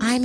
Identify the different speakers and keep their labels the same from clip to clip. Speaker 1: I'm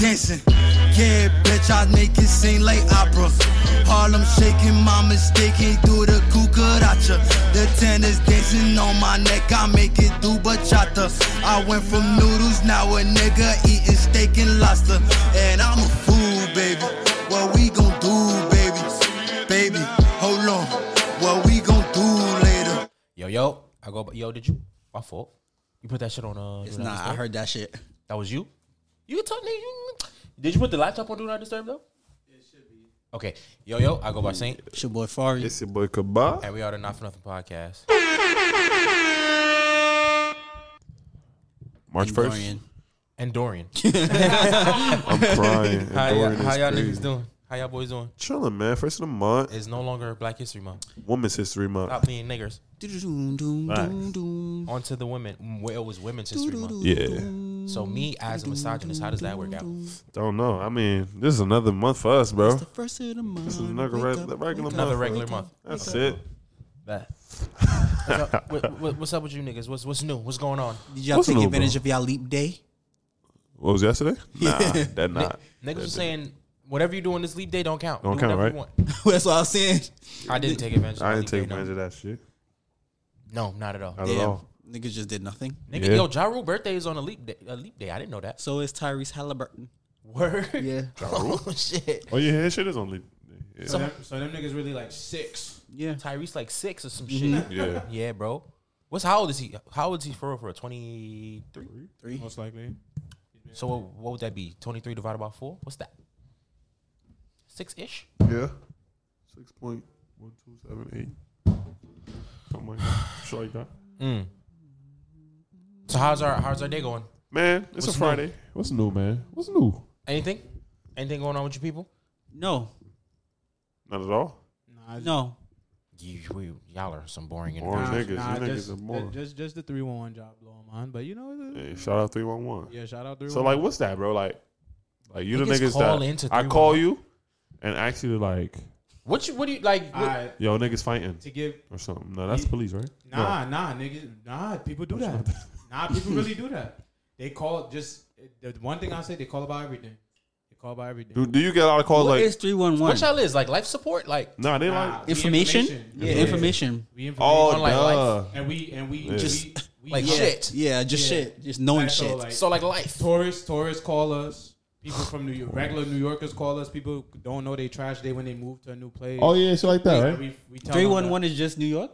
Speaker 2: dancing. Yeah, bitch, I make it seem like opera. Harlem shaking, my mistake ain't through the cucaracha. The tennis dancing on my neck, I make it do bachata. I went from noodles, now a nigga eating steak and lobster. And I'm a fool, baby. What we gon' do, baby? Baby, hold on. What we gon' do later?
Speaker 3: Yo, yo, I go. Yo, did you? My fault. You put that shit on. Uh,
Speaker 4: It's
Speaker 3: Do Not
Speaker 4: not. I
Speaker 3: Disturb?
Speaker 4: heard that shit.
Speaker 3: that was you. You can talk. nigga, you- Did you put the laptop on Do Not Disturb though? It should be. Okay, yo, yo, I go by Saint,
Speaker 4: It's your boy Fari.
Speaker 5: It's your boy Kaba.
Speaker 3: and we are the Not for Nothing podcast.
Speaker 5: March
Speaker 4: and
Speaker 5: first.
Speaker 4: Dorian.
Speaker 3: And Dorian,
Speaker 5: I'm crying. And
Speaker 3: how, y'all,
Speaker 5: Dorian
Speaker 3: how
Speaker 5: is
Speaker 3: y'all
Speaker 5: crazy.
Speaker 3: niggas doing? How y'all boys doing?
Speaker 5: Chilling, man. First of the month.
Speaker 3: It's no longer Black History Month.
Speaker 5: Women's History Month.
Speaker 3: Stop being niggers.
Speaker 4: Doo-doo-doo, doo,
Speaker 5: Facts.
Speaker 4: doo, doo.
Speaker 3: Onto the women. Mm, Well, it was Women's History Month.
Speaker 5: Yeah.
Speaker 3: So me as a misogynist, how does that work out?
Speaker 5: Don't know. I mean, this is another month for us, bro.
Speaker 4: The first of the month.
Speaker 5: is another
Speaker 4: Wake
Speaker 5: reg-
Speaker 4: up,
Speaker 5: regular
Speaker 4: wake
Speaker 3: Another
Speaker 4: up,
Speaker 3: regular
Speaker 4: wake
Speaker 3: month.
Speaker 4: up.
Speaker 5: That's it.
Speaker 3: That. What's up, what, what- what's up with you niggas? What's what's new? What's going on?
Speaker 4: Did y'all
Speaker 5: What's
Speaker 4: take
Speaker 5: new,
Speaker 4: advantage
Speaker 5: bro?
Speaker 4: of y'all leap day?
Speaker 5: What was yesterday? Nah, that not.
Speaker 3: Niggas was saying whatever you do on this leap day don't count.
Speaker 5: Don't
Speaker 3: Do
Speaker 5: count,
Speaker 3: whatever you
Speaker 5: right?
Speaker 3: want.
Speaker 4: That's what I was saying.
Speaker 3: I didn't take advantage. of
Speaker 5: I
Speaker 3: my
Speaker 5: didn't
Speaker 3: leap
Speaker 5: take
Speaker 3: day, no.
Speaker 5: advantage of that shit.
Speaker 3: No, not at all.
Speaker 5: Not at
Speaker 4: Damn.
Speaker 5: all.
Speaker 4: Niggas just did nothing.
Speaker 3: Nigga,
Speaker 5: Yeah.
Speaker 3: yo, Ja Rule birthday is on a leap day. A leap day. I didn't know that.
Speaker 4: So is Tyrese Halliburton.
Speaker 3: Word.
Speaker 4: Yeah.
Speaker 3: Oh shit.
Speaker 5: Oh, yeah, shit is only. Yeah.
Speaker 6: So them, so them niggas really like six.
Speaker 4: Yeah.
Speaker 3: Tyrese like six or some shit.
Speaker 5: yeah.
Speaker 3: Yeah, bro. What's how old is he? How old is he for real? For a twenty three.
Speaker 4: Three.
Speaker 6: Most likely.
Speaker 3: So what, what would that be? Twenty three divided by four. What's that? Six ish.
Speaker 5: Yeah. 6.1278. Something like that. Shit like that.
Speaker 3: So how's our how's our day going?
Speaker 5: Man, it's
Speaker 3: What's
Speaker 5: a
Speaker 3: new?
Speaker 5: Friday. What's new, man? What's new?
Speaker 3: Anything? Anything going on with you people?
Speaker 4: No.
Speaker 5: Not at all.
Speaker 6: Nah, just-
Speaker 4: No.
Speaker 3: You, we, y'all are some boring. and-
Speaker 5: Boring
Speaker 6: nah,
Speaker 5: niggas.
Speaker 6: nah,
Speaker 5: you niggas
Speaker 6: just,
Speaker 5: are boring.
Speaker 6: Just, just the three one one job blowing mine, but you know,
Speaker 5: Hey, shout out 311.
Speaker 6: yeah. Shout out three.
Speaker 5: So, like, what's that, bro? Like, like you the
Speaker 3: Niggas
Speaker 5: niggas
Speaker 3: call
Speaker 5: that
Speaker 3: into
Speaker 5: I call
Speaker 3: 311.
Speaker 5: you and ask you to, like,
Speaker 3: What you? What do you like? what-
Speaker 5: yo, niggas fighting
Speaker 6: to give
Speaker 5: or something. No, that's
Speaker 6: Ye-
Speaker 5: police, right?
Speaker 6: nah, nah, niggas, nah. People do that. nah, people really do that. They call just the one thing I say. They call about everything. They call about everything.
Speaker 5: Do, do you get a lot of calls
Speaker 4: What
Speaker 5: like,
Speaker 4: is 311?
Speaker 3: what y'all is like? Life support? Like
Speaker 5: nah, they
Speaker 6: Nah,
Speaker 5: like,
Speaker 6: we
Speaker 4: Information? Yeah,
Speaker 6: Yeah.
Speaker 4: information.
Speaker 6: We information.
Speaker 5: oh,
Speaker 3: on, like,
Speaker 5: duh.
Speaker 6: and we and we
Speaker 5: Just-
Speaker 6: we, we
Speaker 3: Like
Speaker 6: yeah.
Speaker 3: shit.
Speaker 4: Yeah, just
Speaker 6: Yeah.
Speaker 4: shit. Just knowing
Speaker 6: Like, so,
Speaker 4: shit.
Speaker 6: like-
Speaker 3: So like life.
Speaker 6: Tourists, tourists call us. People from New York, regular New Yorkers call us. People who don't know they trash day when they move to a new place.
Speaker 5: Oh, yeah, shit like that,
Speaker 6: We-
Speaker 5: right?
Speaker 6: we, we tell them that-
Speaker 4: 311 is just New York?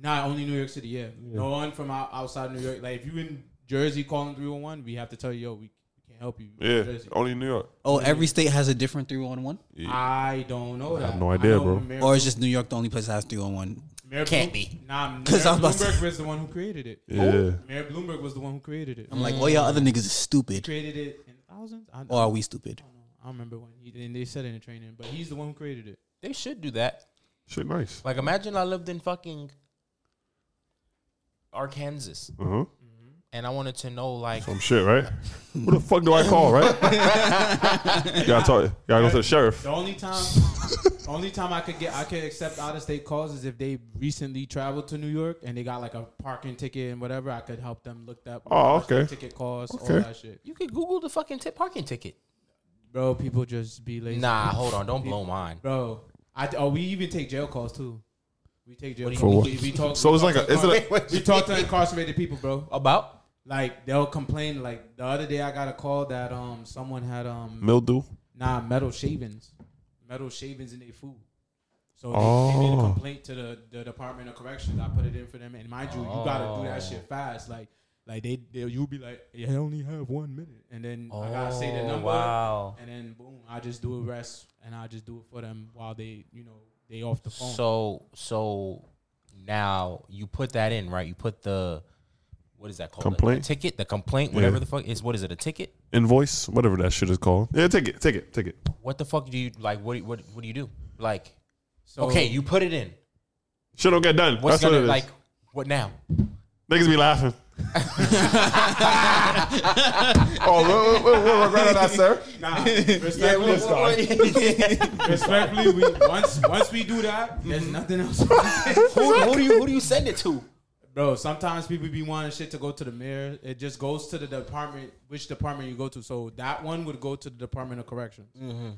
Speaker 6: Not only New York City, yeah. No one from out, outside New York. Like if you in Jersey calling 311, we have to tell you, yo, we can't help you. You're
Speaker 5: Yeah,
Speaker 6: in Jersey.
Speaker 5: only New York.
Speaker 4: Oh, every state has a different 311?
Speaker 6: I don't know that.
Speaker 5: have no idea,
Speaker 6: know
Speaker 5: bro.
Speaker 6: Mayor-
Speaker 4: Or is just New York the only place that has 311?
Speaker 6: Mayor
Speaker 3: Can't
Speaker 6: Bloom-
Speaker 3: be.
Speaker 6: Nah, Mayor
Speaker 4: 'Cause I was about to-
Speaker 6: Bloomberg was the one who created it.
Speaker 5: Yeah.
Speaker 6: Mayor Bloomberg was the one who created it.
Speaker 4: I'm like, oh, y'all other niggas is
Speaker 6: He
Speaker 4: stupid.
Speaker 6: created it in thousands. I,
Speaker 4: Or are we stupid?
Speaker 6: I don't remember when he and they said it in the training, but he's the one who created it.
Speaker 3: They should do that.
Speaker 5: Shit, nice.
Speaker 3: Like imagine I lived in fucking Arkansas
Speaker 5: Uh huh.
Speaker 3: and I wanted to know like
Speaker 5: Some shit, right? Who the fuck do I call, right? you gotta talk. You gotta go to the sheriff.
Speaker 6: The only time, only time I could get, I could accept out of state calls is if they recently traveled to New York and they got like a parking ticket and whatever. I could help them look up.
Speaker 5: Oh,
Speaker 6: what their
Speaker 5: okay.
Speaker 6: Ticket costs, all
Speaker 5: Okay.
Speaker 6: that shit.
Speaker 3: you could Google the fucking tip parking ticket.
Speaker 6: Bro, people just be lazy.
Speaker 3: Nah, hold on, don't blow mine.
Speaker 6: bro. I oh, we even take jail calls too. We take jail
Speaker 3: What do you
Speaker 6: calls.
Speaker 3: mean?
Speaker 6: We, we talk.
Speaker 5: So
Speaker 6: we
Speaker 5: it's
Speaker 6: talk
Speaker 5: like a-
Speaker 6: to
Speaker 5: it's
Speaker 6: incar-
Speaker 5: like-
Speaker 6: we talk to incarcerated people, bro.
Speaker 3: About
Speaker 6: Like they'll complain. Like the other day, I got a call that um someone had um
Speaker 5: Mildew.
Speaker 6: Nah, metal shavings, metal shavings in their food. So they, they made a
Speaker 5: Oh.
Speaker 6: complaint to the, the Department of Corrections. I put it in for them, and mind you, you gotta do that
Speaker 3: Oh.
Speaker 6: shit fast. Like, like they, they you'll be like, "Yeah, I only have one minute, and then I gotta say the
Speaker 3: Oh,
Speaker 6: number,
Speaker 3: wow.
Speaker 6: and then boom, I just do a rest, and I just do it for them while they, you know, they off the phone.
Speaker 3: so so now you put that in, right? You put the what is that called?
Speaker 5: Complaint?
Speaker 3: The ticket, the complaint, whatever
Speaker 5: Yeah.
Speaker 3: the fuck is what is it, a ticket?
Speaker 5: invoice, whatever that shit is called. Yeah, take it, take it, take it.
Speaker 3: What the fuck do you like? What what what do you do? Like,
Speaker 6: So,
Speaker 3: okay, you put it in.
Speaker 5: Shit don't get done.
Speaker 3: What's
Speaker 5: That's what
Speaker 3: gonna
Speaker 5: it is.
Speaker 3: like? What now?
Speaker 5: Niggas be laughing. oh, we'll, we'll, we'll regret that, sir.
Speaker 6: Nah, respectfully, respectfully, we once once we do that, there's nothing else.
Speaker 3: Mm-hmm. who, who do you who do you send it to?
Speaker 6: Bro, sometimes people be wanting shit to go to the mayor. It just goes to the department, which department you go to. So that one would go to the Department of Corrections.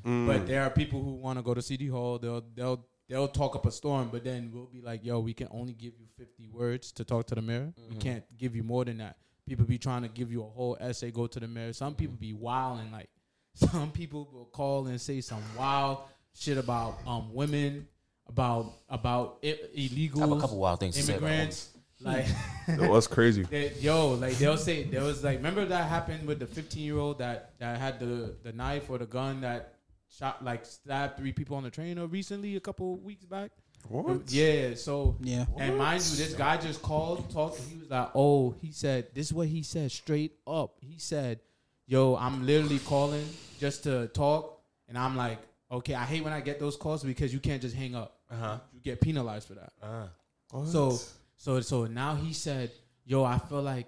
Speaker 6: But there are people who want to go to City Hall. They'll they'll they'll talk up a storm, but then we'll be like, "Yo, we can only give you 50 words to talk to the mayor. We can't give you more than that." People be trying to give you a whole essay, go to the mayor. Some people be wild and like, some people will call and say some wild shit about um women, about about I- illegals,
Speaker 3: couple wild things to say about
Speaker 6: immigrants. Like,
Speaker 5: That's crazy.
Speaker 6: they, yo, like they'll say there was like remember that happened with the 15 year old that that had the the knife or the gun that shot like stabbed three people on the train or recently a couple weeks back.
Speaker 5: What?
Speaker 6: Yeah, so
Speaker 4: Yeah.
Speaker 6: and mind you, this guy just called, talked. He was like, "Oh, he said this is what he said straight up. He said, yo, I'm literally calling just to talk, and I'm like, okay, I hate when I get those calls because you can't just hang up. Uh-huh. You get penalized for that. So so so now he said, "Yo, I feel like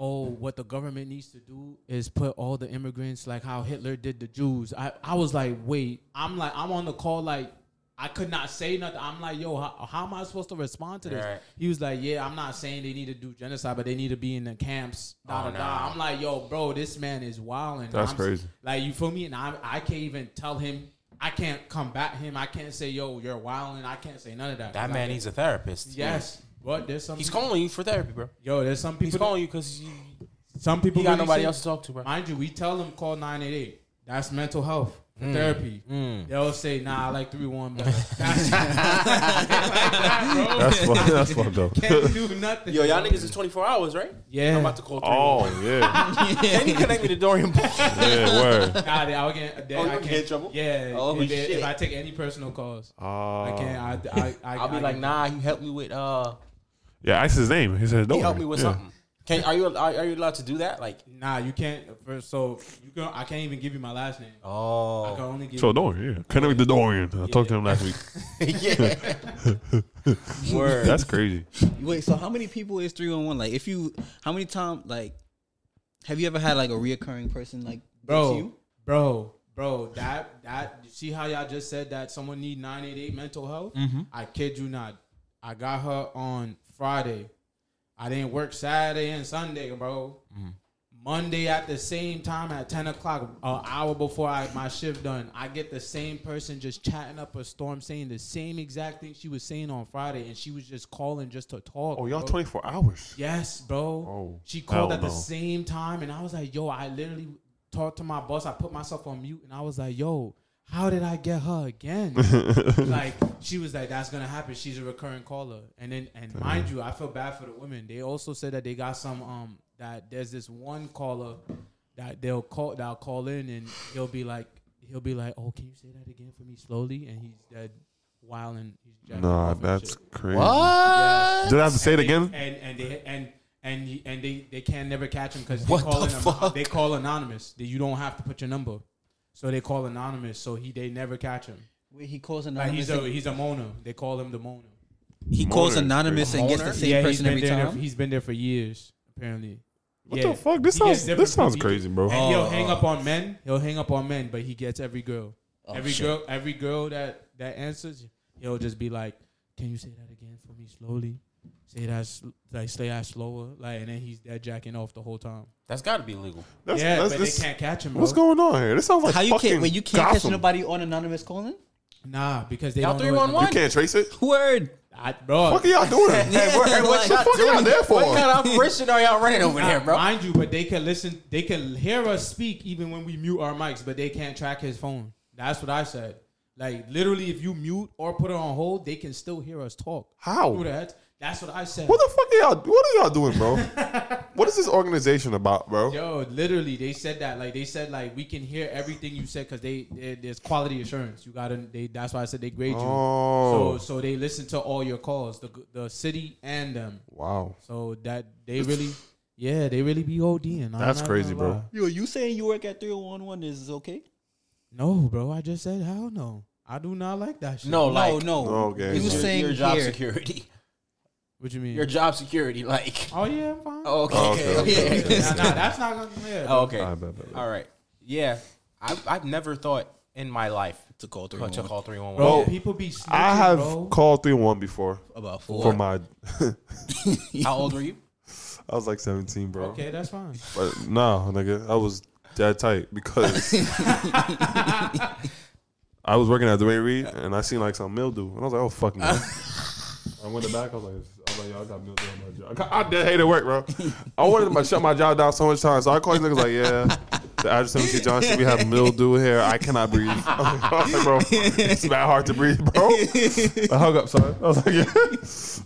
Speaker 6: oh, what the government needs to do is put all the immigrants like how Hitler did the Jews." I I was like, "Wait, I'm like I'm on the call like I could not say nothing. I'm like, "Yo, how, how am I supposed to respond to this?"
Speaker 3: Right.
Speaker 6: He was like, "Yeah, I'm not saying they need to do genocide, but they need to be in the camps." Da,
Speaker 3: Oh,
Speaker 6: da, da. I'm like, "Yo, bro, this man is wilding."
Speaker 5: That's
Speaker 6: I'm-
Speaker 5: crazy.
Speaker 6: Like you feel me? And I I can't even tell him I can't combat him. I can't say, "Yo, you're wilding." I can't say none of that.
Speaker 3: That
Speaker 6: Like,
Speaker 3: man needs a therapist.
Speaker 6: Yes, but there's some.
Speaker 3: he's calling you for therapy, bro.
Speaker 6: Yo, there's some people.
Speaker 3: He's calling you because you,
Speaker 6: some people
Speaker 3: you got
Speaker 6: really
Speaker 3: nobody
Speaker 6: say-
Speaker 3: else to talk to, bro.
Speaker 6: Mind you, we tell them call nine eight eight. That's mental health for
Speaker 3: Hmm.
Speaker 6: therapy. They'll say, "Nah, I like three one, but that's
Speaker 5: That's fu- that's fucked up.
Speaker 6: can't do nothing."
Speaker 3: Yo, y'all niggas is 24 hours, right?
Speaker 6: Yeah.
Speaker 3: I'm about to call 3
Speaker 5: Oh yeah,
Speaker 3: Can you connect me to Dorian Paul?
Speaker 5: yeah. Word.
Speaker 6: Nah, they, I would get, they,
Speaker 3: Oh, you
Speaker 6: I
Speaker 3: would
Speaker 6: can't,
Speaker 3: get in trouble?
Speaker 6: Yeah.
Speaker 3: Oh,
Speaker 6: if, they-
Speaker 3: shit. Oh.
Speaker 6: if I take any personal calls, I
Speaker 5: Uh,
Speaker 6: can't. I, I, I,
Speaker 3: I'll be
Speaker 6: I
Speaker 3: like,
Speaker 6: can't.
Speaker 3: nah, he helped me with uh,
Speaker 5: yeah, ask his name. He said, "Don't
Speaker 3: he helped me
Speaker 5: worry."
Speaker 3: with
Speaker 5: Yeah.
Speaker 3: something. Can are you are, are you allowed to do that? Like,
Speaker 6: Nah, you can't. First, so you can. I can't even give you my last name. I can
Speaker 3: oh,
Speaker 6: only give.
Speaker 5: So
Speaker 6: you,
Speaker 5: Dorian, yeah, connect with the Dorian. I talked to him last week.
Speaker 3: yeah, word.
Speaker 5: That's crazy.
Speaker 4: Wait, so how many people is three one one? Like, if you, how many times, like, have you ever had like a reoccurring person like
Speaker 6: bro,
Speaker 4: bitch you?
Speaker 6: bro, bro. That that you see how y'all just said that someone need nine eight eight mental health.
Speaker 5: Mm-hmm.
Speaker 6: I kid you not. I got her on Friday. I didn't work Saturday and Sunday, bro.
Speaker 5: Mm-hmm.
Speaker 6: Monday at the same time at ten o'clock, an hour before I, my shift done, I get the same person just chatting up a storm, saying the same exact thing she was saying on Friday, and she was just calling just to talk.
Speaker 5: Oh, y'all
Speaker 6: bro.
Speaker 5: twenty four hours.
Speaker 6: Yes, bro.
Speaker 5: Oh,
Speaker 6: she
Speaker 5: hell
Speaker 6: called at the
Speaker 5: no.
Speaker 6: same time, and I was like, yo, I literally talked to my boss. I put myself on mute, and I was like, yo, how did I get her again? like, she was like, that's gonna happen. She's a recurring caller, and then and mind you, I feel bad for the women. They also said that they got some um that there's this one caller that they'll call that'll call in, and he'll be like, he'll be like, oh, can you say that again for me slowly? And he's dead. Wild and he's jacking off
Speaker 5: Nah,
Speaker 6: and
Speaker 5: that's
Speaker 6: shit.
Speaker 5: crazy.
Speaker 3: What?
Speaker 5: Did I have to say it
Speaker 6: They-
Speaker 5: again?
Speaker 6: And and they and and you- and they they can never catch him because they
Speaker 3: What
Speaker 6: call
Speaker 3: the
Speaker 6: anon-
Speaker 3: fuck?
Speaker 6: they call anonymous. They- You don't have to put your number, so they call anonymous. So he they never catch him.
Speaker 4: Wait, he calls
Speaker 6: Like
Speaker 4: anonymous.
Speaker 6: he's a he's a mono. They call him the mono.
Speaker 4: he calls
Speaker 5: Moaner is
Speaker 4: anonymous and gets the
Speaker 3: Moaner?
Speaker 4: same
Speaker 6: Yeah,
Speaker 4: person
Speaker 6: he's
Speaker 4: every
Speaker 6: been there.
Speaker 4: time.
Speaker 6: He's been there for years apparently.
Speaker 5: What the fuck? This sounds- this sounds crazy, bro.
Speaker 6: And he'll hang up on men. He'll hang up on men, but he gets every girl. every girl, every girl that that answers, he'll just be like, "Can you say that again for me slowly? Say that sl- like say that slower, like." And then he's dead jacking off the whole time.
Speaker 3: That's got to be illegal.
Speaker 5: That's,
Speaker 6: yeah,
Speaker 5: that's,
Speaker 6: but
Speaker 5: this,
Speaker 6: they can't catch him. Bro.
Speaker 5: What's going on here? This sounds like
Speaker 4: How you
Speaker 5: fucking
Speaker 4: can't? Wait, you can't catch
Speaker 5: Gotham.
Speaker 4: nobody on anonymous calling?
Speaker 6: Nah, because they
Speaker 3: Y'all
Speaker 6: don't know.
Speaker 3: 311?
Speaker 5: You can't trace it.
Speaker 4: Word.
Speaker 6: I, bro,
Speaker 5: What are y'all doing?
Speaker 4: Yeah,
Speaker 5: what the
Speaker 4: like,
Speaker 5: fuck y'all there
Speaker 3: What kind
Speaker 5: for?
Speaker 3: of operation are y'all running over
Speaker 6: Nah,
Speaker 3: there, bro?
Speaker 6: Mind you, but they can listen. They can hear us speak even when we mute our mics, but they can't track his phone. That's what I said. Like literally, if you mute or put it on hold, they can still hear us talk.
Speaker 5: How?
Speaker 6: Through that. That's what I said.
Speaker 5: What the fuck are y'all? What are y'all doing, bro? what is this organization about, bro?
Speaker 6: Yo, literally, they said that. Like they said, like we can hear everything you said because they, there- there's quality assurance. You gotta. They that's why I said they grade you.
Speaker 5: Oh.
Speaker 6: So so they listen to all your calls, the the city and them.
Speaker 5: Wow.
Speaker 6: So that they really Yeah, they really be ODing. I'm
Speaker 7: That's
Speaker 6: not
Speaker 7: crazy,
Speaker 6: gonna
Speaker 7: bro.
Speaker 6: lie.
Speaker 4: Yo, you saying you work at 311 is okay?
Speaker 6: No, bro. I just said hell no. I do not like that shit.
Speaker 3: No, like
Speaker 4: no, no.
Speaker 7: Oh, okay.
Speaker 4: He was
Speaker 7: Your-
Speaker 4: saying
Speaker 3: your job
Speaker 4: here.
Speaker 3: security.
Speaker 6: What you mean?
Speaker 3: Your job security, like.
Speaker 6: oh yeah, I'm fine.
Speaker 3: Oh, okay.
Speaker 7: Oh,
Speaker 3: okay,
Speaker 7: okay, okay,
Speaker 3: okay.
Speaker 6: Nah, nah, that's not gonna. Yeah,
Speaker 3: Oh, okay.
Speaker 7: I bet, bet, bet.
Speaker 3: All right. Yeah. I've, I've never thought in my life
Speaker 4: To call
Speaker 3: to call
Speaker 4: 311
Speaker 3: 311.
Speaker 6: bro.
Speaker 7: Bro,
Speaker 6: people be. Snitching,
Speaker 7: I have
Speaker 6: bro.
Speaker 7: called three one before
Speaker 4: about four.
Speaker 7: for my.
Speaker 3: How old were you?
Speaker 7: I was like seventeen, bro.
Speaker 6: Okay, that's fine.
Speaker 7: But no, nigga, I was dead tight because I was working at Dwayne Reed and I seen like some mildew and I was like, oh fuck no. I went to back. I was like, I was like, yo, I got mildew on my job. I, got- I did hate it work, bro. I wanted to shut my job down so much time. So I called these niggas like, yeah. The address 17 Johnson, we have mildew here. I cannot breathe. I was like, "Oh, bro, it's that hard to breathe, bro. I hung up, son. I was like, yeah.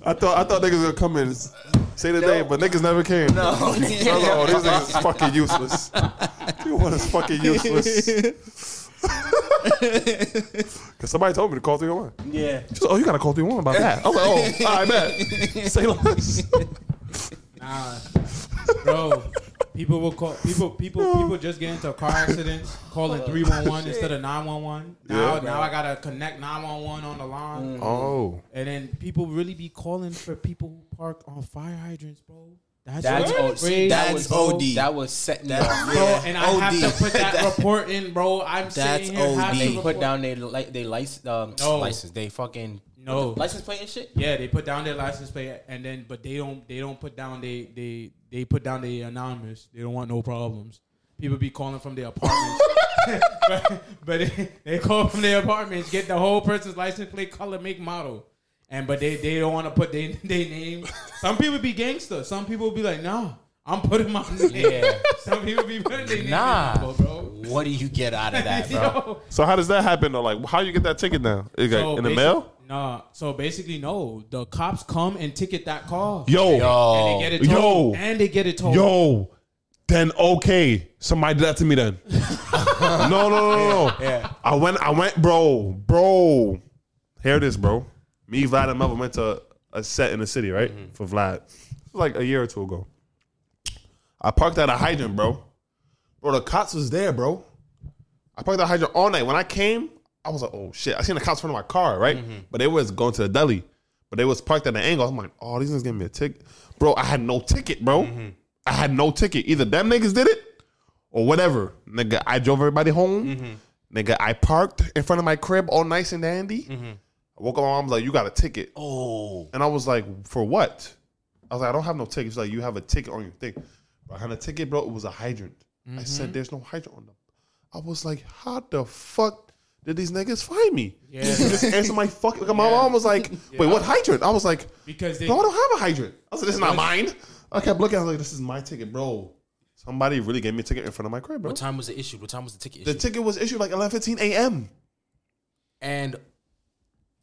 Speaker 7: I thought I thought niggas would come in and s- say the name, but niggas never came. No, no, these niggas is fucking useless. You one is fucking useless. Cause somebody told me to call 301.
Speaker 3: Yeah.
Speaker 7: She's like, oh, you gotta call 301 about that. I was like, oh, I bet. Say less.
Speaker 6: Nah, bro. People will call people people people just get into car accidents calling three one one instead of nine one one. Now now I gotta connect nine one one on the line,
Speaker 3: Mm.
Speaker 7: Oh.
Speaker 6: and then people really be calling for people who park on fire hydrants, bro. That's,
Speaker 3: That's
Speaker 6: crazy,
Speaker 3: OD. That
Speaker 4: That's
Speaker 3: was OD.
Speaker 4: OD.
Speaker 3: That was setting
Speaker 4: That's-
Speaker 3: up.
Speaker 6: bro.
Speaker 4: yeah,
Speaker 6: And I have
Speaker 4: OD.
Speaker 6: to put that report in, bro. I'm
Speaker 4: That's
Speaker 6: sitting here have
Speaker 4: OD.
Speaker 6: to
Speaker 3: They
Speaker 6: report-
Speaker 3: put down their li- they license um,
Speaker 6: No.
Speaker 3: license. They fucking
Speaker 6: No.
Speaker 3: license plate and shit.
Speaker 6: Yeah, they put down their license plate, and then but they don't they don't put down they they they put down they anonymous. They don't want no problems. People be calling from their apartments, but, but they, they call from their apartments, get the whole person's license plate, color, make, model, and but they they don't want to put their they name. Some people be gangster. Some people be like, nah, I'm putting my name.
Speaker 3: Yeah.
Speaker 6: Some people be putting their name. in
Speaker 3: Nah.
Speaker 6: people, bro.
Speaker 3: What do you get out of that, bro?
Speaker 6: Yo.
Speaker 7: So how does that happen though? Like, how you get that ticket now? It got in the
Speaker 6: basi-
Speaker 7: mail?
Speaker 6: Nah. So basically, no. The cops come and ticket that car.
Speaker 7: Yo.
Speaker 6: and they get it
Speaker 7: Yo.
Speaker 6: told, and they get it told.
Speaker 7: Yo. Then okay, somebody did that to me. Then no, no, no, no. no. I went, I went, bro, bro. Hear this, bro. Me, Vlad, and Melvin went to a set in the city, right? For Vlad, It was like a year or two ago. I parked at a hydrant, bro. Bro, the cops was there, bro. I parked at a hydrant all night. When I came, I was like, oh shit. I seen the cops in front of my car, right? But they was going to the deli. But they was parked at an angle. I'm like, oh, these niggas giving me a ticket. Bro, I had no ticket, bro. I had no ticket. Either them niggas did it or whatever. Nigga, I drove everybody home. Nigga, I parked in front of my crib all nice and dandy. I woke up, my mom's like, you got a ticket.
Speaker 3: Oh,
Speaker 7: And I was like, for what? I was like, I don't have no ticket. She's like, you have a ticket on your thing. But I had a ticket, bro. It was a hydrant. I said, there's no hydrant on them. I was like, how the fuck did these niggas find me?
Speaker 6: Yeah.
Speaker 7: You just answer my fucking. My mom was like, wait, what hydrant? I was like,
Speaker 6: Because they-
Speaker 7: bro, I don't have a hydrant. I was like, this is not mine. I kept looking. I was like, this is my ticket, bro. Somebody really gave me a ticket in front of my crib, bro.
Speaker 3: what time was the issue? What time was the ticket
Speaker 7: The
Speaker 3: issue?
Speaker 7: ticket was issued like 11:15 a.m.
Speaker 3: and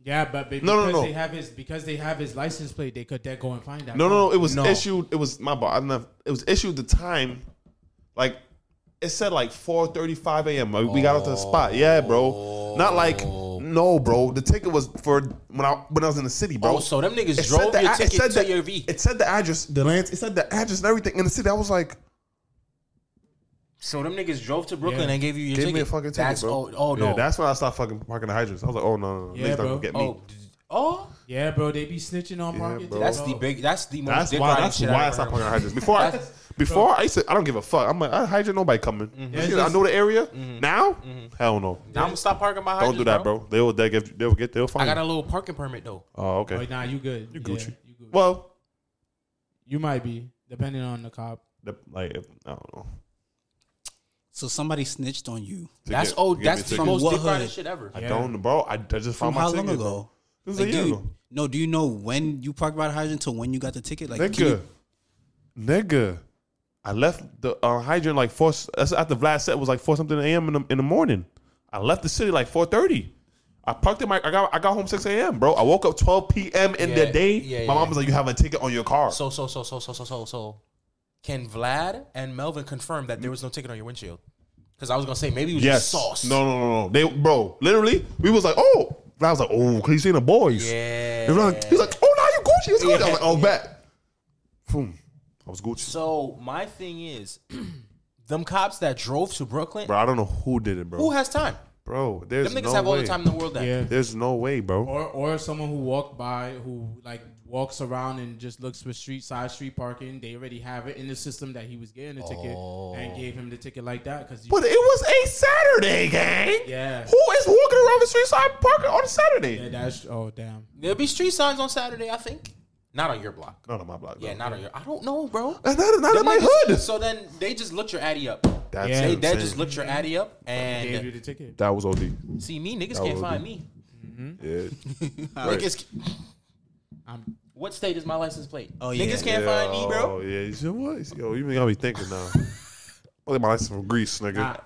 Speaker 6: Yeah, but be- because
Speaker 7: No, no, no.
Speaker 6: they have his because they have his license plate, they could then go and find that.
Speaker 7: No, no, no. It was
Speaker 3: No.
Speaker 7: issued. It was my bad. I don't know. It was issued the time, like it said, like four thirty-five a.m. Like, We got off to the spot. Yeah, bro. Not like
Speaker 3: Oh.
Speaker 7: no, bro. The ticket was for when I when I was in the city, bro.
Speaker 3: oh, so them niggas
Speaker 7: it
Speaker 3: drove
Speaker 7: the
Speaker 3: your
Speaker 7: a-
Speaker 3: ticket to
Speaker 7: the,
Speaker 3: your V.
Speaker 7: It said the address, the Lance. It said the address and everything in the city. I was like,
Speaker 3: So them niggas drove to Brooklyn
Speaker 6: Yeah.
Speaker 3: and gave you your
Speaker 7: give
Speaker 3: ticket.
Speaker 7: me a fucking ticket,
Speaker 3: that's,
Speaker 7: bro.
Speaker 3: Oh, oh no.
Speaker 7: Yeah, that's when I stopped fucking parking the hydrants. I was like, oh no, no, no.
Speaker 6: Yeah,
Speaker 7: Niggas not
Speaker 6: bro.
Speaker 7: gonna get me.
Speaker 3: oh, d- oh,
Speaker 6: Yeah, bro, they be snitching on parking.
Speaker 7: bro.
Speaker 3: that's
Speaker 6: tickets,
Speaker 3: the
Speaker 6: bro.
Speaker 3: big. That's the most.
Speaker 7: That's
Speaker 3: dick
Speaker 7: why.
Speaker 3: riding
Speaker 7: That's
Speaker 3: shit
Speaker 7: why I
Speaker 3: I've
Speaker 7: stopped
Speaker 3: ever
Speaker 7: parking
Speaker 3: heard.
Speaker 7: hydrants before. I,
Speaker 3: That's-
Speaker 7: before I used to, I don't give a fuck. I'm like, I hydrant nobody coming.
Speaker 3: Mm-hmm.
Speaker 7: You see, I know the area now. Hell no.
Speaker 3: Now I'm gonna stop parking my.
Speaker 7: Don't do that, bro. They will. They give. They will get. They'll
Speaker 3: I
Speaker 7: find.
Speaker 3: got a
Speaker 7: you.
Speaker 3: little parking permit though.
Speaker 7: Oh,
Speaker 6: Oh,
Speaker 7: okay.
Speaker 6: nah, you good? You
Speaker 7: Gucci.
Speaker 6: you, good.
Speaker 7: Well,
Speaker 6: you might be depending on the cop.
Speaker 7: the, like if- I don't know.
Speaker 4: So somebody snitched on you.
Speaker 7: To
Speaker 3: That's
Speaker 7: get-
Speaker 3: oh,
Speaker 7: give
Speaker 3: that's
Speaker 7: me a
Speaker 3: the
Speaker 7: ticket.
Speaker 3: most
Speaker 4: What
Speaker 3: dick riding
Speaker 4: hood?
Speaker 3: shit ever.
Speaker 7: I don't, bro. I, I just
Speaker 4: From
Speaker 7: found my
Speaker 4: how
Speaker 7: ticket.
Speaker 4: long ago?
Speaker 7: This is
Speaker 4: Like,
Speaker 7: a
Speaker 4: do
Speaker 7: year
Speaker 4: you-
Speaker 7: ago.
Speaker 4: No, do you know when you parked by the hydrant to when you got the ticket? Like, can
Speaker 7: Nigga,
Speaker 4: you-
Speaker 7: nigga. I left the uh, hydrant like four. That's after Vlad set was like four something a.m. in the, in the morning. I left the city like four thirty. I parked in my. I got I got home six a.m. Bro, I woke up twelve p.m. in the
Speaker 3: Yeah,
Speaker 7: day.
Speaker 3: yeah,
Speaker 7: my
Speaker 3: yeah.
Speaker 7: mom was like, "You have a ticket on your car."
Speaker 3: So so so so so so so so. Can Vlad and Melvin confirm that there was no ticket on your windshield? Because I was gonna say maybe it was just
Speaker 7: yes.
Speaker 3: sauce.
Speaker 7: No, no, no, no. They, bro, literally, we was like, "Oh," Vlad was like, "Oh," because you seen the boys.
Speaker 3: Yeah.
Speaker 7: He's like, he's like, oh, now you Gucci. It's Gucci. I was like, oh, bet. Boom. I was Gucci.
Speaker 3: So my thing is, them cops that drove to Brooklyn,
Speaker 7: bro, I don't know who did it, bro.
Speaker 3: who has time?
Speaker 7: bro, there's
Speaker 3: Them niggas
Speaker 7: no
Speaker 3: have
Speaker 7: way.
Speaker 3: all the time in the world. Now.
Speaker 6: Yeah.
Speaker 7: There's no way, bro.
Speaker 6: Or or someone who walked by who like walks around and just looks for street side street parking. They already have it in the system that he was getting the ticket
Speaker 7: Oh.
Speaker 6: and gave him the ticket like that because
Speaker 7: But it was a Saturday, gang.
Speaker 6: Yeah.
Speaker 7: Who is walking around the street side parking on a Saturday?
Speaker 6: yeah, that's oh damn.
Speaker 3: There'll be street signs on Saturday, I think. Not on your block.
Speaker 7: Not on my block.
Speaker 3: Yeah,
Speaker 7: no.
Speaker 3: not on your. I don't know, bro.
Speaker 7: And not, not in
Speaker 3: Them
Speaker 7: my
Speaker 3: niggas-
Speaker 7: hood.
Speaker 3: So then they just looked your addy up.
Speaker 7: That's
Speaker 6: Yeah.
Speaker 7: what
Speaker 3: They,
Speaker 7: I'm
Speaker 3: they
Speaker 7: saying.
Speaker 3: just Mm-hmm. looked your addy up
Speaker 6: Gave you
Speaker 3: and
Speaker 6: the ticket.
Speaker 7: that was OD.
Speaker 3: see me. Niggas
Speaker 7: That
Speaker 3: can't
Speaker 7: would
Speaker 3: find
Speaker 7: be-
Speaker 3: me.
Speaker 7: Yeah.
Speaker 3: Niggas. ca-
Speaker 6: I'm
Speaker 3: What state is my license plate?
Speaker 4: Oh,
Speaker 3: niggas
Speaker 4: yeah.
Speaker 3: can't find me,
Speaker 7: Oh
Speaker 3: bro.
Speaker 7: yeah. You said what? Yo, you gotta be thinking now. Look at my license from Greece, nigga.
Speaker 6: I,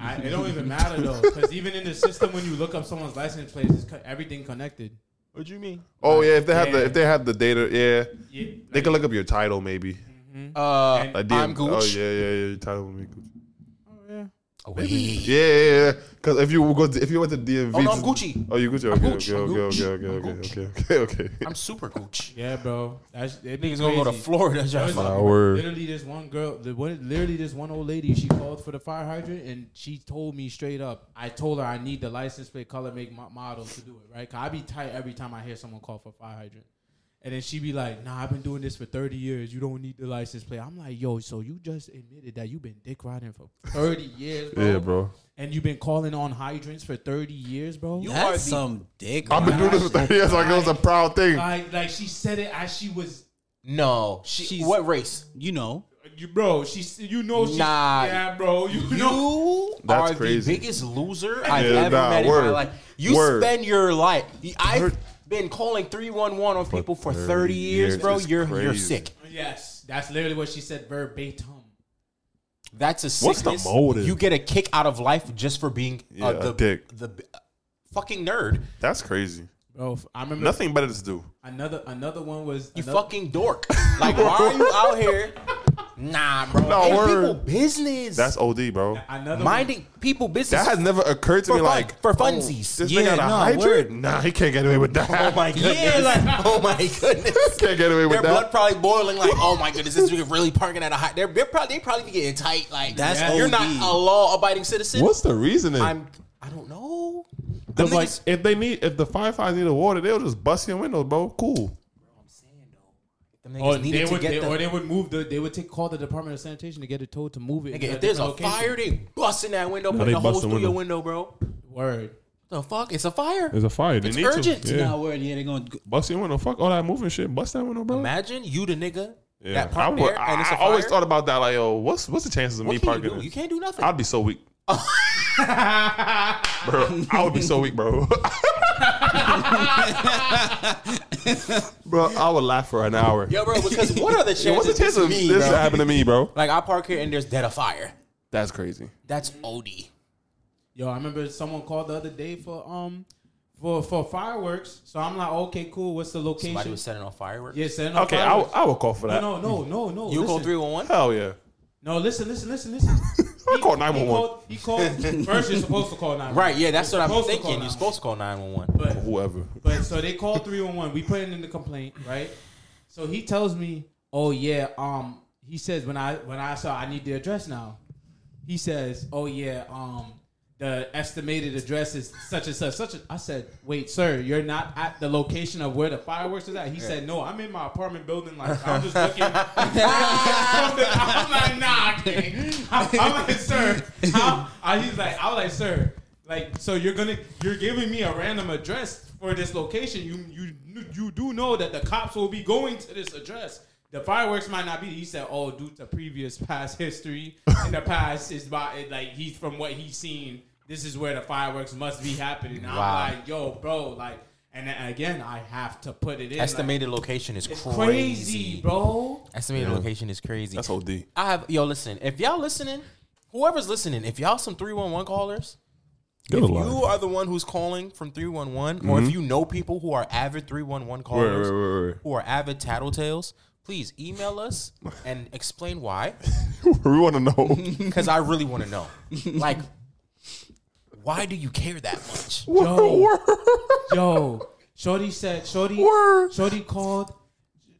Speaker 6: I, I, I, it don't even matter though, because even in the system, when you look up someone's license plate, it's co- everything connected.
Speaker 3: What do you mean?
Speaker 7: oh yeah, if they have the
Speaker 6: yeah.
Speaker 7: if they have the data, yeah,
Speaker 6: Yeah,
Speaker 7: they can look up your title maybe.
Speaker 3: Uh,
Speaker 7: I did.
Speaker 3: I'm
Speaker 7: Oh
Speaker 3: Gooch.
Speaker 7: yeah, yeah, yeah. Your title would be Gucci.
Speaker 3: Oh, wait.
Speaker 7: Yeah, yeah, yeah. Because if you go, to, if you went to DMV,
Speaker 3: Oh, no, I'm
Speaker 7: just-
Speaker 3: Gucci.
Speaker 7: Oh, you Gucci.
Speaker 3: I'm
Speaker 7: Okay,
Speaker 3: Gucci.
Speaker 7: okay,
Speaker 3: I'm
Speaker 7: okay, okay,
Speaker 3: Gucci.
Speaker 7: okay,
Speaker 3: I'm
Speaker 7: okay, okay,
Speaker 3: Gucci.
Speaker 7: okay, okay.
Speaker 3: I'm super Gooch.
Speaker 6: yeah, bro. That's it
Speaker 3: Niggas gonna go to Florida. just-
Speaker 7: My word.
Speaker 6: Literally, this one girl, the one, literally this one old lady, she called for the fire hydrant and she told me straight up. I told her I need the license plate, color, make, mo- model to do it, right? Cause I be tight every time I hear someone call for fire hydrant. And then she be like, "Nah, I've been doing this for thirty years. You don't need the license plate." I'm like, "Yo, so you just admitted that you've been dick riding for thirty years, bro?
Speaker 7: Yeah, bro.
Speaker 6: And you've been calling on hydrants for 30 years, bro?
Speaker 3: You-
Speaker 4: That's some dick.
Speaker 7: I've been doing this for thirty years. Like it was a proud thing.
Speaker 6: like, like she said it as she was,
Speaker 3: No. She,
Speaker 4: She's-
Speaker 3: what race?
Speaker 4: You know,
Speaker 6: you, bro, she, s- you know, she,
Speaker 3: Nah.
Speaker 6: yeah, bro, you, know.
Speaker 3: You
Speaker 7: That's
Speaker 3: are
Speaker 7: crazy.
Speaker 3: the biggest loser I've
Speaker 7: Yeah,
Speaker 3: ever
Speaker 7: nah,
Speaker 3: met in my
Speaker 7: word.
Speaker 3: life. You
Speaker 7: Word.
Speaker 3: spend your life. I've
Speaker 7: Thir-
Speaker 3: been calling three one one on people for
Speaker 7: 30
Speaker 3: thirty years,
Speaker 7: years
Speaker 3: bro.
Speaker 7: is
Speaker 3: You're you're
Speaker 7: crazy.
Speaker 3: sick.
Speaker 6: Yes, that's literally what she said verbatim.
Speaker 3: That's a
Speaker 7: What's
Speaker 3: sickness.
Speaker 7: the motive?
Speaker 3: You get a kick out of life just for being
Speaker 7: Yeah,
Speaker 3: uh,
Speaker 7: a
Speaker 3: the
Speaker 7: dick.
Speaker 3: the uh, fucking nerd.
Speaker 7: That's crazy.
Speaker 6: Bro, f- I remember
Speaker 7: Nothing better to do.
Speaker 6: another another one was
Speaker 3: You
Speaker 6: another,
Speaker 3: fucking dork. Like why are you out here? Nah, bro.
Speaker 7: No,
Speaker 3: Ain't
Speaker 7: word.
Speaker 3: people business.
Speaker 7: That's OD, bro.
Speaker 6: another
Speaker 3: minding people business.
Speaker 7: That has never occurred to
Speaker 3: For
Speaker 7: me.
Speaker 3: fun-
Speaker 7: Like
Speaker 3: for
Speaker 7: oh,
Speaker 3: funsies.
Speaker 7: this
Speaker 4: Yeah,
Speaker 7: nigga got a
Speaker 4: nah,
Speaker 7: hydrant.
Speaker 4: word.
Speaker 7: Nah, he can't get away with that.
Speaker 3: Oh my goodness.
Speaker 4: Yeah, like-
Speaker 3: oh my goodness.
Speaker 7: Can't get away with
Speaker 3: Their
Speaker 7: that.
Speaker 3: blood probably boiling. Like, oh my goodness, this nigga really parking at a high. They're, they're probably they probably be getting tight. Like,
Speaker 4: That's
Speaker 3: you're
Speaker 4: OD.
Speaker 3: not a law-abiding citizen.
Speaker 7: What's the reasoning?
Speaker 3: I'm. I don't know. Them
Speaker 7: Because like,
Speaker 3: niggas-
Speaker 7: if they need, if the firefighters need a water, they'll just bust your windows, bro. Cool.
Speaker 3: them niggas
Speaker 6: Or
Speaker 3: needed
Speaker 6: Oh, they
Speaker 3: to
Speaker 6: would,
Speaker 3: get
Speaker 6: they,
Speaker 3: the-
Speaker 6: or they would move the, they would take call the Department of Sanitation to get it towed to move
Speaker 3: nigga,
Speaker 6: it. into
Speaker 3: if there's a
Speaker 6: different
Speaker 3: fire,
Speaker 6: location.
Speaker 3: they busting that window,
Speaker 7: they
Speaker 3: putting a hole
Speaker 7: bust the
Speaker 3: through your window, bro.
Speaker 6: word,
Speaker 3: The fuck? It's a fire.
Speaker 7: a fire. They
Speaker 3: It's need to. urgent. Yeah.
Speaker 4: not worried. Yeah, they're gonna. go-
Speaker 7: Bust your window. Fuck all that moving shit. Bust that window, bro.
Speaker 3: Imagine you, the nigga,
Speaker 7: yeah.
Speaker 3: that
Speaker 7: I,
Speaker 3: parked
Speaker 7: would-
Speaker 3: there, and it's a
Speaker 7: I
Speaker 3: fire.
Speaker 7: always thought about that. Like, yo, what's what's the chances of
Speaker 3: what
Speaker 7: me
Speaker 3: can you
Speaker 7: parking?
Speaker 3: do?
Speaker 7: in-
Speaker 3: You can't do nothing.
Speaker 7: I'd be so weak, bro. I would be so weak, bro. bro, I would laugh for an hour.
Speaker 3: Yo, bro, because what are the chances?
Speaker 7: Yo, what's the chance of
Speaker 3: me,
Speaker 7: this
Speaker 3: bro?
Speaker 7: happening to me, bro?
Speaker 3: Like, I park here and there's dead a fire.
Speaker 7: That's crazy.
Speaker 3: That's OD.
Speaker 6: Yo, I remember someone called the other day for um for for fireworks. So I'm like, okay, cool. What's the location?
Speaker 3: Somebody was setting on fireworks.
Speaker 6: yeah, setting up
Speaker 7: Okay, I,
Speaker 6: fireworks.
Speaker 7: would- I would call for that.
Speaker 6: no, no, no, no, no.
Speaker 3: You
Speaker 6: listen.
Speaker 3: call three one one.
Speaker 7: Hell yeah.
Speaker 6: No, listen, listen, listen, listen.
Speaker 7: I
Speaker 6: He-
Speaker 7: call
Speaker 6: he
Speaker 7: 911.
Speaker 6: called- He called first. You're supposed to call nine.
Speaker 3: Right, yeah, that's what I'm
Speaker 6: supposed to call
Speaker 3: thinking. You're
Speaker 6: 911.
Speaker 3: supposed to call 911.
Speaker 6: But
Speaker 7: Whoever.
Speaker 6: But so they called 311. We put it in the complaint, right? So he tells me, "Oh yeah, um he says when I when I saw I need the address now." He says, "Oh yeah, um the estimated address is such and such such a I said, "Wait, sir, you're not at the location of where the fireworks is at." He said, "No, I'm in my apartment building like I'm just looking." I'm like, "Nah, king." I'm, I'm like, "Sir, how?" I, he's like, "I was like, sir, like so you're gonna you're giving me a random address for this location. You you kn- you do know that the cops will be going to this address. The fireworks might not be. He said, "Oh, due to previous past history in the past is by it, like he's from what he's seen. This is where the fireworks must be happening." And
Speaker 3: Wow.
Speaker 6: I'm like, "Yo, bro, like." And then again, I have to put it in. like,
Speaker 3: Estimated location is
Speaker 6: it's
Speaker 3: crazy.
Speaker 6: crazy, bro.
Speaker 3: Estimated location is crazy.
Speaker 7: That's OD.
Speaker 3: I have yo. Listen, if y'all listening, whoever's listening, if y'all some three one one callers,
Speaker 7: Good
Speaker 3: if you are the one who's calling from three one one, or if you know people who are avid three one one callers,
Speaker 7: Mm-hmm. Wait, wait, wait, wait.
Speaker 3: who are avid tattletales, please email us and explain why,
Speaker 7: we want to know.
Speaker 3: because I really want to know. Like, why do you care that much?
Speaker 6: Yo, yo, Oh. Shorty said, Shorty,
Speaker 7: Word.
Speaker 6: Shorty called.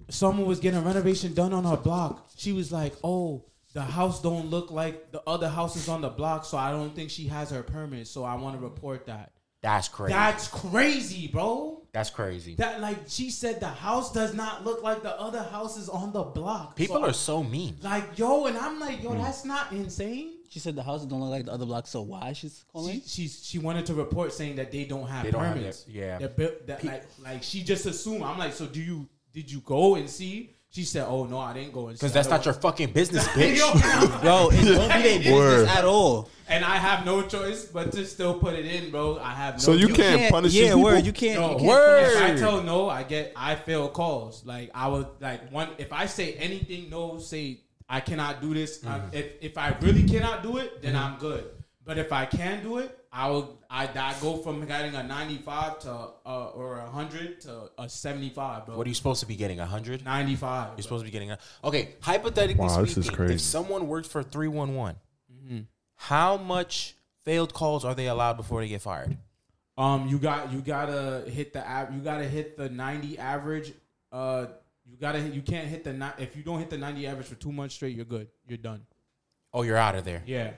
Speaker 6: someone was getting a renovation done on her block. She was like, "Oh, the house don't look like the other houses on the block, so I don't think she has her permit. So I want to report that."
Speaker 3: That's crazy.
Speaker 6: That's crazy, bro.
Speaker 3: That's crazy.
Speaker 6: That like she said, the house does not look like the other houses on the block.
Speaker 3: People
Speaker 6: So,
Speaker 3: are so mean.
Speaker 6: like, yo, and I'm like, yo, that's not insane.
Speaker 4: She said the houses don't look like the other blocks, so why she's
Speaker 6: She,
Speaker 4: calling?
Speaker 6: she's she wanted to report saying that they don't have
Speaker 3: They don't have
Speaker 6: permits.
Speaker 3: it, yeah.
Speaker 6: They're bu- that, like like she just assumed. I'm like, so do you did you go and see? She said, oh no, I didn't go and see.
Speaker 3: Because that's not your fucking business, bitch.
Speaker 6: bitch.
Speaker 4: Yo, it don't be their
Speaker 5: Word.
Speaker 4: business at all.
Speaker 6: and I have no choice but to still put it in, bro. I have no.
Speaker 5: So you
Speaker 6: choice.
Speaker 5: can't- punish
Speaker 4: Yeah,
Speaker 5: these people?
Speaker 4: word. You can't.
Speaker 6: No,
Speaker 4: you can't
Speaker 3: Word.
Speaker 6: If I tell no, I get I fail calls. Like I would like one. If I say anything, no, say I cannot do this. I-
Speaker 3: Mm-hmm.
Speaker 6: if if I really cannot do it, then I'm good. But if I can do it, I will. I, I go from getting a 95 to uh, or a hundred to a 75, bro.
Speaker 3: What are you supposed to be getting? 100?
Speaker 6: 95.
Speaker 3: You're supposed to be getting a. Okay, hypothetically
Speaker 5: Wow, this
Speaker 3: speaking,
Speaker 5: is crazy.
Speaker 3: if someone worked for 311,
Speaker 6: Mm-hmm.
Speaker 3: how much failed calls are they allowed before they get fired?
Speaker 6: Um, you got you gotta hit the app. You gotta hit the ninety average. Uh, you gotta hit- you can't hit the ni- if you don't hit the ninety average for two months straight, you're good. You're done.
Speaker 3: Oh, you're out of there.
Speaker 6: Yeah.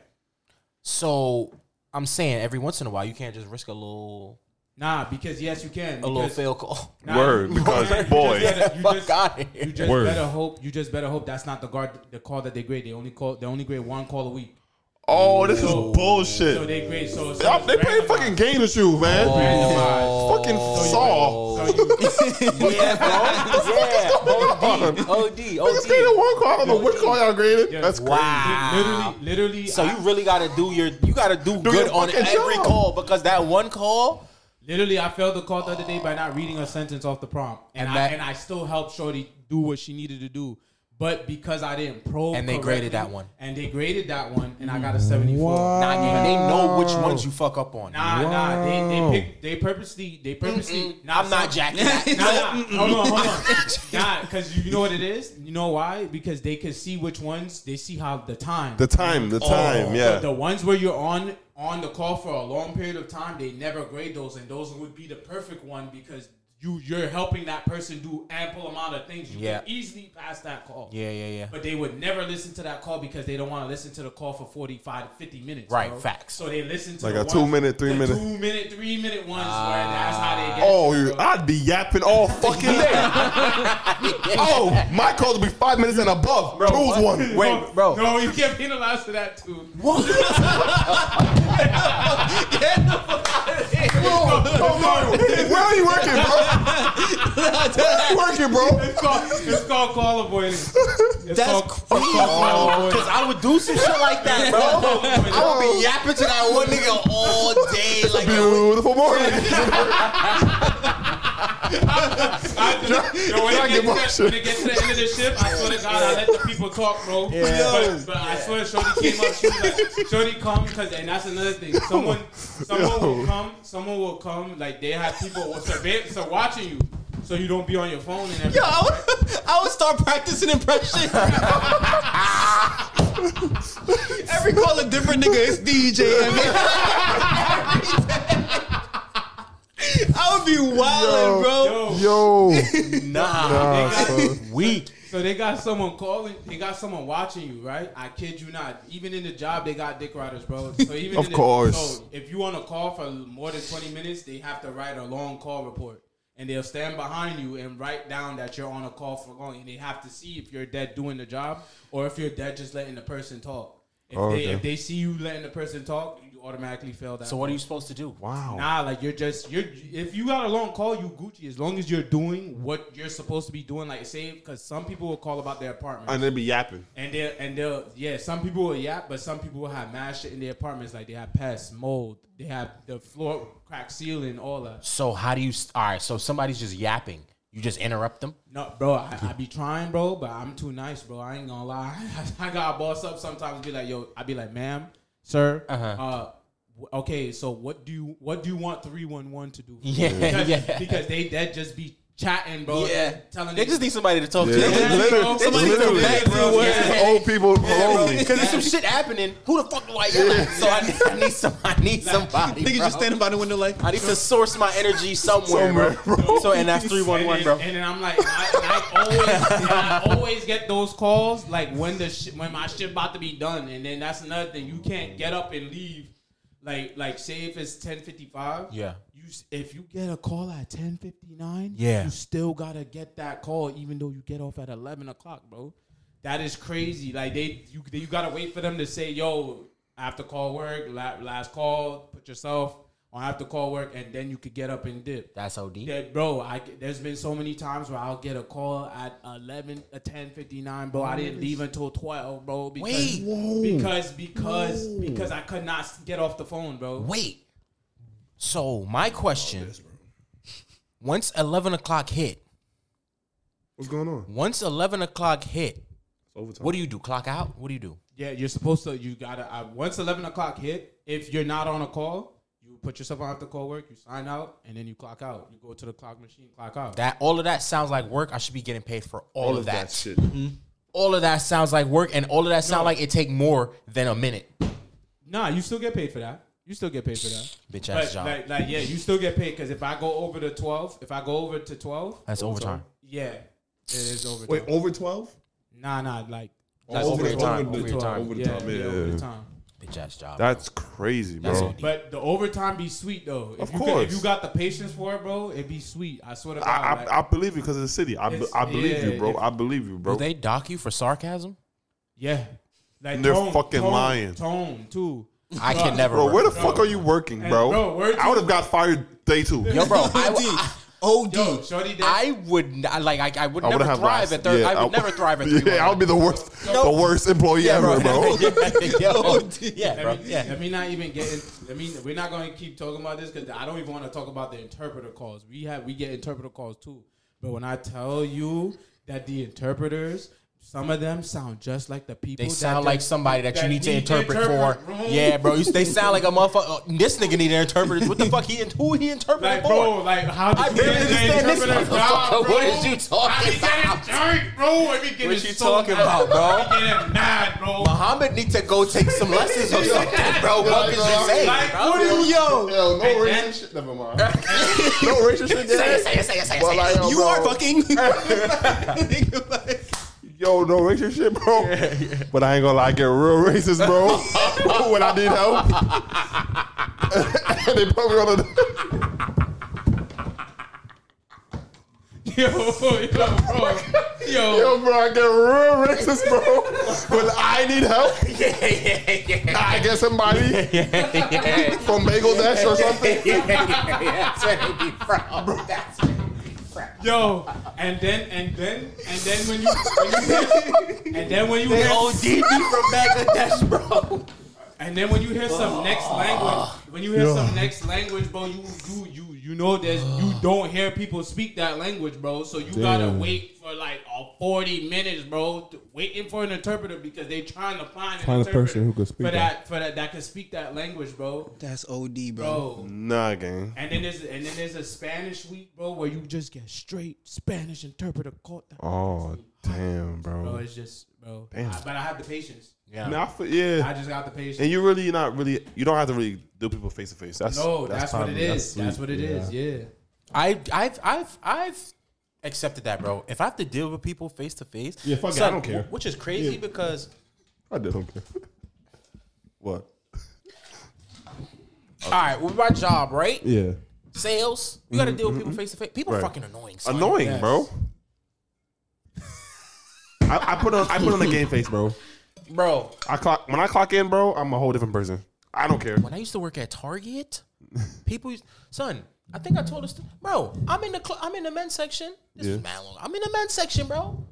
Speaker 3: So I'm saying every once in a while, you can't just risk a little,
Speaker 6: Nah, because yes, you can.
Speaker 3: a little
Speaker 6: because-
Speaker 3: failed call.
Speaker 6: nah,
Speaker 5: Word,
Speaker 6: you-
Speaker 5: because
Speaker 6: you just
Speaker 5: boy.
Speaker 6: better- you
Speaker 3: Fuck
Speaker 6: just-
Speaker 3: outta here.
Speaker 6: You just
Speaker 5: Word.
Speaker 6: better hope. You just better hope that's not the guard the call that they grade. They only call they only grade one call a week.
Speaker 5: Oh, this is
Speaker 6: So
Speaker 5: bullshit.
Speaker 6: they grade so, so
Speaker 5: Y'all-
Speaker 6: it's
Speaker 5: They play
Speaker 6: randomized.
Speaker 5: fucking game to shoot, man.
Speaker 3: Oh,
Speaker 6: randomized.
Speaker 5: Fucking saw.
Speaker 6: So you-
Speaker 3: Yeah, bro. yeah. OD. OD.
Speaker 5: Niggas graded
Speaker 3: OD.
Speaker 5: one call. I don't know which call y'all graded.
Speaker 6: Yeah.
Speaker 5: That's crazy.
Speaker 3: Wow.
Speaker 6: literally, literally.
Speaker 3: So
Speaker 6: I-
Speaker 3: you really got to do your, you got to do,
Speaker 5: your
Speaker 3: good on
Speaker 5: fucking
Speaker 3: every
Speaker 5: job.
Speaker 3: call because that one call,
Speaker 6: Literally, I failed the call the other day by not reading a sentence off the prompt, and,
Speaker 3: And
Speaker 6: I
Speaker 3: that-
Speaker 6: and I still helped Shorty do what she needed to do, but because I didn't probe,
Speaker 3: And they
Speaker 6: correctly-
Speaker 3: graded that one.
Speaker 6: and they graded that one, and I got a seventy-four.
Speaker 3: nah, nigga, they know which ones you fuck up on.
Speaker 6: Nah, nah, they they, pick, they purposely they purposely.
Speaker 3: Mm-mm.
Speaker 6: Nah,
Speaker 3: I'm not
Speaker 6: some-
Speaker 3: jacking that.
Speaker 6: Nah, nah, hold on, hold on. Nah, because you know what it is. You know why? Because they could see which ones. They see how the time.
Speaker 5: The time, the time,
Speaker 6: Oh,
Speaker 5: yeah.
Speaker 6: The, the ones where you're on on the call for a long period of time, they never grade those, and those would be the perfect one because you you're helping that person do ample amount of things. You
Speaker 3: Yeah.
Speaker 6: can easily pass that call.
Speaker 3: Yeah, yeah, yeah.
Speaker 6: But they would never listen to that call because they don't want to listen to the call for 45, 50 minutes.
Speaker 3: Right,
Speaker 6: bro.
Speaker 3: facts.
Speaker 6: So they listen to
Speaker 5: Like
Speaker 6: the
Speaker 5: a
Speaker 6: ones-
Speaker 5: two-minute,
Speaker 6: the
Speaker 5: three-minute.
Speaker 6: two minute, three minute ones where
Speaker 3: Ah.
Speaker 6: that's how they get.
Speaker 5: Oh,
Speaker 6: it,
Speaker 5: you-
Speaker 6: bro.
Speaker 5: I'd be yapping all fucking day. oh, my calls would be five minutes and above. Choose one.
Speaker 3: Wait, bro.
Speaker 6: No, you get penalized for that too.
Speaker 5: Bro, bro, Mario, where are you working, bro? Where are you working, bro?
Speaker 6: It's called, it's called call avoidance. It's called, it's called call avoidance.
Speaker 3: Because I would do some shit like that, bro. I would be yapping to that one nigga all day. Like, yo,
Speaker 5: Beautiful morning.
Speaker 6: I, yo, when,
Speaker 5: Y'all get
Speaker 6: it gets
Speaker 5: more
Speaker 6: to,
Speaker 5: shit.
Speaker 6: when it gets to the end of the shift, I swear to God, I let the people talk, bro. But, but I swear, Shorty came up. She was like, Shorty come, cause, and that's another thing. Someone, someone
Speaker 5: Yo.
Speaker 6: will come. Someone will come. Like they have people survey, so watching you, so you don't be on your phone and everything.
Speaker 4: Yo, I would, I would start practicing impression. Every call a different nigga is DJ. I mean. I would be wildin', bro.
Speaker 6: Yo,
Speaker 5: Yo.
Speaker 3: nah.
Speaker 5: Weak.
Speaker 6: So they got someone calling. They got someone watching you, right? I kid you not. Even in the job, they got dick riders, bro. So even
Speaker 5: Of
Speaker 6: in the,
Speaker 5: course.
Speaker 6: So if you on a call for more than twenty minutes, they have to write a long call report, and they'll stand behind you and write down that you're on a call for long, and they have to see if you're dead doing the job or if you're dead just letting the person talk. If,
Speaker 5: Oh,
Speaker 6: they,
Speaker 5: okay.
Speaker 6: if they see you letting the person talk, you automatically fail that.
Speaker 3: So what are you supposed to do?
Speaker 5: Wow.
Speaker 6: Nah, like you're just you're if you got a long call, you Gucci. As long as you're doing what you're supposed to be doing, like say, because some people will call about their apartment,
Speaker 5: And they be yapping.
Speaker 6: and they will and they'll yeah, some people will yap, but some people will have mad shit in their apartments, like they have pests, mold, they have the floor crack ceiling, all that.
Speaker 3: So how do you? s- All right. So somebody's just yapping. You just interrupt them.
Speaker 6: No, bro, I, I be trying, bro, but I'm too nice, bro. I ain't gonna lie. I, gotta boss up sometimes. Be like, yo, I be like, ma'am, sir, uh-huh. okay, so what do you what do you want three one one to do? for you?"
Speaker 3: Yeah,
Speaker 6: because,
Speaker 3: yeah.
Speaker 6: because they that just be chatting, bro.
Speaker 3: Yeah.
Speaker 6: and telling
Speaker 3: They
Speaker 6: niggas-
Speaker 3: just need somebody to talk to.
Speaker 7: Yeah.
Speaker 3: They just-
Speaker 7: Literally,
Speaker 3: somebody to
Speaker 7: literally,
Speaker 3: back me up.
Speaker 7: it's the old people lonely.
Speaker 3: Because there's some shit happening. Who the fuck do I yell at? So I need, I need some. I need somebody.
Speaker 4: Niggas
Speaker 3: bro.
Speaker 4: just standing by the window like,
Speaker 3: I need to source my energy somewhere, bro. So and that's three one
Speaker 6: and
Speaker 3: one,
Speaker 6: then-
Speaker 3: bro.
Speaker 6: And then I'm like, I, I always, I always get those calls like when the sh- when my shit about to be done, and then that's another thing. You can't get up and leave. Like, like, say if it's ten fifty five.
Speaker 3: Yeah.
Speaker 6: You s- if you get a call at ten fifty nine.
Speaker 3: Yeah.
Speaker 6: You still gotta get that call, even though you get off at eleven o'clock, bro. That is crazy. Like they, you, you gotta wait for them to say, "Yo, I have to call work. la- Last call. Put yourself on after call work, and then you could get up and dip."
Speaker 3: That's OD.
Speaker 6: Yeah, bro, I, there's been so many times where I'll get a call at 11, uh, 10, 59, bro. I didn't leave until 12, bro. Because,
Speaker 3: Wait.
Speaker 6: Because, because, because I could not s- get off the phone, bro.
Speaker 3: Wait. So my question: Once eleven o'clock hit,
Speaker 7: What's going on?
Speaker 3: once eleven o'clock hit,
Speaker 7: Overtime.
Speaker 3: what do you do? Clock out? What do you do?
Speaker 6: Yeah, you're supposed to, you gotta, uh, once 11 o'clock hit, if you're not on a call, you put yourself on after call work, you sign out, and then you clock out. You go to the clock machine, clock out.
Speaker 3: That all of that sounds like work. I should be getting paid for all,
Speaker 7: all
Speaker 3: of that.
Speaker 7: shit?
Speaker 3: All of that sounds like work, and all of that sound like it take more than a minute.
Speaker 6: nah, you still get paid for that. You still get paid for that.
Speaker 3: Bitch ass
Speaker 6: But,
Speaker 3: job.
Speaker 6: like, like, yeah, you still get paid because if I go over to 12, if I go over to 12,
Speaker 3: That's overtime.
Speaker 6: Yeah, it is overtime.
Speaker 7: Wait, over twelve?
Speaker 6: nah, nah, like
Speaker 3: That's
Speaker 7: Over
Speaker 3: overtime.
Speaker 7: the time,
Speaker 3: Overtime.
Speaker 7: over the time,
Speaker 6: over
Speaker 7: over
Speaker 6: the
Speaker 7: the
Speaker 6: yeah,
Speaker 7: time,
Speaker 6: yeah,
Speaker 7: yeah.
Speaker 6: overtime.
Speaker 3: Bitch ass job.
Speaker 7: That's crazy, bro.
Speaker 3: That's OD.
Speaker 6: But the overtime be sweet though. If
Speaker 7: Of
Speaker 6: you could, if
Speaker 7: course.
Speaker 6: you got the patience for it, bro, it be sweet. I swear to God.
Speaker 7: I,
Speaker 6: like,
Speaker 7: I, I believe you because of the city. I, be,
Speaker 6: It's-
Speaker 7: I believe
Speaker 6: yeah,
Speaker 7: you, bro.
Speaker 6: it's-
Speaker 7: I believe you, bro.
Speaker 3: Will they dock you for sarcasm?
Speaker 6: yeah, like
Speaker 7: They're fucking
Speaker 6: tone,
Speaker 7: lying.
Speaker 6: Tone too.
Speaker 3: I can never.
Speaker 7: bro,
Speaker 3: work
Speaker 7: where the
Speaker 3: with
Speaker 7: fuck are you working, bro?
Speaker 6: bro, where
Speaker 7: I
Speaker 6: to-
Speaker 7: would have got fired day two.
Speaker 3: that. Yo, bro, I,
Speaker 4: OD.
Speaker 3: I,
Speaker 4: OD.
Speaker 6: Yo, shorty, that,
Speaker 3: I would not, like I, I would
Speaker 7: I
Speaker 3: never
Speaker 7: would have
Speaker 3: thrive
Speaker 7: lost.
Speaker 3: at third.
Speaker 7: Yeah,
Speaker 3: I would
Speaker 7: I-
Speaker 3: never thrive at three.
Speaker 7: Yeah, I would be the worst, the worst employee ever, bro.
Speaker 3: yeah, bro. yeah,
Speaker 6: let,
Speaker 3: bro.
Speaker 6: me,
Speaker 3: Yeah.
Speaker 6: let me not even get. In, let me. We're not going to keep talking about this because I don't even want to talk about the interpreter calls. We have we get interpreter calls too. But when I tell you that the interpreters, some of them sound just like the people.
Speaker 3: They
Speaker 6: that
Speaker 3: sound
Speaker 6: they-
Speaker 3: like somebody that,
Speaker 6: that
Speaker 3: you need to
Speaker 6: need to
Speaker 3: interpret,
Speaker 6: interpret,
Speaker 3: for.
Speaker 6: bro.
Speaker 3: Yeah, bro. You, they sound like a motherfucker. Oh, this nigga need an interpreter. What the fuck? He and who he interpreting
Speaker 6: Like,
Speaker 3: for?
Speaker 6: bro, like, how did
Speaker 3: I
Speaker 6: you
Speaker 3: barely
Speaker 6: get the
Speaker 3: understand this
Speaker 6: interpreter
Speaker 3: motherfucker.
Speaker 6: job, bro?
Speaker 3: What is you talking
Speaker 6: I be
Speaker 3: about?
Speaker 6: getting jerk, bro. I be getting
Speaker 3: What you
Speaker 6: so
Speaker 3: talking
Speaker 6: mad.
Speaker 3: about, bro?
Speaker 6: I be getting mad, bro.
Speaker 3: Muhammad need to go take some lessons or something, bro. What is you saying?
Speaker 6: Like,
Speaker 3: bro?
Speaker 6: what is-
Speaker 8: Yo,
Speaker 3: yo?
Speaker 8: no
Speaker 6: And
Speaker 8: racial
Speaker 6: then-
Speaker 8: shit. Never mind. no racial shit.
Speaker 3: Say
Speaker 8: yeah.
Speaker 3: it, say it, say it, say it,
Speaker 8: But
Speaker 3: say it.
Speaker 8: like, yo,
Speaker 4: you
Speaker 8: bro,
Speaker 4: are fucking. Nigga, like-
Speaker 7: Yo, no racist shit, bro. But I ain't gonna lie, I get real racist, bro. when I need help, and they put me on the.
Speaker 6: Yo, yo, bro. Yo,
Speaker 7: Yo, bro, I get real racist, bro. when I need help, I get somebody from Bangladesh or something.
Speaker 6: yo. And then, and then, and then when you, when you hear, and then when you hear,
Speaker 3: Oh, from Bangladesh, bro.
Speaker 6: and then when you hear
Speaker 4: Ah.
Speaker 6: some next language, when you hear some next language, bro, you, you, you, you know there's,
Speaker 4: Ah.
Speaker 6: you don't hear people speak that language, bro. So you gotta wait for like a forty minutes, bro, to- waiting for an interpreter because they trying to find an
Speaker 9: Find a
Speaker 6: interpreter
Speaker 9: person who could speak
Speaker 6: for that,
Speaker 9: that.
Speaker 6: for that that can speak that language, bro.
Speaker 4: That's OD, bro.
Speaker 6: Bro,
Speaker 7: Nah, gang.
Speaker 6: And then there's and then there's a Spanish week, bro, where you just get straight Spanish interpreter caught.
Speaker 9: Ah.
Speaker 7: Oh, damn,
Speaker 6: bro,
Speaker 7: bro.
Speaker 6: it's just bro. I- but I have the patience.
Speaker 3: Yeah.
Speaker 7: Nah, I feel- yeah.
Speaker 6: I just got the patience.
Speaker 7: And you really not really you don't have to really do people face to face. That's
Speaker 6: no, Oh, that's, what it
Speaker 7: probably-
Speaker 6: is. That's,
Speaker 7: sweet.
Speaker 6: what it is. Yeah.
Speaker 3: I, I've, I've, I've accepted that, bro. If I have to deal with people face to face,
Speaker 9: Yeah, fuck it, I
Speaker 3: son,
Speaker 9: don't care.
Speaker 3: wh- Which is crazy because
Speaker 7: I don't care. what?
Speaker 3: all right, with my job, right?
Speaker 9: Yeah.
Speaker 3: Sales, you got to deal with people face to face. People fucking annoying. Son.
Speaker 7: Annoying, bro. I, I put on I put on a game face, bro.
Speaker 3: bro.
Speaker 7: I clock when I clock in, bro. I'm a whole different person. I don't care.
Speaker 3: When I used to work at Target, people, used, son, I think I told this, to- bro. I'm in the, cl- I'm in the men's section. This is
Speaker 7: Yeah.
Speaker 3: mad long. I'm in the men's section, bro.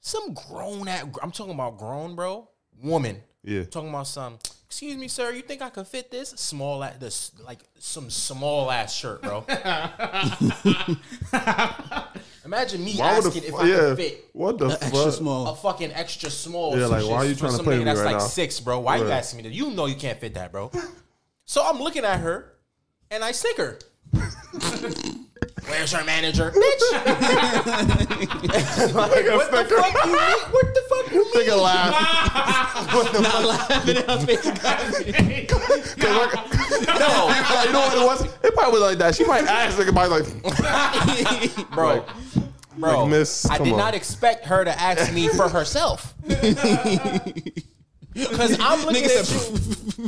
Speaker 3: Some grown at, I'm talking about grown, bro. Woman,
Speaker 7: Yeah.
Speaker 3: talking about some. Excuse me, sir. You think I could fit this small at this like some small ass shirt, bro? Imagine me
Speaker 7: Why would the
Speaker 3: asking if
Speaker 7: fu-
Speaker 3: I
Speaker 7: yeah?
Speaker 3: could fit
Speaker 7: What the
Speaker 4: Extra
Speaker 7: fuck?
Speaker 3: a
Speaker 4: small.
Speaker 3: fucking extra small.
Speaker 7: Yeah,
Speaker 3: some
Speaker 7: like,
Speaker 3: shit
Speaker 7: why are you
Speaker 3: for
Speaker 7: trying to
Speaker 3: some
Speaker 7: play
Speaker 3: nigga
Speaker 7: me
Speaker 3: That's
Speaker 7: right
Speaker 3: like
Speaker 7: now?
Speaker 3: six, bro. Why you
Speaker 7: Right.
Speaker 3: asking me that? You know you can't fit that, bro. So I'm looking at her, and I snicker. Where's your manager, bitch? Like, what the fuck you mean? What the fuck you mean?
Speaker 7: Nigga laugh.
Speaker 4: Not laughing in her face.
Speaker 7: Like, you know what it was? It probably was like that. She might ask nigga, probably like,
Speaker 3: bro. bro,
Speaker 5: like, miss,
Speaker 3: I
Speaker 5: come
Speaker 3: did
Speaker 5: on.
Speaker 3: not expect her to ask me for herself. Cause I'm looking at you.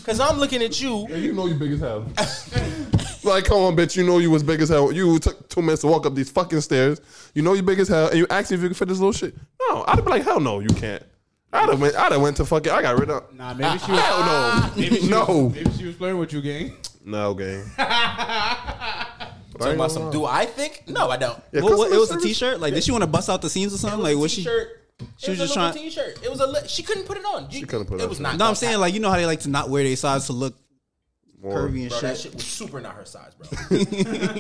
Speaker 3: Cause I'm looking at you.
Speaker 7: you know you big as hell. like, come on, bitch. You know you was big as hell. You took two minutes to walk up these fucking stairs. You know you big as hell, and you asked me if you could fit this little shit. No, I'd have been like, hell no, you can't. I'd have went. I'd have went to fucking. I got rid of.
Speaker 6: Nah, maybe she was.
Speaker 7: Hell no. no.
Speaker 6: Maybe she was flirting with you, gang.
Speaker 7: No gang.
Speaker 3: Talking about some. Do I think? No, I don't.
Speaker 7: Yeah,
Speaker 4: What, what, it
Speaker 7: customer
Speaker 4: was a
Speaker 7: service-
Speaker 4: T-shirt. Like, did she want to bust out the seams or something? Like, was she?
Speaker 3: T-shirt. She was,
Speaker 4: was just
Speaker 3: just trying.
Speaker 4: trying-
Speaker 3: T-shirt. It was a. Li- she couldn't put it on. she
Speaker 7: couldn't put it
Speaker 3: it
Speaker 7: on,
Speaker 3: was
Speaker 7: she
Speaker 3: not.
Speaker 4: No, I'm
Speaker 3: gonna
Speaker 4: saying
Speaker 3: happen.
Speaker 4: like you know how they like to not wear their size to look curvy and
Speaker 3: Bro, that
Speaker 4: shit.
Speaker 3: shit was super not her size, bro.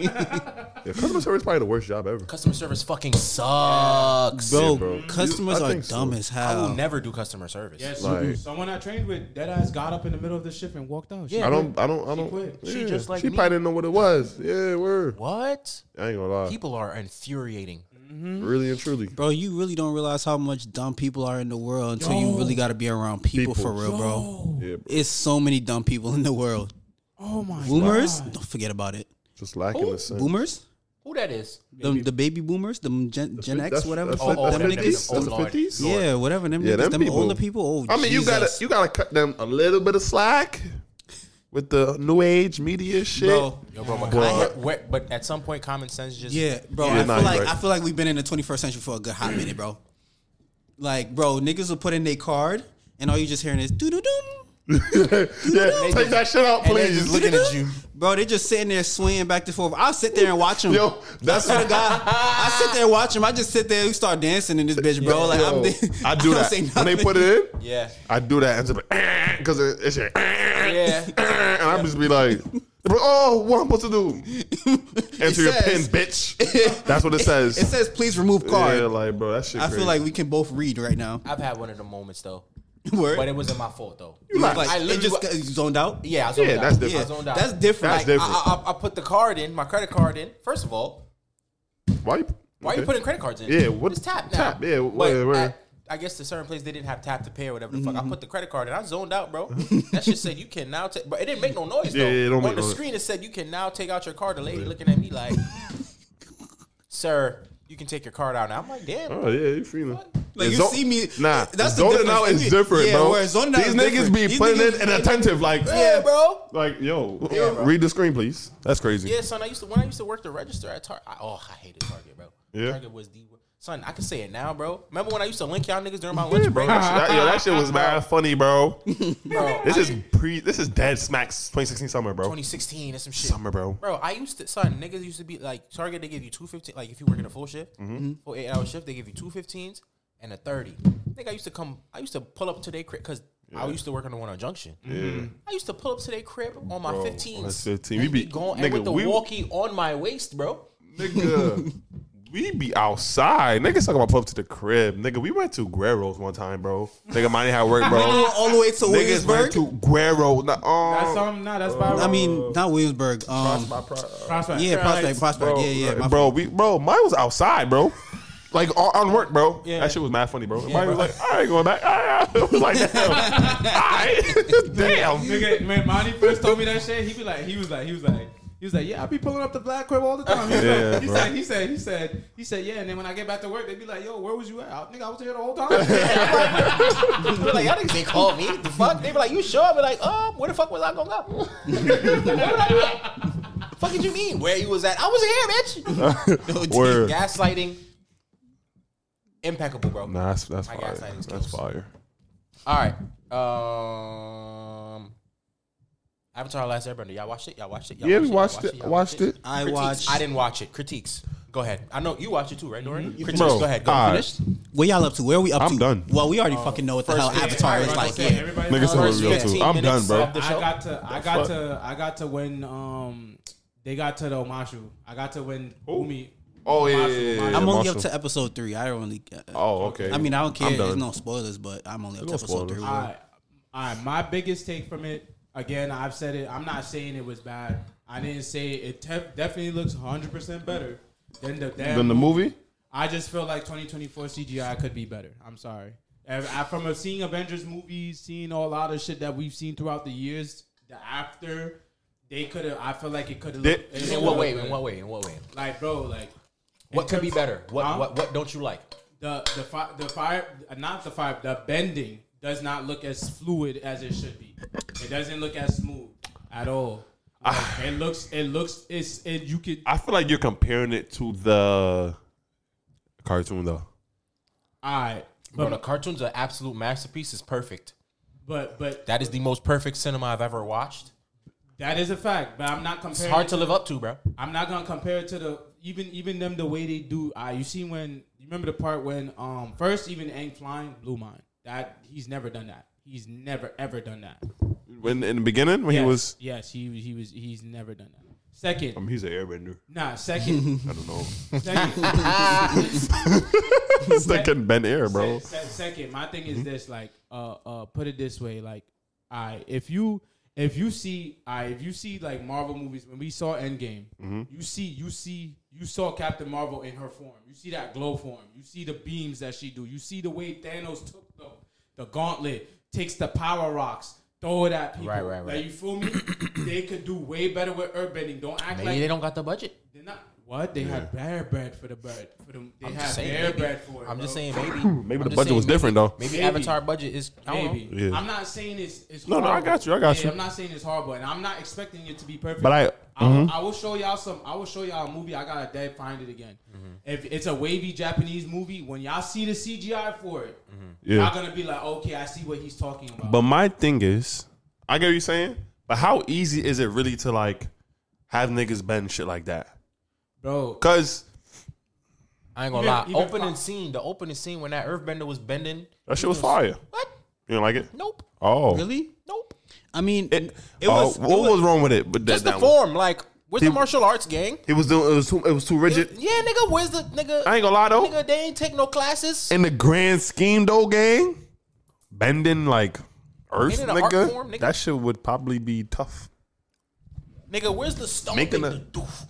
Speaker 7: Yeah, customer service is probably the worst job ever.
Speaker 3: customer service fucking sucks.
Speaker 4: Bro,
Speaker 7: bro.
Speaker 4: customers
Speaker 7: I
Speaker 4: are
Speaker 7: think so.
Speaker 4: dumb as
Speaker 3: I will
Speaker 4: hell.
Speaker 3: never do customer service.
Speaker 6: Yes,
Speaker 7: Like-
Speaker 6: dude, someone I trained with, dead ass, got up in the middle of the shift and walked out. She-
Speaker 7: I don't. I don't. I
Speaker 6: She
Speaker 7: don't.
Speaker 6: quit.
Speaker 7: Yeah.
Speaker 3: She just like
Speaker 7: she
Speaker 3: me.
Speaker 7: probably didn't know what it was. Yeah, word.
Speaker 3: What?
Speaker 7: I ain't gonna lie.
Speaker 3: People are infuriating.
Speaker 4: Mm.
Speaker 3: Mm-hmm.
Speaker 7: really and truly.
Speaker 4: Bro, you really don't realize how much dumb people are in the world until you really got to be around people, for real, bro.
Speaker 7: Yeah, bro.
Speaker 4: It's so many dumb people in the world.
Speaker 6: Oh my
Speaker 4: Boomers, don't forget about it.
Speaker 7: Just lacking
Speaker 4: Oh,
Speaker 7: the sense.
Speaker 4: Boomers,
Speaker 3: Who that is?
Speaker 4: the, the baby boomers, the Gen, Gen
Speaker 7: That's-
Speaker 4: X, whatever.
Speaker 7: That's,
Speaker 4: the fuck
Speaker 3: oh,
Speaker 4: them
Speaker 3: oh,
Speaker 4: niggas.
Speaker 3: oh,
Speaker 7: That's the
Speaker 3: Lord.
Speaker 7: fifties.
Speaker 4: Yeah, whatever. Them
Speaker 7: Yeah,
Speaker 4: niggas,
Speaker 7: them
Speaker 4: them
Speaker 7: people.
Speaker 4: older people. Oh,
Speaker 7: I mean, you gotta
Speaker 4: Jesus.
Speaker 7: you gotta cut them a little bit of slack with the new age media shit.
Speaker 4: Bro,
Speaker 3: Yo, bro, but,
Speaker 7: Bro.
Speaker 3: I hear- where- but at some point, common sense just
Speaker 4: Yeah, bro.
Speaker 7: Yeah,
Speaker 4: I
Speaker 7: nah,
Speaker 4: feel
Speaker 7: you
Speaker 4: like
Speaker 7: right.
Speaker 4: I feel like we've been in the 21st century for a good hot minute, bro. Like, bro, niggas will put in their card, and all you just hearing is doo doo doo.
Speaker 7: yeah, take that shit out,
Speaker 3: And they
Speaker 7: please.
Speaker 3: just looking at you.
Speaker 4: Bro, they just sitting there swinging back and forth. I'll sit there and watch them.
Speaker 7: Yo, that's
Speaker 4: I swear to God, I sit there and watch them. I just sit there. We start dancing in this bitch, bro. Like I'm, there-
Speaker 7: I do
Speaker 4: don't
Speaker 7: that
Speaker 4: say
Speaker 7: when they
Speaker 4: nothing.
Speaker 7: put it in.
Speaker 3: Yeah.
Speaker 7: I do that and just because it, it's like,
Speaker 3: Yeah.
Speaker 7: and I just be like, bro, oh, what I'm supposed to do? Enter your pin,
Speaker 4: says-
Speaker 7: bitch. That's what it says.
Speaker 4: It says please remove card.
Speaker 7: Yeah, like bro, that shit.
Speaker 4: I
Speaker 7: crazy.
Speaker 4: feel like we can both read right now.
Speaker 3: I've had one of the moments though,
Speaker 4: Word.
Speaker 3: but it wasn't my fault though.
Speaker 4: like,
Speaker 3: I
Speaker 4: it
Speaker 3: literally-
Speaker 4: just got zoned out.
Speaker 3: Yeah, I zoned
Speaker 7: Yeah,
Speaker 3: out.
Speaker 7: that's
Speaker 3: I
Speaker 7: different.
Speaker 3: zoned out.
Speaker 4: That's different.
Speaker 7: That's
Speaker 3: Like,
Speaker 7: different.
Speaker 3: I, I, I put the card in, my credit card in. First of all,
Speaker 7: why you,
Speaker 3: why are
Speaker 7: okay.
Speaker 3: you putting credit cards in?
Speaker 7: Yeah, what-
Speaker 3: It's tap now.
Speaker 7: tap, yeah,
Speaker 3: But
Speaker 7: where- where?
Speaker 3: at- I guess to certain place they didn't have tap to pay or whatever the
Speaker 7: Mm-hmm.
Speaker 3: fuck. I put the credit card in. I zoned out, bro. that shit said you can now take, but it didn't make no noise
Speaker 7: Yeah,
Speaker 3: though.
Speaker 7: yeah, it don't
Speaker 3: On
Speaker 7: make
Speaker 3: the
Speaker 7: no noise.
Speaker 3: screen it said you can now take out your card. The lady looking at me like, "Sir, you can take your card out now." I'm like, "Damn,
Speaker 7: Oh yeah, you feeling?
Speaker 4: Like, you see me-
Speaker 7: Nah,
Speaker 4: that's the
Speaker 7: zoning
Speaker 4: difference.
Speaker 7: out is
Speaker 4: Yeah,
Speaker 7: different, bro.
Speaker 4: where zoning out is
Speaker 7: These niggas
Speaker 4: different.
Speaker 7: be
Speaker 4: These
Speaker 7: putting
Speaker 4: niggas-
Speaker 7: it and attentive, like
Speaker 3: yeah, bro."
Speaker 7: like yo,
Speaker 3: bro.
Speaker 7: read the screen, please. That's crazy.
Speaker 3: Yeah, son. I used to when I used to work the register at Target. Oh, I hated Target, bro.
Speaker 7: Yeah.
Speaker 3: Target was the wor- son. I can say it now, bro. Remember when I used to link y'all niggas during my
Speaker 7: Yeah,
Speaker 3: lunch
Speaker 7: bro,
Speaker 3: break?
Speaker 7: that shit, that, yo, that shit was mad funny, bro.
Speaker 3: Bro,
Speaker 7: This
Speaker 3: I-
Speaker 7: is pre, this is dead smacks 2016 summer, bro.
Speaker 3: 2016 and some shit.
Speaker 7: Summer, bro.
Speaker 3: Bro, I used to son niggas used to be like Target. They give you two fifteen. Like if you work in a full shift,
Speaker 7: Mm-hmm.
Speaker 3: full eight hour shift, they give you two fifteens and a thirty. I think I used to come. I used to pull up to their crib because I used to work on the one on Junction. I used to pull up to their crib on my
Speaker 7: on
Speaker 3: fifteens.
Speaker 7: his 15. We
Speaker 3: and be
Speaker 7: be-
Speaker 3: going
Speaker 7: nigga,
Speaker 3: and with the
Speaker 7: we-
Speaker 3: walkie on my waist, bro.
Speaker 7: Nigga, we be outside. Niggas talking about pull up to the crib. Nigga, we went to Guerrero's one time, bro. Nigga, mine ain't how work, bro.
Speaker 4: All the way to
Speaker 7: Niggas went
Speaker 4: Oh, Williamsburg.
Speaker 7: to Guerrero. Nah, oh.
Speaker 6: That's something. Nah, that's by
Speaker 4: I mean, not Williamsburg. Um,
Speaker 6: prospect.
Speaker 4: yeah, prospect, prospect. Yeah, yeah. my
Speaker 7: bro, we bro, mine was outside, bro. Like on, on work, bro.
Speaker 3: Yeah.
Speaker 7: That shit was mad funny, bro. mine was like, I ain't going back. I, I, it was like, damn, I, damn. nigga.
Speaker 6: Nigga, man, Monty first told me that shit. He be like, he was like, he was like, he was like, yeah, I be pulling up the black crib all the time. He, was like-
Speaker 7: Yeah,
Speaker 6: he
Speaker 7: bro.
Speaker 6: said, he said, he said, he said, yeah. And then when I get back to work, they be like, yo, where was you at? I, nigga, I was here the whole time.
Speaker 3: They be like, y'all niggas ain't called me. The fuck? They be like, you sure? I be like, um, where the fuck was I gonna go? where would I be at? Fuck did you mean? Where you was at? I was here, bitch.
Speaker 7: Word.
Speaker 3: Gaslighting. Impeccable, bro.
Speaker 7: Nah, that's that's
Speaker 3: My
Speaker 7: fire.
Speaker 3: gaslighting
Speaker 7: That's
Speaker 3: skills.
Speaker 7: fire.
Speaker 3: All right. Um Avatar Last Airbender. Y'all watched it? Y'all watched it? Y'all
Speaker 7: Yeah, we watched it.
Speaker 3: Y'all
Speaker 7: Watched it.
Speaker 4: I
Speaker 3: Critiques.
Speaker 4: watched.
Speaker 3: I didn't watch it. Critiques. Go ahead. I know you watched it too, right, Dorian? Critiques.
Speaker 7: Bro,
Speaker 3: go ahead. Go
Speaker 7: all right.
Speaker 3: finish.
Speaker 4: What y'all up to? Where are we up
Speaker 7: I'm
Speaker 4: to?
Speaker 7: done.
Speaker 4: Well, we already fucking know what the hell Avatar is like.
Speaker 6: Everybody-
Speaker 4: Yeah.
Speaker 6: everybody-
Speaker 7: Niggas
Speaker 6: Uh,
Speaker 7: said we go
Speaker 3: First
Speaker 7: to. I'm
Speaker 3: 15
Speaker 7: done,
Speaker 3: minutes
Speaker 7: bro.
Speaker 3: of the
Speaker 6: I
Speaker 3: show.
Speaker 6: got to, I got
Speaker 7: fuck?
Speaker 6: to, I got to when um they got to the Omashu. I got to when Umi.
Speaker 7: Oh yeah, yeah, yeah, yeah.
Speaker 4: I'm only up
Speaker 7: Marshall.
Speaker 4: to episode three. I don't really. Uh,
Speaker 7: Oh okay.
Speaker 4: I mean, I don't care.
Speaker 7: I'm
Speaker 4: There's
Speaker 7: done.
Speaker 4: no spoilers, but I'm only up to
Speaker 7: No
Speaker 4: episode
Speaker 7: spoilers.
Speaker 4: three.
Speaker 6: All right, all right. My biggest take from it, again, I've said it. I'm not saying it was bad. I didn't say it. It te- definitely looks 100 percent better. than the damn
Speaker 7: Than the movie?
Speaker 6: I just feel like 2024 CGI could be better. I'm sorry. And I- from a- seeing Avengers movies, seeing all lot of shit that we've seen throughout the years, the after they could have. I feel like it could have.
Speaker 7: They-
Speaker 3: In what way? In what way? In what way?
Speaker 6: Like, bro, like
Speaker 3: What could be better? What
Speaker 6: Huh?
Speaker 3: what what don't you like?
Speaker 6: the the fi- the fire, not the fire, the bending does not look as fluid as it should be. It doesn't look as smooth at all. Like,
Speaker 3: Ah.
Speaker 6: it looks, it looks, it's, it. You could,
Speaker 7: I feel like you're comparing it to the cartoon though.
Speaker 6: I,
Speaker 3: Bro, the
Speaker 6: but,
Speaker 3: cartoon's an absolute masterpiece. It's perfect.
Speaker 6: but, but
Speaker 3: That is the most perfect cinema I've ever watched.
Speaker 6: that is a fact. But I'm not
Speaker 3: It's
Speaker 6: comparing.
Speaker 3: hard to live up to, bro.
Speaker 6: I'm not gonna compare it to the even even them the way they do. Uh, you see when you remember the part when um first even Ang flying blew mine. That he's never done that. He's never ever done that.
Speaker 7: When in the beginning when
Speaker 6: yes,
Speaker 7: he was
Speaker 6: yes he was he was he's never done that. Second,
Speaker 7: I
Speaker 3: Um.
Speaker 7: mean, he's an airbender.
Speaker 6: nah, second,
Speaker 7: I don't know.
Speaker 6: second,
Speaker 7: It's like Ben Air, bro.
Speaker 6: se- se- second. My thing is this: like, uh, uh, put it this way, like, I if you if you see I if you see like Marvel movies when we saw Endgame,
Speaker 3: Mm-hmm.
Speaker 6: you see you see you saw Captain Marvel in her form. You see that glow form. You see the beams that she do. You see the way Thanos took the the gauntlet, takes the power rocks. Throw it at people.
Speaker 3: Right, right,
Speaker 6: Like
Speaker 3: right.
Speaker 6: you feel me? they could do way better with earthbending. Don't act
Speaker 3: Maybe
Speaker 6: like
Speaker 3: they don't got the budget.
Speaker 6: are not. What they had bear bread for the bird. For them, they
Speaker 3: I'm
Speaker 6: had
Speaker 3: just saying.
Speaker 6: bear
Speaker 3: maybe.
Speaker 6: bread for it.
Speaker 3: I'm just
Speaker 6: bro.
Speaker 3: saying maybe. maybe
Speaker 7: the budget was different, though.
Speaker 3: Maybe,
Speaker 6: Maybe.
Speaker 3: Avatar budget is I don't
Speaker 6: Maybe.
Speaker 3: know.
Speaker 7: Yeah.
Speaker 6: I'm not saying it's it's
Speaker 7: No, no, I
Speaker 6: horrible.
Speaker 7: got you, I got
Speaker 6: Yeah,
Speaker 7: you.
Speaker 6: I'm not saying it's horrible, and I'm not expecting it to be perfect.
Speaker 7: But I- mm-hmm.
Speaker 6: I, I will show y'all some. I will show y'all a movie. I gotta dead find it again.
Speaker 3: Mm-hmm.
Speaker 6: If it's a wavy Japanese movie, when y'all see the CGI for it,
Speaker 7: Yeah.
Speaker 6: y'all gonna be like, okay, I see what he's talking about.
Speaker 7: But my thing is, I get what you're saying, but how easy is it really to like have niggas bend shit like that?
Speaker 6: bro,
Speaker 7: Cause
Speaker 3: I ain't gonna
Speaker 6: Even-
Speaker 3: lie. Oh, uh,
Speaker 6: even
Speaker 3: opening
Speaker 6: Fox-
Speaker 3: scene, the opening scene when that Earthbender was bending.
Speaker 7: that shit was fire. You
Speaker 3: What?
Speaker 7: didn't like it?
Speaker 3: Nope.
Speaker 7: Oh,
Speaker 4: Really?
Speaker 3: Nope.
Speaker 4: I mean,
Speaker 7: It,
Speaker 4: it,
Speaker 7: oh,
Speaker 4: was.
Speaker 7: what was, wrong with it? But
Speaker 3: Just
Speaker 7: that,
Speaker 3: the
Speaker 7: that one.
Speaker 3: form. Like, where's the
Speaker 7: He-
Speaker 3: martial arts gang?
Speaker 7: He was doing it was too it was too rigid.
Speaker 3: Yeah, nigga. Where's the nigga?
Speaker 7: I ain't gonna lie though.
Speaker 3: Nigga, they ain't take no classes.
Speaker 7: In the grand scheme though, gang, bending like earth,
Speaker 3: Ain't it an art
Speaker 7: nigga,
Speaker 3: form, nigga?
Speaker 7: That shit would probably be tough.
Speaker 3: nigga, where's the stone?
Speaker 7: Making
Speaker 3: thing
Speaker 7: a-
Speaker 3: to doof?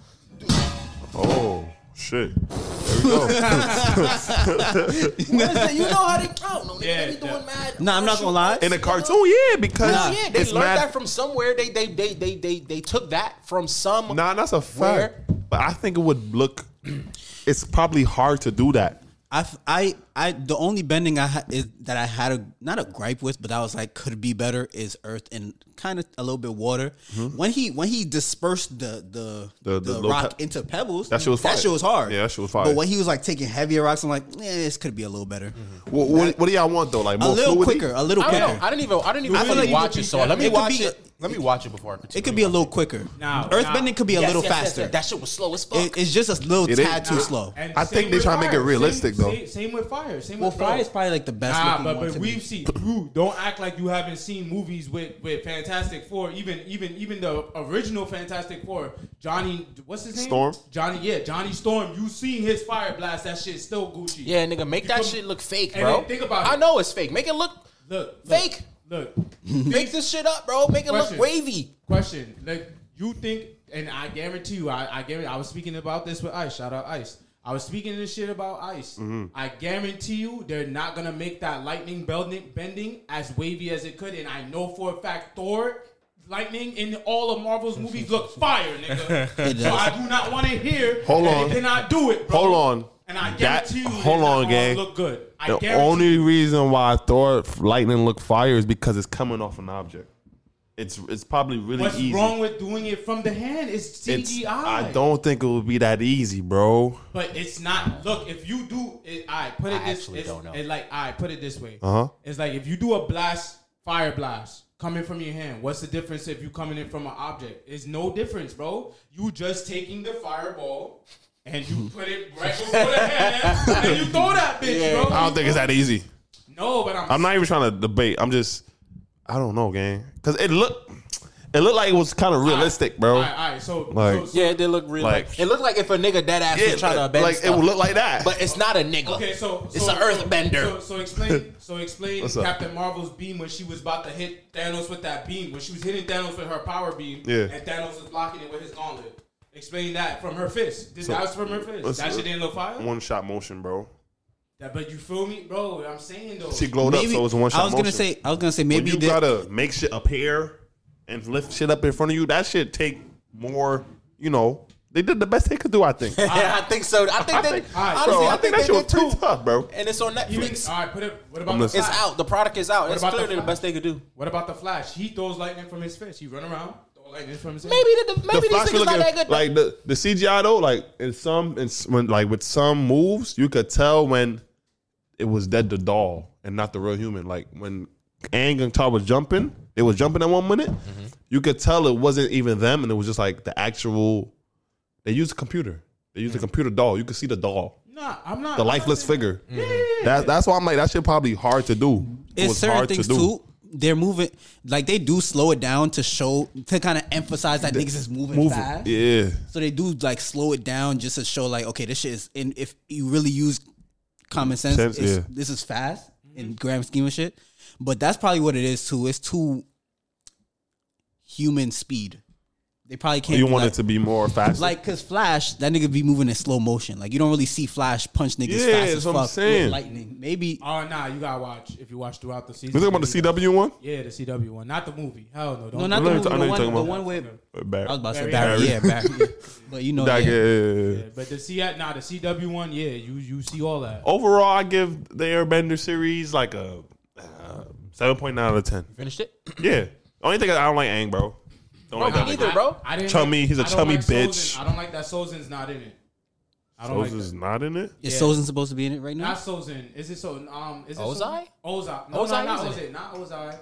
Speaker 7: Oh shit! There we go.
Speaker 3: Where's the- you know how they count? No, nigga,
Speaker 6: Yeah,
Speaker 3: they be doing
Speaker 6: yeah.
Speaker 3: mad.
Speaker 4: Nah, I'm not gonna lie.
Speaker 7: In a cartoon, yeah, because
Speaker 4: Nah.
Speaker 3: Yeah, they
Speaker 7: it's
Speaker 3: learned
Speaker 7: mad-
Speaker 3: that from somewhere. They they they they they they took that from some.
Speaker 7: Nah, that's a fact.
Speaker 3: Where-
Speaker 7: But I think it would look. It's probably hard to do that.
Speaker 4: I, f- I, I, the only bending I ha- is that I had a not a gripe with, but I was like could be better is earth and kind of a little bit water. When he when he dispersed the the
Speaker 7: Mm-hmm.
Speaker 4: the,
Speaker 7: The- the little
Speaker 4: rock
Speaker 7: pe-
Speaker 4: into pebbles,
Speaker 7: That shit was fire.
Speaker 4: that shit was hard.
Speaker 7: Yeah, that shit was fire.
Speaker 4: But when he was like taking heavier rocks, I'm like, eh, this could be a little better,
Speaker 7: What, what, what do y'all want though? Like
Speaker 4: a
Speaker 7: more
Speaker 4: little
Speaker 7: fluidity?
Speaker 4: quicker, a little
Speaker 3: Mm-hmm. I don't
Speaker 4: quicker.
Speaker 3: know. I didn't even. I didn't even. I
Speaker 4: feel like
Speaker 3: didn't
Speaker 4: it
Speaker 3: watch
Speaker 4: could
Speaker 3: it.
Speaker 4: be
Speaker 3: So let me
Speaker 4: better.
Speaker 3: watch
Speaker 4: It could
Speaker 3: it. Let me watch it before I continue.
Speaker 4: It could be a little quicker.
Speaker 6: Now-
Speaker 4: earth
Speaker 6: now-
Speaker 4: bending could be a
Speaker 3: Yes,
Speaker 4: little
Speaker 3: yes, yes,
Speaker 4: faster.
Speaker 3: yes. That shit was slow as fuck.
Speaker 4: It- it's just a little
Speaker 7: It is.
Speaker 4: tad too
Speaker 7: Nah.
Speaker 4: slow.
Speaker 6: And
Speaker 7: I
Speaker 6: same
Speaker 7: think they
Speaker 6: with
Speaker 7: trying to make it
Speaker 6: Fire.
Speaker 7: realistic,
Speaker 6: Same-
Speaker 7: though.
Speaker 6: Same, same with fire. Same
Speaker 4: Well,
Speaker 6: with bro.
Speaker 4: fire is probably like the best.
Speaker 6: Nah,
Speaker 4: looking
Speaker 6: but,
Speaker 4: one
Speaker 6: but
Speaker 4: to
Speaker 6: we've
Speaker 4: me.
Speaker 6: seen. You don't act like you haven't seen movies with with Fantastic Four. Even even even the original Fantastic Four. Johnny, what's his name?
Speaker 7: Storm?
Speaker 6: Johnny, yeah, Johnny Storm. You seen his fire blast? That shit's still Gucci.
Speaker 3: Yeah, nigga, make that
Speaker 6: come-
Speaker 3: shit look fake,
Speaker 6: and
Speaker 3: bro.
Speaker 6: then think about
Speaker 3: I
Speaker 6: it.
Speaker 3: know it's fake. Make it look,
Speaker 6: Look, look,
Speaker 3: fake.
Speaker 6: Look,
Speaker 3: Make this shit up, bro. Make it
Speaker 6: Question.
Speaker 3: look wavy.
Speaker 6: question. Like you think, and I guarantee you, I, I guarantee. I was speaking about this with Ice. Shout out Ice. I was speaking this shit about Ice.
Speaker 7: Mm-hmm.
Speaker 6: I guarantee you, they're not gonna make that lightning bending bending as wavy as it could. And I know for a fact, Thor. Lightning in all of Marvel's movies look fire, nigga. so I do not want to hear.
Speaker 7: Hold
Speaker 6: that
Speaker 7: on.
Speaker 6: They cannot do it, bro.
Speaker 7: Hold on.
Speaker 6: And I
Speaker 7: That-
Speaker 6: guarantee you,
Speaker 7: hold
Speaker 6: it's not
Speaker 7: on,
Speaker 6: gonna
Speaker 7: gang.
Speaker 6: Look good. I
Speaker 7: The
Speaker 6: guarantee
Speaker 7: only reason why Thor lightning look fire is because it's coming off an object. It's it's probably really
Speaker 6: What's
Speaker 7: easy.
Speaker 6: wrong with doing it from the hand? It's CGI.
Speaker 7: It's- I don't think it would be that easy, bro.
Speaker 6: But it's not. Look, if you do, it, I put it
Speaker 3: I
Speaker 6: this.
Speaker 3: actually
Speaker 6: it's-
Speaker 3: don't know.
Speaker 6: It like I put it this way.
Speaker 7: Uh-huh.
Speaker 6: It's like if you do a blast, fire blast coming from your hand. What's the difference if you coming in from an object? It's no difference, bro. You just taking the fireball and you put it right before the hand and you throw that bitch, bro.
Speaker 7: I don't think it's that easy.
Speaker 6: No, but I'm.
Speaker 7: I'm not even trying to debate. I'm just, I don't know, gang. Cause it looked, it looked like it was kind of realistic, bro.
Speaker 6: All right, all right. So,
Speaker 7: Like-
Speaker 6: so, so
Speaker 3: Yeah, it did look real.
Speaker 7: Like-
Speaker 3: Like, it looked like if a nigga dead ass
Speaker 7: yeah,
Speaker 3: was trying
Speaker 7: like,
Speaker 3: to bend
Speaker 7: like, it
Speaker 3: stuff.
Speaker 7: would look like that.
Speaker 3: but it's not a nigga.
Speaker 6: Okay, so
Speaker 3: it's
Speaker 6: so,
Speaker 3: an earthbender.
Speaker 6: So, so explain, so explain
Speaker 7: What's up?
Speaker 6: Captain Marvel's beam when she was about to hit Thanos with that beam. When she was hitting Thanos with her power beam,
Speaker 7: Yeah.
Speaker 6: and Thanos was blocking it with his gauntlet. Explain that from her fist. This,
Speaker 7: So,
Speaker 6: that was from her fist.
Speaker 7: let's-
Speaker 6: That shit didn't look fire.
Speaker 7: One shot motion, bro.
Speaker 6: That, but you feel me, bro? I'm saying though.
Speaker 7: She glowed up, so it was one shot.
Speaker 4: I was gonna
Speaker 7: motion.
Speaker 4: say. I was gonna say
Speaker 7: When
Speaker 4: maybe
Speaker 7: you
Speaker 4: the-
Speaker 7: gotta make shit appear and lift shit up in front of you. That shit take more. You know, they did the best they could do. I think.
Speaker 3: I think so. I think
Speaker 7: I
Speaker 3: they
Speaker 7: think,
Speaker 3: honestly,
Speaker 7: bro,
Speaker 3: I think they
Speaker 7: that shit was
Speaker 3: did
Speaker 7: pretty
Speaker 3: too.
Speaker 7: tough, bro.
Speaker 3: And it's on
Speaker 6: You-
Speaker 3: Netflix.
Speaker 6: all right, put it. What about
Speaker 7: I'm
Speaker 6: the
Speaker 7: listening.
Speaker 6: flash?
Speaker 7: It's
Speaker 3: It's out. The product is out. It's
Speaker 6: about the
Speaker 3: clearly the
Speaker 6: flash?
Speaker 3: best they could do.
Speaker 6: What about the flash? He throws lightning from his fist. He run around, throw lightning from his.
Speaker 3: Maybe
Speaker 6: hand.
Speaker 3: the, the- maybe
Speaker 7: Flash
Speaker 3: these
Speaker 7: was
Speaker 3: niggas not
Speaker 7: looking-
Speaker 3: that good.
Speaker 7: Like the, the CGI though, like in some in s- when like with some moves, you could tell when it was dead the doll and not the real human. Like when Ang and Tar was jumping, they was jumping at one minute. You could tell it wasn't even them, and it was just like the actual. They used a computer. They used a computer doll. You could see the doll,
Speaker 6: Nah, I'm not.
Speaker 7: the
Speaker 6: I'm not
Speaker 7: lifeless
Speaker 6: saying-
Speaker 7: figure. That, that's why I'm like that shit probably hard to do. It
Speaker 4: it's
Speaker 7: was
Speaker 4: certain
Speaker 7: hard
Speaker 4: things
Speaker 7: to do.
Speaker 4: too. They're moving like they do slow it down to show to kind of emphasize that niggas is moving,
Speaker 7: Move
Speaker 4: fast.
Speaker 7: it. Yeah.
Speaker 4: So they do like slow it down just to show like okay, this shit is. And if you really use common sense,
Speaker 7: Sense,
Speaker 4: it's-
Speaker 7: yeah.
Speaker 4: this is fast in grand scheme of shit. But that's probably what it is too. It's too human speed. They probably can't.
Speaker 7: You
Speaker 4: do,
Speaker 7: want
Speaker 4: like-
Speaker 7: it to be more fast.
Speaker 4: Like, cause Flash, that nigga be moving in slow motion. Like, you don't really see Flash punch niggas
Speaker 7: Yeah,
Speaker 4: fast as
Speaker 7: that's what
Speaker 4: fuck
Speaker 7: I'm saying.
Speaker 4: with lightning. Maybe
Speaker 6: Oh nah, you gotta watch if you watch throughout the season.
Speaker 7: you talking about the CW one?
Speaker 6: Yeah, the CW one, not the movie. Hell no, don't.
Speaker 4: no, not
Speaker 7: know
Speaker 4: the,
Speaker 7: you
Speaker 4: movie,
Speaker 7: ta- I know
Speaker 4: the
Speaker 7: you
Speaker 4: one.
Speaker 7: talking
Speaker 4: The
Speaker 7: about-
Speaker 4: one with
Speaker 7: Barry.
Speaker 4: I was about to say Barry.
Speaker 6: Barry.
Speaker 4: Yeah, Barry. but you know,
Speaker 7: Like, uh,
Speaker 4: yeah.
Speaker 7: yeah.
Speaker 6: But the C, nah, the CW one, yeah, you you see all that.
Speaker 7: overall, I give the Airbender series like a uh, seven point nine out of ten.
Speaker 3: Finished it?
Speaker 7: Yeah. Only thing is I don't like Aang, bro. Don't like
Speaker 3: me
Speaker 7: that.
Speaker 3: neither, bro.
Speaker 6: I didn't
Speaker 7: Chummy, he's a
Speaker 6: I don't
Speaker 7: chummy
Speaker 6: like Solzhen.
Speaker 7: bitch.
Speaker 6: I don't like that Sozin's not in it. I don't
Speaker 7: Those
Speaker 6: like
Speaker 7: is
Speaker 6: that.
Speaker 7: not in it.
Speaker 4: Is Sozin supposed to be in it right
Speaker 6: Not
Speaker 4: now?
Speaker 6: Sozin. Is it so? Um, is it
Speaker 3: Ozai?
Speaker 6: Sozin? Ozai? No,
Speaker 3: Ozai
Speaker 6: no, not
Speaker 3: is in
Speaker 6: Ozai. Not Ozai.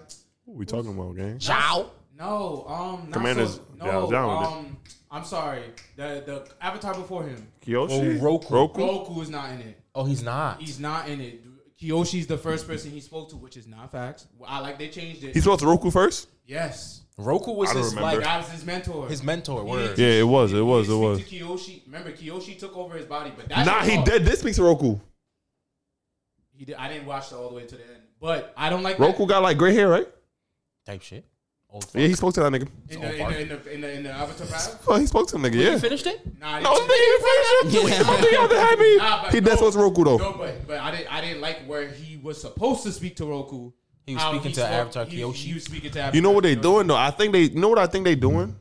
Speaker 7: What we talking about, gang?
Speaker 3: Ciao.
Speaker 6: No. Um. Not
Speaker 7: Commander's
Speaker 6: Sozin.
Speaker 7: Zhao
Speaker 6: No.
Speaker 7: Zhao in it.
Speaker 6: um. I'm sorry. The the avatar before him,
Speaker 7: Kyoshi?
Speaker 3: Oh, Roku.
Speaker 6: Goku, is not in it.
Speaker 3: Oh, he's not.
Speaker 6: He's not in it. Kiyoshi's the first person he spoke to, which is not facts. I like they changed it.
Speaker 7: He spoke to Roku first?
Speaker 6: yes.
Speaker 3: Roku was
Speaker 7: I don't
Speaker 3: his
Speaker 7: remember.
Speaker 3: like
Speaker 6: That was his mentor.
Speaker 3: his mentor. Word.
Speaker 7: Yeah, it was. It
Speaker 6: He
Speaker 7: was. It
Speaker 6: didn't
Speaker 7: was.
Speaker 6: speak To Kiyoshi, remember Kiyoshi took over his body, but that's
Speaker 7: Nah,
Speaker 6: his
Speaker 7: he
Speaker 6: fault.
Speaker 7: did. This speaks to Roku.
Speaker 6: He did. I didn't watch it all the way to the end, but I don't like that.
Speaker 7: Roku got like gray hair, right?
Speaker 3: Type shit. Old
Speaker 7: Yeah, he spoke to that nigga.
Speaker 6: in the, in, the, in, the, in the in the Avatar battle.
Speaker 7: Oh, he spoke to the nigga.
Speaker 3: You
Speaker 7: Yeah.
Speaker 3: finished it?
Speaker 6: Nah,
Speaker 7: No, this
Speaker 6: they-
Speaker 7: nigga, he finished it. I think y'all done had me.
Speaker 6: Nah, but
Speaker 7: He
Speaker 6: no.
Speaker 7: that's what's Roku
Speaker 6: no,
Speaker 7: though.
Speaker 6: but but I didn't I didn't like where he was supposed to speak to Roku.
Speaker 3: He was
Speaker 6: How
Speaker 3: speaking to
Speaker 6: spoke-
Speaker 3: Avatar
Speaker 6: he-
Speaker 3: Kyoshi.
Speaker 6: He was speaking to Avatar.
Speaker 7: You know what they
Speaker 6: Kyoshi.
Speaker 7: doing though? I think they. You know what I think they doing?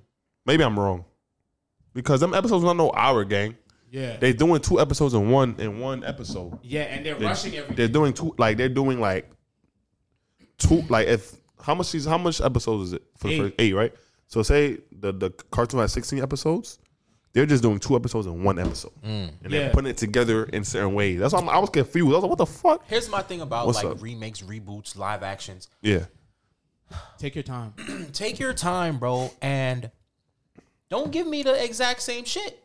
Speaker 7: Maybe I'm wrong. Because them episodes not no hour, gang.
Speaker 6: Yeah,
Speaker 7: They doing two episodes in one in one episode.
Speaker 6: yeah, and they're
Speaker 7: They,
Speaker 6: rushing everything.
Speaker 7: they're doing two like they're doing like two like if how much season how much episodes is it for the
Speaker 6: Eight.
Speaker 7: first eight right? So say the the cartoon has sixteen episodes. They're just doing two episodes in one episode, and they're
Speaker 6: Yeah.
Speaker 7: putting it together in certain ways. That's why I'm, I was confused. I was like, "What the fuck?"
Speaker 3: Here's my thing about
Speaker 7: What's
Speaker 3: like
Speaker 7: up?
Speaker 3: remakes, reboots, live actions.
Speaker 7: Yeah,
Speaker 6: Take your time.
Speaker 3: Take your time, bro, and don't give me the exact same shit.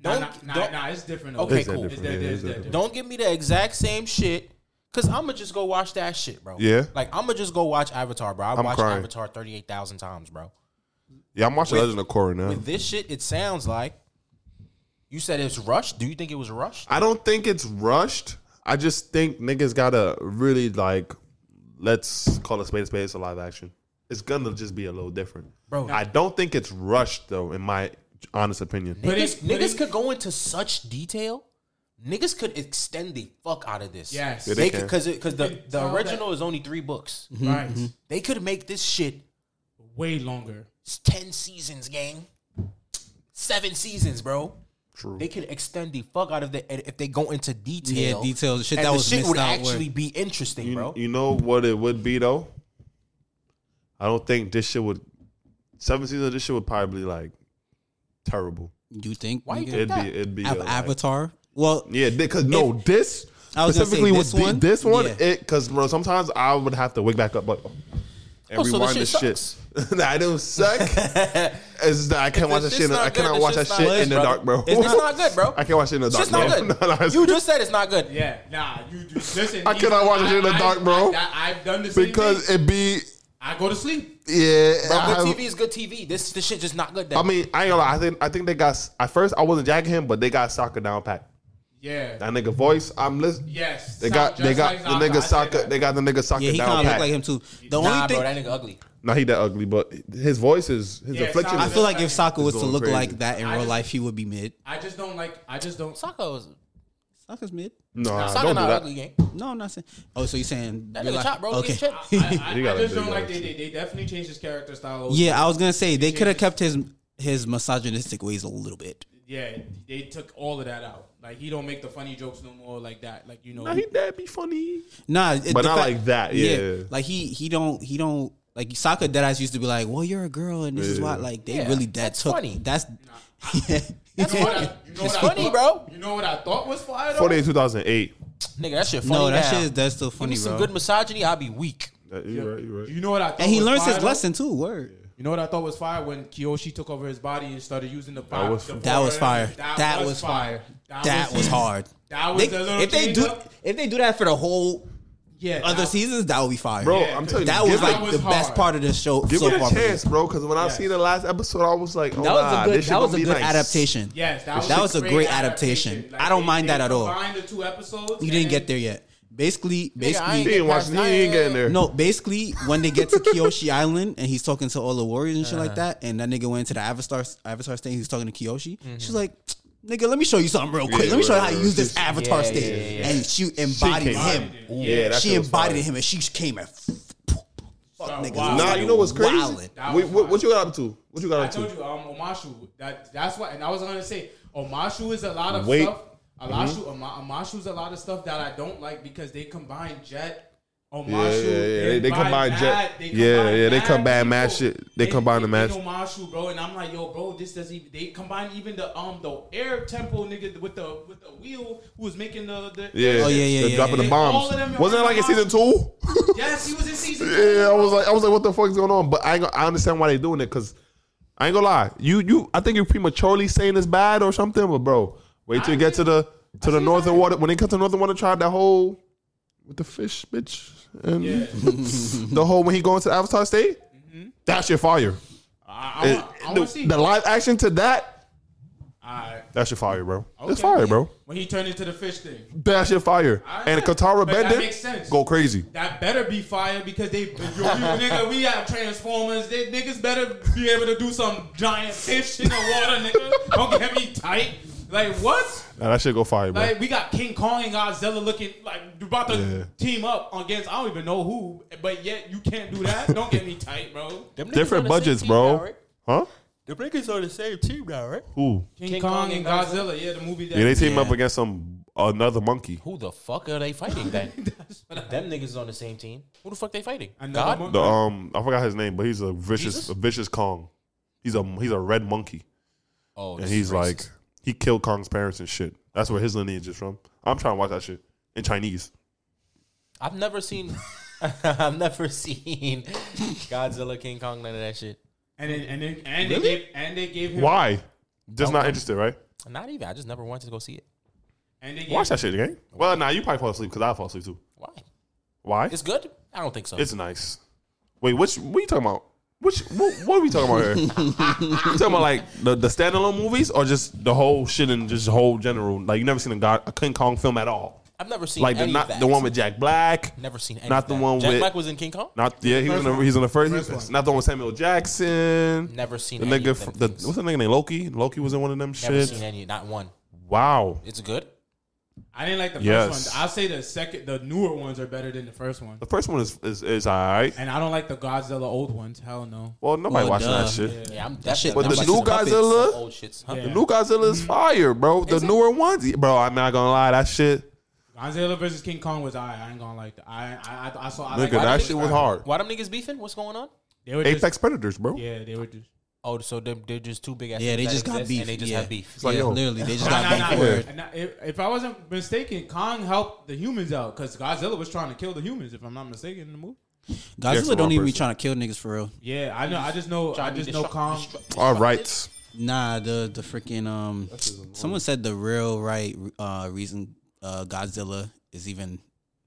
Speaker 6: Nah,
Speaker 3: Don't
Speaker 6: nah, nah,
Speaker 3: don't,
Speaker 6: nah, it's different. though.
Speaker 3: Okay,
Speaker 7: Is that
Speaker 3: cool.
Speaker 6: It's
Speaker 7: different?
Speaker 6: that,
Speaker 7: Yeah,
Speaker 6: it's
Speaker 7: is that
Speaker 6: that
Speaker 7: different?
Speaker 6: different.
Speaker 3: don't give me the exact same shit. Cause I'ma just go watch that shit, bro.
Speaker 7: Yeah.
Speaker 3: Like I'ma just go watch Avatar, bro. I
Speaker 7: I'm
Speaker 3: watched
Speaker 7: crying.
Speaker 3: Avatar thirty eight thousand times, bro.
Speaker 7: yeah. I'm watching
Speaker 3: With-
Speaker 7: Legend of Korra now.
Speaker 3: With this shit, it sounds like you said it's rushed. Do you think it was rushed?
Speaker 7: I don't think it's rushed. I just think niggas gotta really like let's call it space space a live action. It's gonna just be a little different.
Speaker 3: Bro.
Speaker 7: I don't think it's rushed though, in my honest opinion.
Speaker 6: But
Speaker 3: niggas,
Speaker 6: it- but
Speaker 3: niggas
Speaker 6: it-
Speaker 3: could go into such detail. Niggas could extend the fuck out of this.
Speaker 6: Yes. Yeah,
Speaker 7: they
Speaker 3: they
Speaker 7: can.
Speaker 3: could because because the, the
Speaker 6: tell Mm-hmm.
Speaker 3: original is only three books.
Speaker 6: Right.
Speaker 3: They could make this shit Mm-hmm.
Speaker 6: Way longer.
Speaker 3: s- ten seasons, gang. Seven seasons, bro.
Speaker 7: True.
Speaker 3: They could extend the fuck out of the and if they go into detail.
Speaker 4: Yeah, details, the shit
Speaker 3: and
Speaker 4: that
Speaker 3: the
Speaker 4: was
Speaker 3: shit
Speaker 4: missed
Speaker 3: would
Speaker 4: out
Speaker 3: actually
Speaker 4: where-
Speaker 3: be interesting,
Speaker 7: You,
Speaker 3: bro.
Speaker 7: you know what it would be though? I don't think this shit would seven seasons of this shit would probably be like terrible.
Speaker 4: Do you think?
Speaker 3: Why you
Speaker 4: nigga?
Speaker 3: think
Speaker 7: It'd be it'd be
Speaker 4: Av-
Speaker 7: uh, like-
Speaker 4: Avatar? Well,
Speaker 7: Yeah, because no, this
Speaker 4: I was gonna say
Speaker 7: specifically
Speaker 4: this
Speaker 7: was the-
Speaker 4: one,
Speaker 7: this one.
Speaker 4: yeah.
Speaker 7: It because bro, sometimes I would have to wake back up like and
Speaker 3: Oh, so
Speaker 7: rewind
Speaker 3: this
Speaker 7: this
Speaker 3: shit
Speaker 7: shit. nah, I don't suck. it's that I can't
Speaker 3: If
Speaker 7: watch
Speaker 3: the
Speaker 7: that shit.
Speaker 3: shit's
Speaker 7: in the-
Speaker 3: not
Speaker 7: I
Speaker 3: good,
Speaker 7: cannot
Speaker 3: the
Speaker 7: watch that
Speaker 3: shit's
Speaker 7: shit
Speaker 3: not
Speaker 7: in the
Speaker 3: good,
Speaker 7: dark, bro.
Speaker 3: It's not good, bro.
Speaker 7: I can't watch it in the dark.
Speaker 3: It's not
Speaker 7: bro.
Speaker 3: good.
Speaker 7: No, no, it's-
Speaker 3: you just said it's not good.
Speaker 6: Yeah, nah, you do listen.
Speaker 7: I
Speaker 6: these-
Speaker 7: cannot watch this shit in the
Speaker 6: I-
Speaker 7: dark, bro.
Speaker 6: I, I, have done the same
Speaker 7: because
Speaker 6: thing.
Speaker 7: it be
Speaker 6: I go to sleep.
Speaker 7: yeah.
Speaker 3: Bro,
Speaker 7: I, have-
Speaker 3: good TV is good TV. This this shit just not good. Then.
Speaker 7: I mean, I ain't gonna lie. I think I think they got. s- At first, I wasn't jacking him, but they got soccer down pat.
Speaker 6: Yeah.
Speaker 7: That nigga voice, I'm listening.
Speaker 6: Yes.
Speaker 7: They
Speaker 6: Sound
Speaker 7: got
Speaker 6: just
Speaker 7: they got
Speaker 6: like
Speaker 7: the
Speaker 6: Zaka, I
Speaker 7: nigga
Speaker 6: say
Speaker 7: soccer.
Speaker 6: that.
Speaker 7: They got the nigga soccer
Speaker 4: yeah, he kind
Speaker 7: down
Speaker 4: of
Speaker 7: pat.
Speaker 4: looked like him too.
Speaker 3: nah,
Speaker 4: The only
Speaker 3: bro,
Speaker 4: thing,
Speaker 3: that nigga ugly.
Speaker 7: Not he that ugly, but his voice is his
Speaker 6: Yeah,
Speaker 7: affliction.
Speaker 6: sounds
Speaker 7: Is,
Speaker 4: I feel like if Sokka was to
Speaker 7: going
Speaker 4: look
Speaker 7: crazy.
Speaker 4: like that in
Speaker 6: I
Speaker 4: real
Speaker 6: just-
Speaker 4: life, he would be mid.
Speaker 6: I just don't like. I just don't.
Speaker 3: Saka's
Speaker 4: Sokka's mid.
Speaker 7: nah,
Speaker 3: Saka
Speaker 7: don't do
Speaker 3: not
Speaker 7: that.
Speaker 3: ugly gang.
Speaker 4: No, I'm not saying. Oh, so you're saying
Speaker 3: That
Speaker 4: real
Speaker 3: nigga
Speaker 4: life-
Speaker 3: chop, bro. Look at
Speaker 4: Okay.
Speaker 3: his chest.
Speaker 6: I, I,
Speaker 7: You
Speaker 6: I
Speaker 7: gotta
Speaker 6: just
Speaker 7: do-
Speaker 6: don't
Speaker 7: you
Speaker 6: like
Speaker 7: gotta
Speaker 6: they,
Speaker 7: see.
Speaker 6: they. They definitely changed his character style. over-
Speaker 4: Yeah, I was gonna say they could have kept his his misogynistic ways a little bit.
Speaker 6: yeah. They took all of that out. Like he don't make the funny jokes no more. Like that. Like you know.
Speaker 7: Nah, he that be funny.
Speaker 4: Nah, it-
Speaker 7: But
Speaker 4: the
Speaker 7: not like that, yeah.
Speaker 4: like he he don't he don't like Sokka Deadass used to be like, well, you're a girl, and this is why like they
Speaker 3: Yeah,
Speaker 4: really that
Speaker 3: that's
Speaker 4: took
Speaker 3: funny.
Speaker 4: that's
Speaker 6: You know what I, you know
Speaker 3: It's
Speaker 6: what I
Speaker 3: funny,
Speaker 6: thought-
Speaker 3: bro.
Speaker 6: You know what I thought was fire though.
Speaker 7: 48, 2008.
Speaker 3: Nigga, that shit funny.
Speaker 4: no, that
Speaker 3: now.
Speaker 4: shit is that's still
Speaker 3: Give me
Speaker 4: funny,
Speaker 3: some
Speaker 4: bro.
Speaker 3: good misogyny, I'll be weak.
Speaker 7: That, you right, you right.
Speaker 6: You know what I thought.
Speaker 4: and he
Speaker 6: was
Speaker 4: learns
Speaker 6: Oh, fire,
Speaker 4: his
Speaker 6: though?
Speaker 4: lesson too. Word.
Speaker 6: You know what I thought was fire when Kiyoshi took over his body and started using the fire.
Speaker 7: was-
Speaker 6: the
Speaker 4: That was
Speaker 6: forearm.
Speaker 4: fire. That, was, fire. That was hard.
Speaker 6: That was
Speaker 4: They-
Speaker 6: the little
Speaker 4: if they
Speaker 6: change
Speaker 4: do
Speaker 6: up.
Speaker 4: if they do that for the whole
Speaker 6: Yeah.
Speaker 4: other
Speaker 6: that-
Speaker 4: seasons, that would be fire,
Speaker 7: Bro, I'm telling you,
Speaker 4: That was
Speaker 7: give
Speaker 4: like
Speaker 6: it-
Speaker 4: the
Speaker 6: That was
Speaker 4: best
Speaker 6: hard.
Speaker 4: part of the show
Speaker 7: Give
Speaker 4: so
Speaker 7: me
Speaker 4: far.
Speaker 7: a chance, bro, because when I
Speaker 6: Yes.
Speaker 7: seen the last episode, I was like, oh,
Speaker 4: That was
Speaker 7: nah,
Speaker 4: a good.
Speaker 7: this shit
Speaker 4: That was
Speaker 7: gonna
Speaker 4: a
Speaker 7: be
Speaker 4: good
Speaker 7: nice.
Speaker 4: adaptation.
Speaker 6: Yes, that was,
Speaker 4: that was a great adaptation.
Speaker 6: Like,
Speaker 4: I don't
Speaker 6: they-
Speaker 4: mind
Speaker 6: they
Speaker 4: that at all.
Speaker 6: Combined the two episodes.
Speaker 4: You didn't
Speaker 6: and-
Speaker 4: get there yet. Basically,
Speaker 3: I
Speaker 7: He
Speaker 4: basically,
Speaker 7: ain't watching. He ain't getting there.
Speaker 4: no. Basically, when they get to Kyoshi Island and he's talking to all the warriors and shit like that, and that nigga went into the Avatar Avatar stage. He's talking to Kyoshi. She's like. Nigga, let me show you something real quick. let me show you how to
Speaker 7: right,
Speaker 4: use this
Speaker 7: right.
Speaker 4: avatar
Speaker 3: Yeah,
Speaker 4: stage.
Speaker 3: yeah, yeah.
Speaker 4: And she embodied
Speaker 7: came
Speaker 4: him.
Speaker 7: out. Yeah, that
Speaker 4: she
Speaker 7: shit was
Speaker 4: embodied
Speaker 7: fire.
Speaker 4: him, and she came at
Speaker 6: So,
Speaker 4: niggas.
Speaker 6: wow.
Speaker 7: Nah, you know what's crazy?
Speaker 4: Wildin'.
Speaker 6: That
Speaker 7: Wait,
Speaker 6: was
Speaker 7: what,
Speaker 6: fire.
Speaker 7: what you got up to? What you got
Speaker 6: I
Speaker 7: up
Speaker 6: told
Speaker 7: to?
Speaker 6: you, um, Omashu. That that's why, and I was gonna say Omashu is a lot of
Speaker 7: Wait. Mm-hmm.
Speaker 6: stuff. Alashu, Oma- Omashu is a lot of stuff that I don't like because they combine Jet. Omashu,
Speaker 7: Yeah, yeah, yeah. They, they combine
Speaker 6: mad,
Speaker 7: jet.
Speaker 6: they
Speaker 7: yeah,
Speaker 6: combine
Speaker 7: yeah. They
Speaker 6: mad
Speaker 7: combine mad
Speaker 6: people.
Speaker 7: shit. They, combine the match.
Speaker 6: they Omashu, bro, and I'm like, yo, bro, this doesn't even. They combine even the um the air temple nigga with the with the wheel who was making the, the
Speaker 7: Yeah.
Speaker 4: Oh, yeah, yeah,
Speaker 7: They're
Speaker 4: yeah,
Speaker 7: dropping
Speaker 4: yeah.
Speaker 7: the
Speaker 6: All of them
Speaker 7: bombs.
Speaker 6: are
Speaker 7: Wasn't that like in
Speaker 6: combined.
Speaker 7: season two?
Speaker 6: Yes, he was in season. two,
Speaker 7: yeah, I
Speaker 6: bro.
Speaker 7: was like, I was like, what the fuck is going on? But I, ain't, gonna- I understand why they doing it because I ain't gonna lie. You, you, I think you're prematurely saying it's bad or something. But bro, wait till you get to the to the northern water. When they cut to northern water tribe, that whole with the fish, bitch, and the whole when he going to the Avatar state, that shit fire.
Speaker 6: Mm-hmm. I, I, want- I
Speaker 7: And
Speaker 6: want to
Speaker 7: the,
Speaker 6: see.
Speaker 7: the live action to that,
Speaker 6: Alright,
Speaker 7: that shit fire, bro. It's
Speaker 6: okay.
Speaker 7: fire, bro.
Speaker 6: When he turned into the fish thing.
Speaker 7: That shit fire.
Speaker 6: Alright.
Speaker 7: And Katara
Speaker 6: But that makes
Speaker 7: Bendit
Speaker 6: sense.
Speaker 7: go crazy.
Speaker 6: That better be fire because they, yo, we, nigga, we have transformers. They niggas better be able to do some giant fish in the water, nigga. Don't get me tight. Like what?
Speaker 7: Nah, that shit go fire, bro.
Speaker 6: Like we got King Kong and Godzilla looking like you about to
Speaker 7: Yeah.
Speaker 6: team up against I don't even know who, but yet you can't do that. Don't get me tight, bro.
Speaker 3: Them niggas
Speaker 7: Different
Speaker 3: on the same
Speaker 7: budgets,
Speaker 3: team
Speaker 7: bro.
Speaker 3: now, right?
Speaker 7: Huh?
Speaker 3: The niggas are the same team now, right?
Speaker 7: Who?
Speaker 6: King, Kong, and Godzilla. yeah, the movie that.
Speaker 7: Yeah, they team up against some another monkey.
Speaker 3: Who the fuck are they fighting then? Them niggas is on the same team. Who the fuck they fighting?
Speaker 6: Another
Speaker 3: God?
Speaker 6: mo-
Speaker 7: The um, I forgot his name, but he's a vicious,
Speaker 3: Jesus?
Speaker 7: a vicious Kong. He's a he's a red monkey,
Speaker 3: Oh,
Speaker 7: and
Speaker 3: this is
Speaker 7: he's
Speaker 3: racist.
Speaker 7: like he killed Kong's parents and shit. That's where his lineage is from. I'm trying to watch that shit in Chinese.
Speaker 3: I've never seen, I've never seen Godzilla, King Kong, none of that shit.
Speaker 6: and then, and then, and
Speaker 3: Really?
Speaker 6: they gave and they gave him
Speaker 7: Why? Just not interested, right?
Speaker 3: Not even. I just never wanted to go see it.
Speaker 6: and they gave
Speaker 7: Watch that shit again. Well, nah, you probably fall asleep because I fall asleep too.
Speaker 3: Why?
Speaker 7: Why?
Speaker 3: It's
Speaker 7: It's,
Speaker 3: good. I don't think so.
Speaker 7: nice. Wait, which what you talking about? Which what, what are we talking about here? you talking about like the, the standalone movies or just the whole shit and just the whole general? Like you never seen a, God, a King Kong film at all?
Speaker 3: I've never seen
Speaker 7: Like the
Speaker 3: any
Speaker 7: not
Speaker 3: of that.
Speaker 7: the one with Jack Black.
Speaker 3: Never seen any
Speaker 7: not
Speaker 3: of
Speaker 7: the
Speaker 3: that.
Speaker 7: one
Speaker 3: Jack
Speaker 7: with-
Speaker 3: Black was in King Kong.
Speaker 7: Not yeah, he was in the, he's in the first. he's-
Speaker 6: First one.
Speaker 7: not the one with Samuel Jackson.
Speaker 3: Never seen
Speaker 7: the
Speaker 3: any
Speaker 7: nigga.
Speaker 3: of
Speaker 7: fr-
Speaker 3: them
Speaker 7: the,
Speaker 3: things.
Speaker 7: what's the nigga named Loki? Loki was in one of them
Speaker 3: Never
Speaker 7: shits.
Speaker 3: seen any. Not one.
Speaker 7: Wow,
Speaker 3: It's good.
Speaker 6: I didn't like the first
Speaker 7: Yes.
Speaker 6: one. I'll say the second, the newer ones are better than the first one.
Speaker 7: the first one is is, is all right.
Speaker 6: And I don't like the Godzilla old ones. Hell no.
Speaker 7: Well, nobody
Speaker 4: Well,
Speaker 7: watching
Speaker 4: duh.
Speaker 7: that shit.
Speaker 3: Yeah, I'm that
Speaker 4: shit-
Speaker 3: shit.
Speaker 7: But
Speaker 4: I'm
Speaker 7: the
Speaker 4: watching
Speaker 7: new
Speaker 4: the puppets.
Speaker 7: Godzilla,
Speaker 3: old shits. Huh?
Speaker 6: Yeah. Mm-hmm.
Speaker 7: the new Godzilla is fire, bro. The newer ones, bro. I'm not gonna lie, that shit,
Speaker 6: Godzilla versus King Kong was I. I ain't gonna like that. I I I, I saw. I
Speaker 7: nigga,
Speaker 6: like
Speaker 7: that shit was hard.
Speaker 3: Why them niggas beefing? What's going on?
Speaker 6: They were
Speaker 7: Apex
Speaker 6: just,
Speaker 7: Predators, bro.
Speaker 6: yeah, they were just.
Speaker 3: Oh, so they're, they're just two big ass.
Speaker 4: Yeah, they
Speaker 3: that
Speaker 4: just got
Speaker 3: exist
Speaker 4: beef.
Speaker 3: And they just
Speaker 4: yeah.
Speaker 3: have beef.
Speaker 7: like,
Speaker 4: yeah,
Speaker 7: yo.
Speaker 4: literally, they just
Speaker 6: Nah,
Speaker 4: got
Speaker 6: nah,
Speaker 4: beef.
Speaker 6: nah.
Speaker 4: Word.
Speaker 6: And I- If, if I wasn't mistaken, Kong helped the humans out because Godzilla was trying to kill the humans. If I'm not mistaken, in the movie.
Speaker 7: Jackson
Speaker 4: Godzilla don't even be
Speaker 7: Roberts.
Speaker 4: trying to kill niggas for real.
Speaker 6: Yeah, I know. I just know. I
Speaker 3: Trying to
Speaker 6: just know
Speaker 3: destruct-
Speaker 6: Kong.
Speaker 3: destruct-
Speaker 7: All right,
Speaker 4: Nah, the the freaking um, someone said the real right uh reason uh Godzilla is even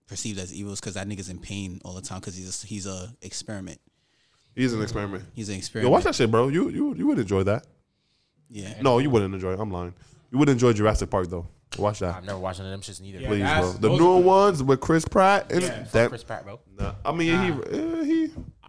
Speaker 4: perceived as evil is because that nigga's in pain all the time because he's a, he's a experiment.
Speaker 7: he's an experiment.
Speaker 4: He's an
Speaker 7: Yo,
Speaker 4: experiment.
Speaker 7: watch that shit, bro. You you you would enjoy that.
Speaker 4: Yeah,
Speaker 7: No, you wouldn't enjoy. it. I'm lying. You would enjoy Jurassic Park though. Watch that,
Speaker 3: I've never watched none of them shits neither.
Speaker 6: Yeah.
Speaker 7: please, bro.
Speaker 6: That's-
Speaker 7: The
Speaker 6: those
Speaker 7: newer
Speaker 6: are-
Speaker 7: ones with Chris Pratt and
Speaker 6: Yeah, fuck
Speaker 7: that.
Speaker 3: Chris Pratt, bro.
Speaker 7: Nah, I mean, he uh, he.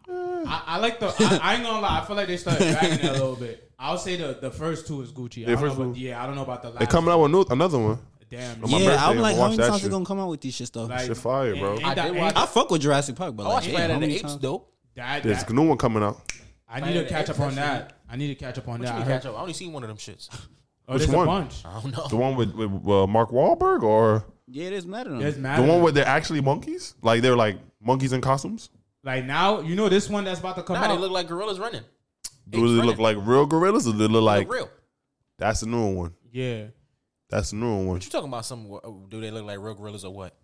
Speaker 7: uh,
Speaker 6: I, I like the. I, I ain't gonna lie. I feel like they started dragging it a little bit. I'll say the, the first two is Gucci. I
Speaker 7: The
Speaker 6: don't
Speaker 7: first
Speaker 6: know
Speaker 7: one.
Speaker 6: about, yeah, I don't know about the last.
Speaker 7: They coming out with no- another one.
Speaker 6: Damn.
Speaker 7: my
Speaker 6: yeah.
Speaker 7: birthday,
Speaker 4: yeah, I'm
Speaker 7: I'ma
Speaker 4: like, how
Speaker 7: watch
Speaker 4: many
Speaker 7: that
Speaker 4: times they
Speaker 7: shit.
Speaker 4: gonna come out with these shit stuff?
Speaker 6: Like,
Speaker 7: Shit fire,
Speaker 6: ain't-
Speaker 7: bro.
Speaker 6: ain't
Speaker 3: I
Speaker 6: that-
Speaker 3: did
Speaker 6: ain't
Speaker 3: watch-
Speaker 4: I fuck with Jurassic Park, but
Speaker 3: Oh, I
Speaker 4: like,
Speaker 3: watched
Speaker 4: damn,
Speaker 3: Planet
Speaker 4: how
Speaker 3: of the
Speaker 4: many
Speaker 3: Apes
Speaker 4: times?
Speaker 3: though.
Speaker 6: that-
Speaker 7: There's
Speaker 6: that-
Speaker 7: a new one coming out.
Speaker 6: I need to catch up on that. I need to catch up
Speaker 3: What
Speaker 6: on that.
Speaker 3: you
Speaker 6: I
Speaker 3: mean
Speaker 6: heard,
Speaker 3: catch up? I only seen one of them shits.
Speaker 6: oh,
Speaker 7: Which
Speaker 6: there's
Speaker 7: one?
Speaker 6: a bunch.
Speaker 3: I don't know.
Speaker 7: The one with, with uh, Mark Wahlberg or
Speaker 4: Yeah, there's mad at
Speaker 6: There's
Speaker 4: them.
Speaker 6: mad.
Speaker 7: the one
Speaker 6: with
Speaker 7: where they're actually monkeys? Like they're like monkeys in costumes?
Speaker 6: like now you know this one that's about to come
Speaker 3: Nah, they
Speaker 6: out.
Speaker 3: look like gorillas running.
Speaker 7: Do they look
Speaker 3: running.
Speaker 7: like real gorillas or do they look
Speaker 3: They
Speaker 7: like
Speaker 3: look real.
Speaker 7: that's the new one?
Speaker 6: yeah.
Speaker 7: That's the new one.
Speaker 3: What you talking about? Some oh, do they look like real gorillas or what?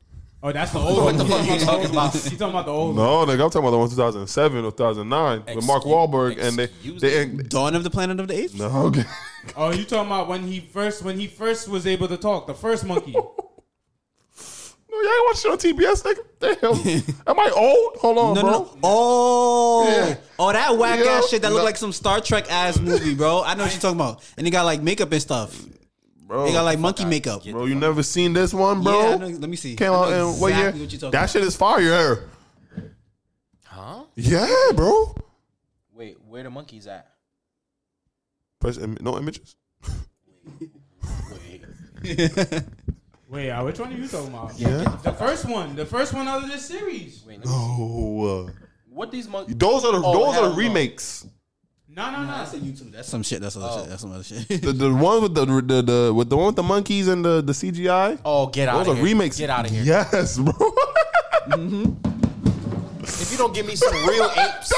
Speaker 6: Oh, that's the old one. What the fuck you talking about? You talking about the old one?
Speaker 7: No, nigga, I'm talking about the one 2007 or 2009 with Mark
Speaker 3: Excuse-
Speaker 7: Wahlberg and they
Speaker 3: excuse
Speaker 7: they ain't
Speaker 4: Dawn of the Planet of the Apes.
Speaker 7: no okay.
Speaker 6: Oh, you talking about when he first when he first was able to talk? The first monkey.
Speaker 7: No, y'all ain't watch shit on TBS, nigga. Damn, am I old? Hold on,
Speaker 4: No,
Speaker 7: bro.
Speaker 4: no, no. Oh,
Speaker 7: Yeah.
Speaker 4: oh, that whack
Speaker 7: Yeah.
Speaker 4: ass shit that
Speaker 7: No.
Speaker 4: looked like some Star Trek ass movie, bro. I know what you're talking about. And they got like makeup and stuff.
Speaker 7: bro.
Speaker 3: Oh,
Speaker 4: They got like monkey makeup. Yeah,
Speaker 7: bro, you never seen this one, bro.
Speaker 4: I know, let me see.
Speaker 7: Came
Speaker 4: I
Speaker 7: out
Speaker 4: know
Speaker 7: in what year?
Speaker 4: exactly What you talking
Speaker 7: that
Speaker 4: about.
Speaker 7: shit is fire.
Speaker 3: Huh?
Speaker 7: Yeah, bro.
Speaker 3: Wait, where the monkeys at?
Speaker 7: Press im- no images.
Speaker 6: Wait, uh, which one are you talking about? Yeah. The first one. The first one out of this series.
Speaker 3: Wait, let me see.
Speaker 7: Oh, uh,
Speaker 3: what these monkeys?
Speaker 7: those are the,
Speaker 3: Oh,
Speaker 7: those
Speaker 3: hell
Speaker 7: are the
Speaker 3: no.
Speaker 7: remakes.
Speaker 6: No, no, no.
Speaker 4: That's some shit. That's other
Speaker 7: Oh.
Speaker 4: shit. That's some other shit.
Speaker 7: The, the one with the, the the with the one with the monkeys and the the CGI.
Speaker 3: Oh, get out!
Speaker 7: those
Speaker 3: of
Speaker 7: are
Speaker 3: here.
Speaker 7: remakes.
Speaker 3: Get out of here!
Speaker 7: Yes, bro.
Speaker 3: If you don't give me some real apes,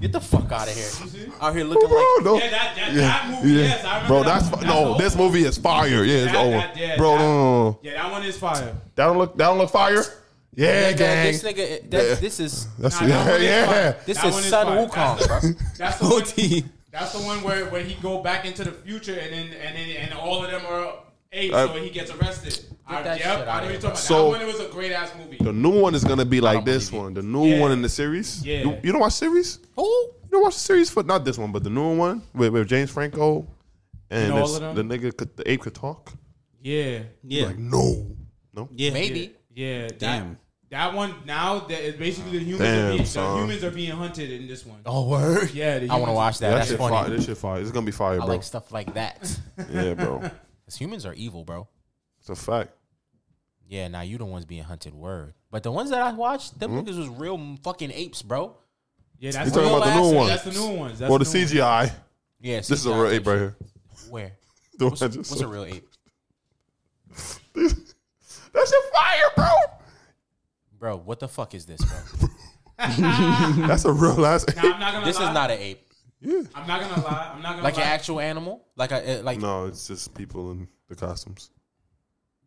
Speaker 3: get the fuck out of here! Out here looking like
Speaker 7: Bro, no.
Speaker 6: Yeah, that- that- that movie, yes, I remember
Speaker 7: Bro,
Speaker 6: that
Speaker 7: that's
Speaker 6: one.
Speaker 7: fi-
Speaker 6: That's
Speaker 7: no.
Speaker 6: old.
Speaker 7: This movie is fire. Yeah, it's
Speaker 6: That-
Speaker 7: old.
Speaker 6: that- yeah,
Speaker 7: bro,
Speaker 6: that-
Speaker 7: no, no, no.
Speaker 6: Yeah, that one is fire.
Speaker 7: That don't look. That don't look fire. Yeah,
Speaker 3: Nigga,
Speaker 7: gang.
Speaker 3: This nigga, eh, that,
Speaker 7: Yeah.
Speaker 3: this is
Speaker 7: That's
Speaker 6: Nah, that
Speaker 7: yeah,
Speaker 6: one is
Speaker 7: yeah.
Speaker 6: fire.
Speaker 3: this
Speaker 6: That
Speaker 3: is
Speaker 6: one is
Speaker 3: Sun
Speaker 6: fire.
Speaker 3: Wukong, bro.
Speaker 6: That's the one.
Speaker 4: OT.
Speaker 6: That's the one where, where he go back into the future and then and then, and all of them are apes,
Speaker 7: Uh,
Speaker 6: so he gets arrested. I,
Speaker 3: that
Speaker 6: yep,
Speaker 3: shit
Speaker 6: I know
Speaker 3: out of
Speaker 6: what you're
Speaker 3: here.
Speaker 6: talking about.
Speaker 7: So-
Speaker 6: that one was a great ass movie.
Speaker 7: The new one is gonna be like this one. The new
Speaker 6: Yeah.
Speaker 7: one in the series.
Speaker 6: Yeah.
Speaker 7: You, you don't watch series?
Speaker 3: Who?
Speaker 7: You don't watch the series for not this one, but the new one with, with James Franco and
Speaker 6: And all
Speaker 7: this-
Speaker 6: of them?
Speaker 7: the nigga could, the ape could talk.
Speaker 6: Yeah,
Speaker 4: Yeah.
Speaker 7: No. No.
Speaker 4: Yeah.
Speaker 3: Maybe.
Speaker 6: yeah. That,
Speaker 4: Damn.
Speaker 6: That one now that is basically the humans
Speaker 7: Damn,
Speaker 6: are being, the
Speaker 7: son.
Speaker 6: humans are being hunted in this one.
Speaker 3: Oh word!
Speaker 6: Yeah, the
Speaker 3: I want to
Speaker 6: humans-
Speaker 3: watch that.
Speaker 7: That
Speaker 3: That's
Speaker 7: shit
Speaker 3: funny.
Speaker 7: fire. This shit fire. It's gonna be fire,
Speaker 3: I
Speaker 7: bro.
Speaker 3: like stuff like that.
Speaker 7: yeah, bro.
Speaker 3: Cause humans are evil, bro.
Speaker 7: It's a fact.
Speaker 3: Yeah, now you the ones being hunted. Word, but the ones that I watched, them
Speaker 7: Mm-hmm.
Speaker 3: niggas was real m- fucking apes, bro.
Speaker 6: Yeah, that's
Speaker 7: You talking about the
Speaker 3: Last
Speaker 7: new
Speaker 3: one,
Speaker 7: one?
Speaker 6: That's the new ones. That's
Speaker 7: Well, the
Speaker 6: new ones.
Speaker 7: CGI.
Speaker 3: Yeah,
Speaker 7: This is a real ape right here.
Speaker 3: Where?
Speaker 7: The
Speaker 3: What's,
Speaker 7: one I just
Speaker 3: what's a
Speaker 7: saw.
Speaker 3: real ape,
Speaker 7: That shit fire, bro.
Speaker 3: bro? What the fuck is this, bro?
Speaker 7: That's a real ass.
Speaker 6: Nah, I'm not gonna
Speaker 3: this is
Speaker 6: lie.
Speaker 3: not an ape,
Speaker 6: I'm not gonna lie. I'm not gonna
Speaker 3: like an
Speaker 6: lie.
Speaker 3: actual animal, like a uh, like.
Speaker 7: No, it's just people in the costumes.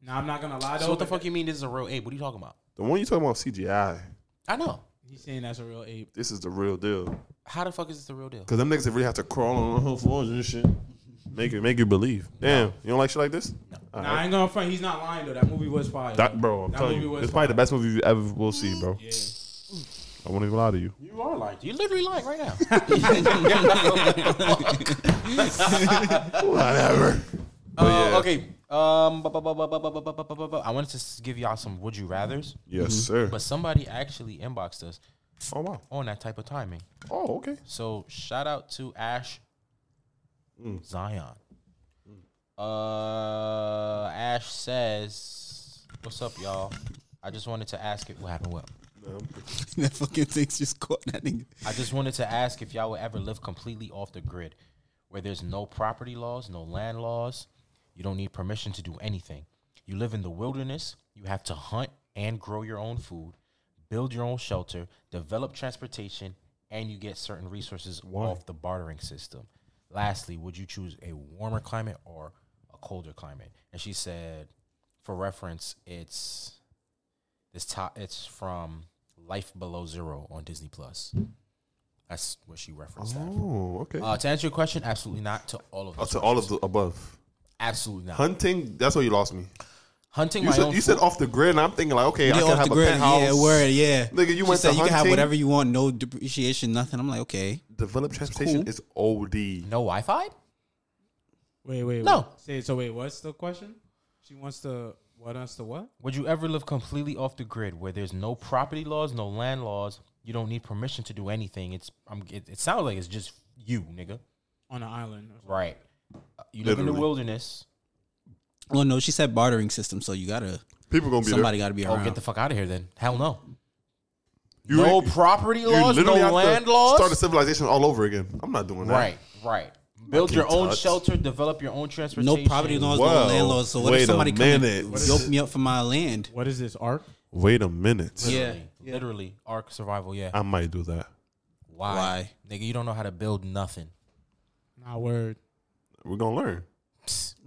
Speaker 6: Nah, I'm not gonna lie though.
Speaker 3: So what the
Speaker 6: but
Speaker 3: fuck you mean? This is a real ape? What are you talking about?
Speaker 7: The one you talking about CGI.
Speaker 3: I know.
Speaker 6: He's saying that's a real ape.
Speaker 7: This is the real deal.
Speaker 3: How the fuck is this the real deal?
Speaker 7: Cause them niggas really have to crawl on the whole floors and shit. Make it make you believe. Damn, you don't like shit like this? All
Speaker 6: Nah, I
Speaker 7: right.
Speaker 6: ain't gonna front. He's not lying though. That movie was fire.
Speaker 7: That bro, I'm
Speaker 6: That
Speaker 7: telling
Speaker 6: movie
Speaker 7: you,
Speaker 6: was
Speaker 7: it's probably the best movie you ever will see, bro.
Speaker 6: yeah.
Speaker 7: I won't even lie to you.
Speaker 3: You are lying. You literally lying right now.
Speaker 7: Whatever.
Speaker 3: Uh,
Speaker 7: yeah.
Speaker 3: Okay. Um, bu- bu- bu- bu- bu- bu- bu- bu- bu- bu- bu- I wanted to s- give y'all some would you rather's,
Speaker 7: Yes, sir.
Speaker 3: but somebody actually inboxed us
Speaker 7: Oh wow.
Speaker 3: on that type of timing.
Speaker 7: Oh okay.
Speaker 3: So shout out to Ash Zion. Uh, Ash says, "What's up, y'all? I just wanted to ask it. What happened? What?
Speaker 4: that fucking thing's just caught that nigga.
Speaker 3: I just wanted to ask if y'all would ever live completely off the grid, where there's no property laws, no land laws. You don't need permission to do anything. You live in the wilderness. You have to hunt and grow your own food, build your own shelter, develop transportation, and you get certain resources off the bartering system. Lastly, would you choose a warmer climate or a colder climate? And she said, for reference, it's this top. It's from Life Below Zero on Disney Plus. That's what she referenced. that from.
Speaker 7: Oh, okay.
Speaker 3: Uh, to answer your question, absolutely not. To all of
Speaker 7: Uh,
Speaker 3: those
Speaker 7: to all of the
Speaker 3: questions.
Speaker 7: above.
Speaker 3: absolutely not.
Speaker 7: Hunting, that's where you lost me.
Speaker 3: Hunting
Speaker 7: You
Speaker 3: my
Speaker 7: said,
Speaker 3: own.
Speaker 7: you said
Speaker 3: food.
Speaker 7: off the grid, and I'm thinking like, okay, I
Speaker 4: Get
Speaker 7: can
Speaker 4: off
Speaker 7: have
Speaker 4: the
Speaker 7: a
Speaker 4: grid.
Speaker 7: penthouse.
Speaker 4: Yeah, word. Yeah.
Speaker 7: Nigga, you
Speaker 4: She
Speaker 7: went to
Speaker 4: said you can have
Speaker 7: hunting.
Speaker 4: whatever you want, no depreciation, nothing. I'm like, okay.
Speaker 7: Developed transportation
Speaker 4: cool.
Speaker 7: is OD.
Speaker 3: no Wi-Fi.
Speaker 6: Wait, wait,
Speaker 3: No.
Speaker 6: Wait. Say so. Wait, what's the question? She wants to what us to what?
Speaker 3: Would you ever live completely off the grid, where there's no property laws, no land laws? You don't need permission to do anything. It's I'm. It, it sounds like it's just you, nigga.
Speaker 6: on an island. or something.
Speaker 3: Right. Uh, You live in the
Speaker 7: Literally.
Speaker 3: wilderness.
Speaker 4: Well, no, she said bartering system, so you gotta
Speaker 7: People gonna be
Speaker 4: somebody gotta be
Speaker 3: Oh,
Speaker 4: around.
Speaker 3: get the fuck out of here then. Hell no.
Speaker 7: there.
Speaker 3: no property laws, no
Speaker 7: have to
Speaker 3: land laws.
Speaker 7: Start a civilization all over again. I'm not doing that.
Speaker 3: Right, right. Build
Speaker 7: can't
Speaker 3: your own
Speaker 7: touch.
Speaker 3: shelter, develop your own transportation.
Speaker 4: no property laws,
Speaker 7: Wow.
Speaker 4: no land laws. So what
Speaker 7: Wait a
Speaker 4: if somebody come
Speaker 7: minute.
Speaker 4: and
Speaker 7: What is
Speaker 4: yoke me up for my land?
Speaker 6: What is this arc?
Speaker 7: Wait a minute.
Speaker 4: Yeah.
Speaker 3: Literally, arc survival, yeah.
Speaker 7: I might do that.
Speaker 3: Why?
Speaker 4: Why?
Speaker 3: Nigga, you don't know how to build nothing.
Speaker 6: Nah, word.
Speaker 7: We're gonna learn.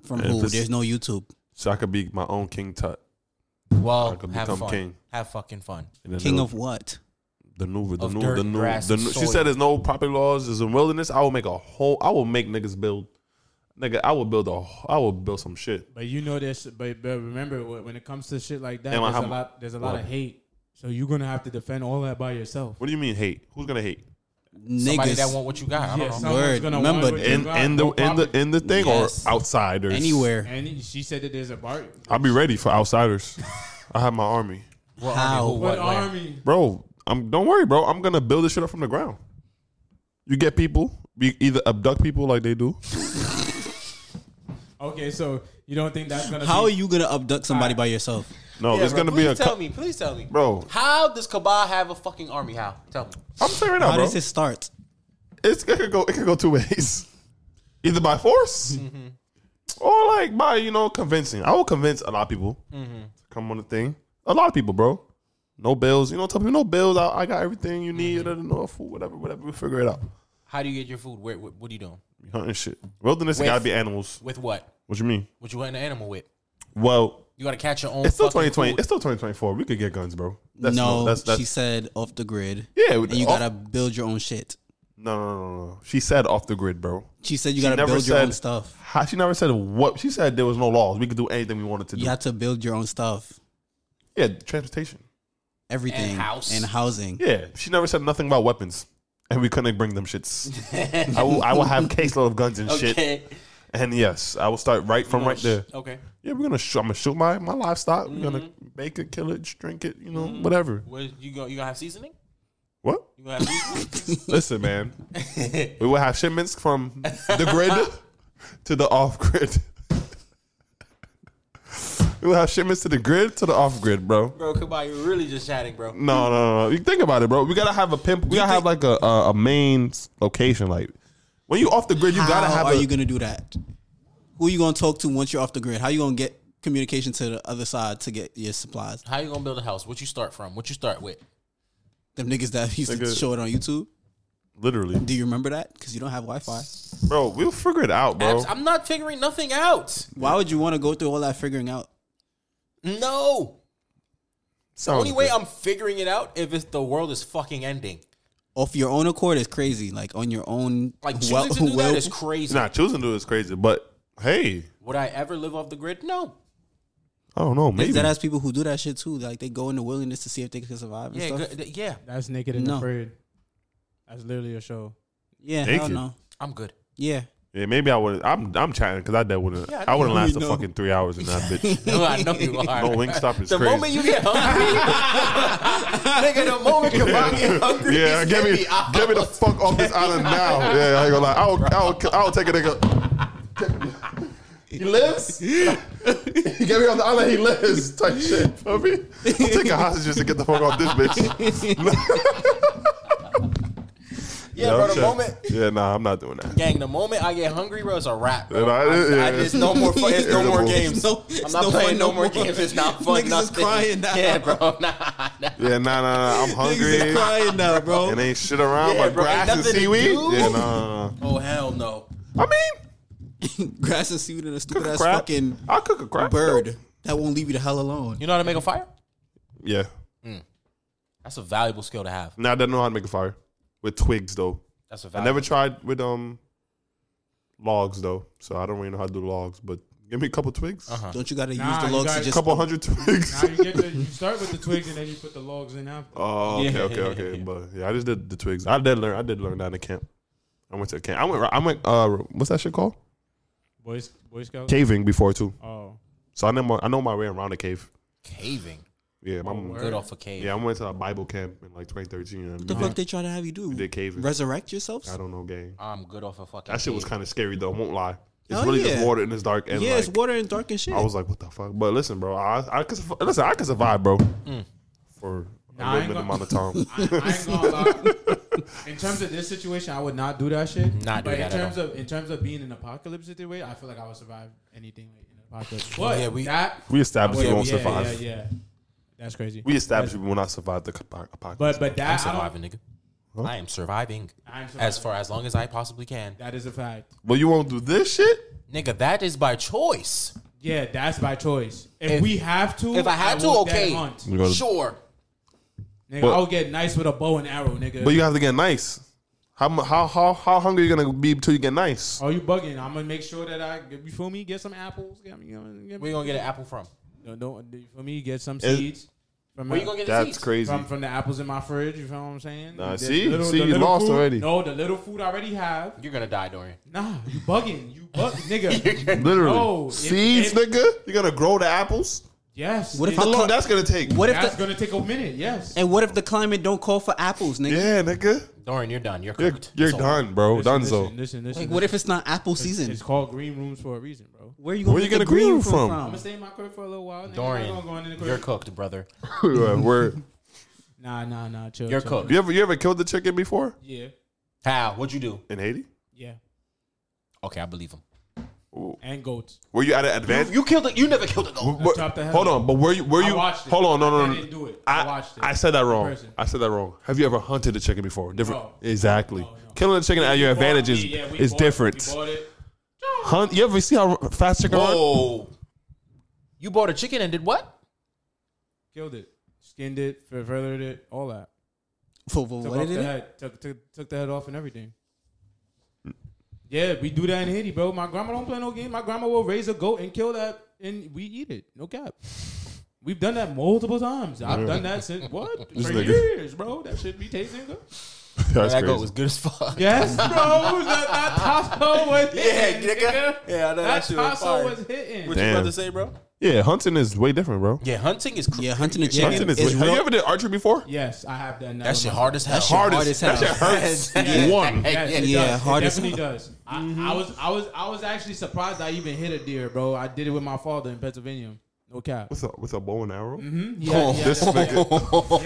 Speaker 4: From
Speaker 7: If
Speaker 4: who?
Speaker 7: it's-
Speaker 4: There's no YouTube.
Speaker 7: So I could be my own king tut.
Speaker 3: Well,
Speaker 7: could
Speaker 3: have
Speaker 7: become
Speaker 3: fun.
Speaker 7: king.
Speaker 3: Have fucking fun.
Speaker 7: And then
Speaker 4: King
Speaker 7: the-
Speaker 4: of what?
Speaker 7: the new, the
Speaker 3: of
Speaker 7: new,
Speaker 3: dirt
Speaker 7: the
Speaker 3: and
Speaker 7: new,
Speaker 3: grass
Speaker 7: the
Speaker 3: and
Speaker 7: new. She
Speaker 3: soil.
Speaker 7: said there's no property laws. There's a wilderness. I will make a whole. I will make niggas build. Nigga, I will build a. I will build some shit.
Speaker 6: But you know this. But, but remember, wh- when it comes to shit like that,
Speaker 7: Am I
Speaker 6: there's a
Speaker 7: humble?
Speaker 6: lot. There's a lot of hate. So you're gonna have to defend all that by yourself.
Speaker 7: What do you mean hate? Who's gonna hate?
Speaker 3: Somebody
Speaker 4: Niggas.
Speaker 3: that want what you got. I don't
Speaker 6: Yeah,
Speaker 3: know.
Speaker 6: someone's
Speaker 4: Word.
Speaker 6: gonna
Speaker 4: Remember,
Speaker 6: want what you
Speaker 7: In
Speaker 6: got,
Speaker 7: in the
Speaker 6: no
Speaker 7: in the
Speaker 6: problem.
Speaker 7: in the thing
Speaker 4: Yes.
Speaker 7: or outsiders?
Speaker 4: Anywhere.
Speaker 6: And she said that there's a bar.
Speaker 7: I'll be ready for outsiders. I have my army,
Speaker 3: What
Speaker 4: How?
Speaker 3: army, who,
Speaker 6: What
Speaker 3: what, where?
Speaker 6: army?
Speaker 7: bro. I'm. Don't worry, bro. I'm gonna build this shit up from the ground. You get people. You either abduct people like they do.
Speaker 6: Okay, so you don't think that's gonna
Speaker 4: How are
Speaker 6: be,
Speaker 4: you gonna abduct somebody by yourself?
Speaker 7: No,
Speaker 3: Yeah,
Speaker 7: it's
Speaker 3: bro,
Speaker 7: gonna
Speaker 3: please
Speaker 7: be a.
Speaker 3: tell
Speaker 7: co-
Speaker 3: me, please tell me,
Speaker 7: Bro.
Speaker 3: How does Kabah have a fucking army? How? Tell me.
Speaker 7: I'm saying right now,
Speaker 4: How
Speaker 7: bro.
Speaker 4: does it start?
Speaker 7: it's it could go it could go two ways, either by force
Speaker 4: Mm-hmm.
Speaker 7: or like by you know convincing. I will convince a lot of people
Speaker 4: Mm-hmm.
Speaker 7: to come on the thing. A lot of people, bro. No bills, you know. Tell people no bills. I, I got everything you need.
Speaker 4: Mm-hmm.
Speaker 7: mm No food, whatever, whatever. We will figure it out.
Speaker 3: How do you get your food? Where? What, what are you doing?
Speaker 7: We hunting shit. Wilderness
Speaker 3: With-
Speaker 7: gotta be animals.
Speaker 3: With what?
Speaker 7: What you mean?
Speaker 3: What you hunting an animal with?
Speaker 7: Well,
Speaker 3: You gotta catch your own.
Speaker 7: it's still
Speaker 3: fucking
Speaker 7: 2020.
Speaker 3: food.
Speaker 7: It's still 2024. We could get guns, bro.
Speaker 4: no,
Speaker 7: that's that's
Speaker 4: she said off the grid.
Speaker 7: yeah.
Speaker 4: and you
Speaker 7: off-
Speaker 4: gotta build your own shit.
Speaker 7: no, no, no, no, no. She said off the grid, bro.
Speaker 4: She said you
Speaker 7: She
Speaker 4: gotta
Speaker 7: never
Speaker 4: build your own
Speaker 7: said-
Speaker 4: stuff.
Speaker 7: How, she never said what. She said there was no laws. We could do anything we wanted to do.
Speaker 4: You have to build your own stuff.
Speaker 7: Yeah, transportation.
Speaker 4: Everything
Speaker 3: And house.
Speaker 4: and housing.
Speaker 7: Yeah, she never said nothing about weapons, and we couldn't bring them shits. I will, I will have caseload of guns and shit,
Speaker 3: Okay.
Speaker 7: and yes, I will start right from right there.
Speaker 3: Okay.
Speaker 7: Yeah, we're gonna shoot. I'm gonna shoot my my livestock. We're gonna make it, kill it, drink it, you know, whatever.
Speaker 3: What, you go? You gonna have seasoning?
Speaker 7: What?
Speaker 3: You gonna have seasoning?
Speaker 7: Listen, man, we will have shipments from the grid to the off grid. we will have shipments to the grid to the off grid, bro.
Speaker 3: bro, Kabah, you're really just chatting, bro.
Speaker 7: No, no, no, no. You think about it, bro. We gotta have a pimp. We gotta have like a, a a main s- location. Like when you off the grid, you
Speaker 4: How
Speaker 7: gotta have.
Speaker 4: are
Speaker 7: a,
Speaker 4: you gonna do that? Who are you gonna talk to once you're off the grid? How you gonna get communication to the other side to get your supplies?
Speaker 3: How you gonna build a house? What you start from? What you start with?
Speaker 4: Them niggas that used to
Speaker 7: Nigga.
Speaker 4: show it on YouTube.
Speaker 7: literally,
Speaker 4: Do you remember that? Because you don't have Wi Fi.
Speaker 7: bro. We'll figure it out, bro.
Speaker 3: Abs- I'm not figuring nothing out.
Speaker 4: Why would you want to go through all that figuring out?
Speaker 3: No.
Speaker 7: the
Speaker 3: Only way I'm figuring it out if it's the world is fucking ending.
Speaker 4: Off your own accord is crazy. Like on your own.
Speaker 3: Like
Speaker 4: who
Speaker 3: choosing
Speaker 4: el-
Speaker 3: to
Speaker 4: who
Speaker 3: do that
Speaker 4: el-
Speaker 3: is crazy.
Speaker 7: not choosing to do is crazy, but hey,
Speaker 3: Would I ever live off the grid? No.
Speaker 7: I don't know.
Speaker 4: There's
Speaker 7: Maybe
Speaker 4: dead ass people who do that shit too. Like they go in the wilderness to see if they can survive and
Speaker 3: Yeah,
Speaker 4: stuff.
Speaker 3: good, yeah.
Speaker 6: That's naked and
Speaker 4: No.
Speaker 6: afraid. That's literally a show.
Speaker 4: Yeah,
Speaker 7: Thank
Speaker 4: hell
Speaker 7: you.
Speaker 4: no.
Speaker 3: I'm good.
Speaker 4: Yeah.
Speaker 7: yeah, maybe I would. I'm I'm chatting because I dead wouldn't.
Speaker 3: Yeah, I
Speaker 7: I, wouldn't
Speaker 4: know.
Speaker 7: last
Speaker 4: We
Speaker 7: a
Speaker 4: know.
Speaker 7: fucking three hours in that bitch.
Speaker 3: No, I know you are.
Speaker 7: No wing stop is
Speaker 3: the
Speaker 7: crazy.
Speaker 3: moment you get hungry, nigga, the moment Kabah get hungry,
Speaker 7: yeah,
Speaker 3: he's
Speaker 7: get me,
Speaker 3: out.
Speaker 7: get me the fuck off this island now. Yeah, I ain't gonna lie. I will, I will, I will take a nigga. He lives. he get me off the island. He lives. Type shit. Feel me? I'll take a hostage just to get the fuck off this bitch.
Speaker 3: Yeah, bro,
Speaker 7: I'm
Speaker 3: the
Speaker 7: sure.
Speaker 3: moment.
Speaker 7: Yeah, nah, I'm not doing that.
Speaker 3: Gang, the moment I get hungry, bro, it's a wrap. Bro.
Speaker 7: And I-
Speaker 3: I- I
Speaker 7: yeah.
Speaker 3: just no more. fu- It's no more
Speaker 7: Irritable.
Speaker 3: games.
Speaker 4: No,
Speaker 3: I'm
Speaker 4: it's
Speaker 3: not
Speaker 4: no
Speaker 3: playing
Speaker 4: fun
Speaker 3: no
Speaker 4: no
Speaker 3: more
Speaker 4: more.
Speaker 3: games. It's not fun.
Speaker 4: Niggas is
Speaker 3: nothing.
Speaker 4: crying now.
Speaker 3: Yeah, bro. Nah, nah.
Speaker 7: Yeah, nah, nah, nah. I'm hungry.
Speaker 4: Niggas is crying now, bro.
Speaker 7: It ain't shit around.
Speaker 3: Yeah,
Speaker 7: my
Speaker 3: bro, ain't
Speaker 7: grass and
Speaker 3: nothing to
Speaker 7: seaweed.
Speaker 3: do.
Speaker 7: Yeah, nah.
Speaker 3: Oh hell no.
Speaker 7: I mean,
Speaker 4: Grass and seaweed and a stupid
Speaker 7: cook a
Speaker 4: ass
Speaker 7: crab.
Speaker 4: fucking
Speaker 7: I cook a crab
Speaker 4: bird that won't leave you the hell alone.
Speaker 3: You know how to make a fire?
Speaker 7: Yeah.
Speaker 3: That's a valuable skill to have.
Speaker 7: Now I don't know how to make a fire with twigs though.
Speaker 3: That's a
Speaker 7: I
Speaker 3: valuable.
Speaker 7: never tried with um logs though, so I don't really know how to do logs. But give me a couple twigs,
Speaker 3: Uh-huh.
Speaker 4: Don't you gotta
Speaker 6: Nah,
Speaker 4: use
Speaker 6: you
Speaker 4: the logs
Speaker 6: gotta-
Speaker 4: to
Speaker 7: a
Speaker 4: just
Speaker 7: couple hundred twigs.
Speaker 6: Now you get the, you start with the twigs and then you put the logs in after.
Speaker 7: Oh, okay, okay, okay. But yeah, I just did the twigs. I did learn. I did learn down in camp. I went to camp. I went. I went. Uh, what's that shit called?
Speaker 6: Boy, Boy Scouts.
Speaker 7: Caving before too.
Speaker 6: Oh,
Speaker 7: So I know. My, I know my way around the cave.
Speaker 3: Caving.
Speaker 7: Yeah,
Speaker 6: Oh,
Speaker 7: my mom.
Speaker 3: Good off a cave.
Speaker 7: Yeah, I went to a Bible camp in like 2013. And
Speaker 4: the fuck they try to have you do?
Speaker 7: did caving.
Speaker 4: Resurrect yourselves?
Speaker 7: I don't know, gang.
Speaker 3: I'm good off a fucking.
Speaker 7: That shit was
Speaker 3: cave.
Speaker 7: kind of scary though. Won't lie. It's
Speaker 4: Hell
Speaker 7: really
Speaker 4: yeah.
Speaker 7: just water and it's dark. And
Speaker 4: yeah,
Speaker 7: like,
Speaker 4: it's water and dark and shit.
Speaker 7: I was like, what the fuck? But listen, bro, I, I could survi- listen. I could survive, bro, for
Speaker 6: Mm. Nah, I
Speaker 7: a
Speaker 6: ain't
Speaker 7: limited
Speaker 6: gonna-
Speaker 7: amount of time.
Speaker 6: I, I ain't gonna lie. In terms of this situation, I would not do that shit.
Speaker 3: Not do that
Speaker 6: but in
Speaker 3: at
Speaker 6: terms
Speaker 3: all.
Speaker 6: of in terms of being in apocalypse situation, I feel like I would survive anything like, in an apocalypse. But
Speaker 3: yeah, we-
Speaker 6: that Oh,
Speaker 7: we established
Speaker 6: yeah,
Speaker 7: we won't
Speaker 6: yeah,
Speaker 7: survive.
Speaker 6: Yeah, yeah, that's crazy.
Speaker 7: We established we will not survive the ap- apocalypse.
Speaker 6: but but
Speaker 3: I'm
Speaker 6: that I don't,
Speaker 3: surviving, nigga. I am surviving,
Speaker 6: I'm
Speaker 3: as
Speaker 6: surviving.
Speaker 3: far as long as I possibly can,
Speaker 6: that is a fact.
Speaker 7: well, you won't do this shit.
Speaker 3: nigga. That is by choice.
Speaker 6: Yeah, that's by choice. If,
Speaker 3: If-
Speaker 6: we have to,
Speaker 3: If I had to,
Speaker 6: will dead
Speaker 3: okay,
Speaker 6: hunt.
Speaker 7: gotta-
Speaker 3: sure.
Speaker 6: Nigga,
Speaker 7: But-
Speaker 6: I would get nice with a bow and arrow, nigga.
Speaker 7: But you have to get nice. How mu- how how how hungry you gonna be till you get nice?
Speaker 6: Are you bugging? I'm gonna make sure that I you feel me. Get some apples. Get me, get
Speaker 3: Where you gonna get an apple from?
Speaker 6: No, no, you feel me. Get some
Speaker 7: Is-
Speaker 6: seeds. From
Speaker 3: Where
Speaker 6: uh,
Speaker 3: you gonna get the
Speaker 7: That's
Speaker 3: seeds?
Speaker 7: crazy.
Speaker 6: from, from the apples in my fridge. You feel what I'm saying?
Speaker 7: Nah,
Speaker 6: The
Speaker 7: see? See,
Speaker 6: the
Speaker 7: you lost
Speaker 6: food-
Speaker 7: already.
Speaker 6: No, the little food I already have.
Speaker 3: You're gonna die, Dorian.
Speaker 6: Nah, you bugging. You bug, nigga.
Speaker 7: Literally,
Speaker 6: No, it-
Speaker 7: seeds,
Speaker 6: it-
Speaker 7: nigga. You gonna grow the apples?
Speaker 6: Yes.
Speaker 4: What if
Speaker 6: it-
Speaker 7: How
Speaker 4: The
Speaker 7: long
Speaker 4: cl-
Speaker 7: that's gonna take?
Speaker 4: what if
Speaker 6: that's
Speaker 4: the
Speaker 6: gonna take a minute? Yes.
Speaker 4: and what if the climate don't call for apples, nigga?
Speaker 7: Yeah, nigga.
Speaker 3: Dorian, you're done. You're
Speaker 7: You're,
Speaker 3: cooked.
Speaker 7: you're
Speaker 3: So,
Speaker 7: done, bro.
Speaker 6: Listen,
Speaker 7: Dunzo.
Speaker 6: Listen, listen, listen.
Speaker 4: Like, what if it's not apple season?
Speaker 6: it's called green rooms for a reason, bro?
Speaker 4: where you gonna
Speaker 7: Where you
Speaker 4: get the
Speaker 7: gonna grow
Speaker 4: green room
Speaker 7: them
Speaker 4: from?
Speaker 7: from?
Speaker 6: I'm gonna stay in my crib for a little while. Nigga. I'm
Speaker 3: Dorian,
Speaker 6: not gonna go in the
Speaker 3: you're
Speaker 6: crib.
Speaker 3: cooked, brother.
Speaker 7: Word, word.
Speaker 6: Nah, nah, nah. Chill.
Speaker 3: You're
Speaker 6: chill.
Speaker 3: cooked.
Speaker 7: You ever you ever killed the chicken before
Speaker 6: Yeah,
Speaker 3: How? What'd you do?
Speaker 7: in Haiti?
Speaker 6: yeah.
Speaker 3: Okay, I believe him.
Speaker 6: And goats.
Speaker 7: Were you at an advanced?
Speaker 3: You killed it. You never killed a goat.
Speaker 7: What-
Speaker 6: chopped the head
Speaker 7: hold
Speaker 6: off.
Speaker 7: on, but were you were
Speaker 6: I
Speaker 7: you?
Speaker 6: watched it.
Speaker 7: Hold on, no, no,
Speaker 6: I
Speaker 7: no.
Speaker 6: didn't do it. I watched it.
Speaker 7: I said that wrong.
Speaker 6: person.
Speaker 7: I said that wrong. Have you ever hunted a chicken before? Different.
Speaker 6: No.
Speaker 7: Exactly.
Speaker 6: No, no.
Speaker 7: Killing a chicken at your
Speaker 6: We bought-
Speaker 7: advantage is,
Speaker 6: yeah, we
Speaker 7: is
Speaker 6: bought it.
Speaker 7: different.
Speaker 6: We bought it.
Speaker 7: Hunt. You ever see how fast chicken run?
Speaker 3: Whoa. You bought a chicken and did what?
Speaker 6: Killed it. Skinned it. Feathered it. All that.
Speaker 4: For, for
Speaker 6: Took
Speaker 4: what
Speaker 6: off
Speaker 4: it
Speaker 6: the
Speaker 4: is?
Speaker 6: head. Took, took, took the head off and everything. Yeah, we do that in Haiti, bro. My grandma don't play no game. My grandma will raise a goat and kill that, and we eat it. No cap. We've done that multiple times. I've done that since what for
Speaker 7: nigga.
Speaker 6: years, bro. That should be tasting good.
Speaker 7: That's
Speaker 3: that goat
Speaker 7: crazy.
Speaker 3: was good as fuck.
Speaker 6: Yes, bro. That, that taco was hitting,
Speaker 3: nigga. Yeah, I know that
Speaker 6: that
Speaker 3: shit was
Speaker 6: taco
Speaker 3: fire.
Speaker 6: was hitting.
Speaker 3: What you about
Speaker 7: Damn.
Speaker 3: to say, bro?
Speaker 7: yeah, hunting is way different, bro.
Speaker 3: Yeah, hunting is cr-
Speaker 4: Yeah, hunting a chicken.
Speaker 7: Hunting is.
Speaker 4: is
Speaker 7: way, have
Speaker 4: real-
Speaker 7: you ever did archery before?
Speaker 6: Yes, I have done that.
Speaker 3: that
Speaker 6: with
Speaker 3: shit
Speaker 6: my-
Speaker 3: hard as hell.
Speaker 7: Hard as-
Speaker 4: as
Speaker 7: that
Speaker 4: hell.
Speaker 7: shit hurts. One.
Speaker 3: Yeah,
Speaker 6: Yes, it
Speaker 4: yeah,
Speaker 6: does. It
Speaker 4: hard as
Speaker 6: definitely does. I, I was, I was, I was actually surprised I even hit a deer, bro. I did it with my father in Pennsylvania. No cap.
Speaker 7: With a with a bow and arrow.
Speaker 6: Yeah, yeah,
Speaker 7: This
Speaker 6: yeah,
Speaker 7: nigga.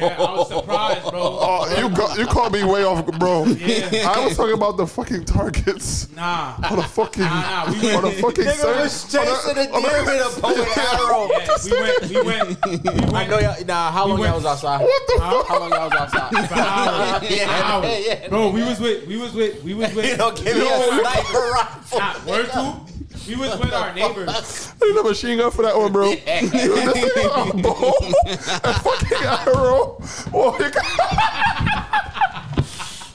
Speaker 6: yeah, I was surprised, bro.
Speaker 7: Oh, you got, you caught me way off, bro.
Speaker 6: Yeah.
Speaker 7: I was talking about the fucking targets.
Speaker 6: Nah,
Speaker 7: On a fucking,
Speaker 6: Nah, nah, we-
Speaker 7: on a fucking
Speaker 3: Nigga was
Speaker 7: circle- on
Speaker 3: chasing a
Speaker 7: on
Speaker 3: deer with a bow and arrow.
Speaker 6: yeah, we went, we went, we
Speaker 3: I
Speaker 6: went
Speaker 3: know y'all. Nah, how long
Speaker 6: went-
Speaker 3: y'all was outside?
Speaker 7: What the fuck?
Speaker 3: How long y'all was
Speaker 6: for
Speaker 3: outside?
Speaker 6: hours,
Speaker 3: Yeah,
Speaker 6: for hours.
Speaker 3: yeah, yeah.
Speaker 6: bro. We was with, we was with, we was with.
Speaker 3: you don't give me
Speaker 7: No.
Speaker 3: a sniper rifle.
Speaker 6: Nah, word to, we was with our neighbors.
Speaker 7: I need a machine gun for that one, bro. this nigga got a bow, a fucking arrow. Oh, you got-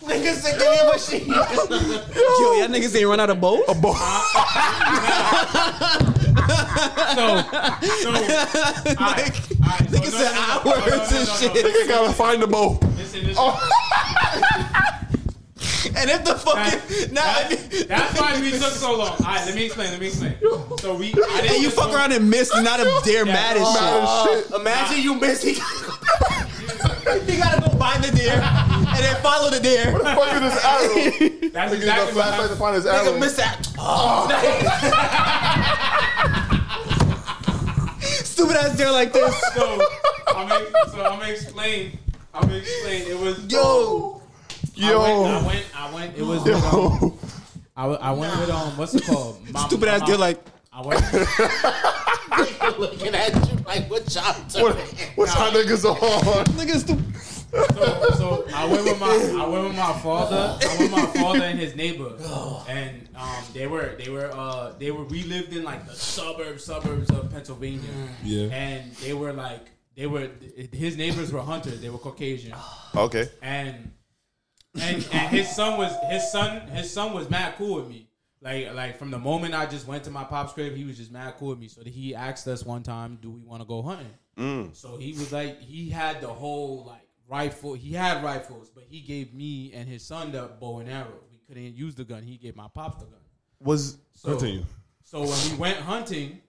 Speaker 3: Nigga said, give me a machine.
Speaker 4: Yo, y'all niggas ain't run out of bows?
Speaker 6: So, so, all right, all right, so, no, no,
Speaker 4: said
Speaker 6: no, no, no, no,
Speaker 4: hours and
Speaker 6: no, no,
Speaker 4: shit.
Speaker 6: no.
Speaker 7: nigga gotta find the bow.
Speaker 6: Listen, listen.
Speaker 4: Oh. And if the fucking
Speaker 6: That-
Speaker 4: now
Speaker 6: that-
Speaker 4: if you-
Speaker 6: that's why we took so long. All right, let me explain. Let me explain. So we, I didn't
Speaker 4: and you
Speaker 6: just
Speaker 4: fuck
Speaker 6: go-
Speaker 4: around and miss, not a deer mad as
Speaker 7: Mad
Speaker 4: shit.
Speaker 7: as shit.
Speaker 3: Imagine you miss. He
Speaker 4: You gotta go find the deer and then follow the deer.
Speaker 7: Fuck with this arrow.
Speaker 6: That's
Speaker 7: Nigga got a
Speaker 6: exactly what
Speaker 7: flashlight to
Speaker 6: happened.
Speaker 7: find his arrow.
Speaker 3: missed that.
Speaker 4: Stupid ass deer like this.
Speaker 6: So I'm, ex- so I'm explain. I'm explain. It was um,
Speaker 4: Yo.
Speaker 6: I went.
Speaker 7: Yo,
Speaker 6: I went. I went it was. With, um, I, w- I went with um. What's it called? My-
Speaker 4: Stupid ass
Speaker 6: my-
Speaker 4: deer like
Speaker 6: I went.
Speaker 3: looking at you like, what y'all
Speaker 7: what,
Speaker 3: doing?
Speaker 7: what's how niggas on?
Speaker 4: nigga stupid.
Speaker 6: So, so I went with my. I went with my father. I went with my father and his neighbor. And um, they were. They were. Uh, they were. We lived in like the suburbs, suburbs of Pennsylvania.
Speaker 10: Yeah.
Speaker 6: And they were like. They were. His neighbors were hunters. They were Caucasian.
Speaker 7: Okay,
Speaker 6: and and, and his son was his son his son was mad cool with me. Like like from the moment I just went to my pop's crib, he was just mad cool with me. So he asked us one time, "Do we want to go hunting?" So he was like, he had the whole like rifle. He had rifles, but he gave me and his son the bow and arrow. We couldn't use the gun. He gave my pops the gun.
Speaker 7: was
Speaker 6: So, so when we went hunting,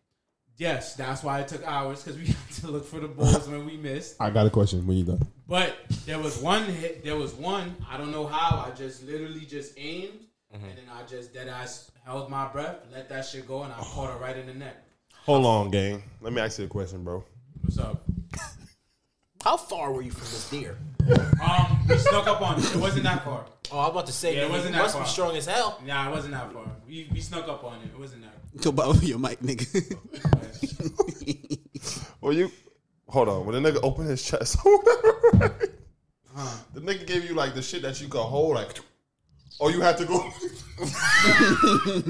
Speaker 6: Yes, that's why it took hours because we had to look for the balls when we missed.
Speaker 11: I got a question when you done.
Speaker 6: But there was one hit. There was one. I don't know how. I just literally just aimed,
Speaker 3: Mm-hmm.
Speaker 6: and then I just dead ass held my breath, let that shit go, and I caught her right in the neck.
Speaker 5: Hold on, gang. Let me ask you a question, bro.
Speaker 6: What's up?
Speaker 3: How far were you from this deer?
Speaker 6: Um, we snuck up on it. It wasn't that far.
Speaker 3: Oh, I was about to say,
Speaker 6: Yeah, it
Speaker 3: man,
Speaker 6: wasn't
Speaker 3: you
Speaker 6: that
Speaker 3: must
Speaker 6: far.
Speaker 3: be strong as hell.
Speaker 6: Nah, it wasn't that far. We we snuck up on it. It wasn't that.
Speaker 4: Go
Speaker 6: Far.
Speaker 4: buy your mic, nigga.
Speaker 7: Well, you hold on. When the nigga opened his chest, or whatever, right? the nigga gave you like the shit that you could hold, like, or you had to go.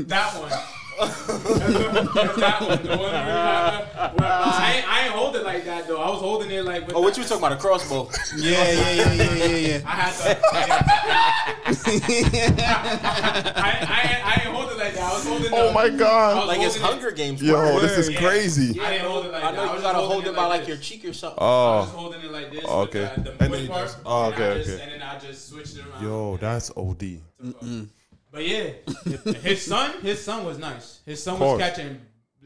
Speaker 6: That one. that one. The one where, uh, where, uh, I ain't, I ain't hold it like that though. I was holding it like. With
Speaker 3: Oh, what
Speaker 6: the-
Speaker 3: you talking about? A crossbow?
Speaker 4: yeah, yeah, yeah, yeah, yeah, yeah.
Speaker 6: I had to. I, I, I ain't hold it like that. I was holding.
Speaker 7: oh
Speaker 6: the-
Speaker 7: my
Speaker 6: I was
Speaker 7: god!
Speaker 3: Like it's
Speaker 6: holding it-
Speaker 3: Hunger Games.
Speaker 7: Yo,
Speaker 3: bro.
Speaker 7: this is
Speaker 6: Yeah.
Speaker 7: crazy.
Speaker 6: I didn't hold it like
Speaker 3: I
Speaker 6: that.
Speaker 3: know you
Speaker 6: was
Speaker 3: gotta
Speaker 6: holding
Speaker 3: hold it by like
Speaker 6: this.
Speaker 3: your cheek or something.
Speaker 6: I was
Speaker 7: Oh,
Speaker 6: holding it like this.
Speaker 7: Oh,
Speaker 6: with
Speaker 7: okay.
Speaker 6: The, the
Speaker 7: And
Speaker 6: push
Speaker 7: then you
Speaker 6: part,
Speaker 7: just- oh,
Speaker 6: and I
Speaker 7: okay,
Speaker 6: just-
Speaker 7: okay.
Speaker 6: And then I just switched it around.
Speaker 7: yo, that's od.
Speaker 6: But yeah, his son, his son was nice. His son was
Speaker 7: Course.
Speaker 6: catching.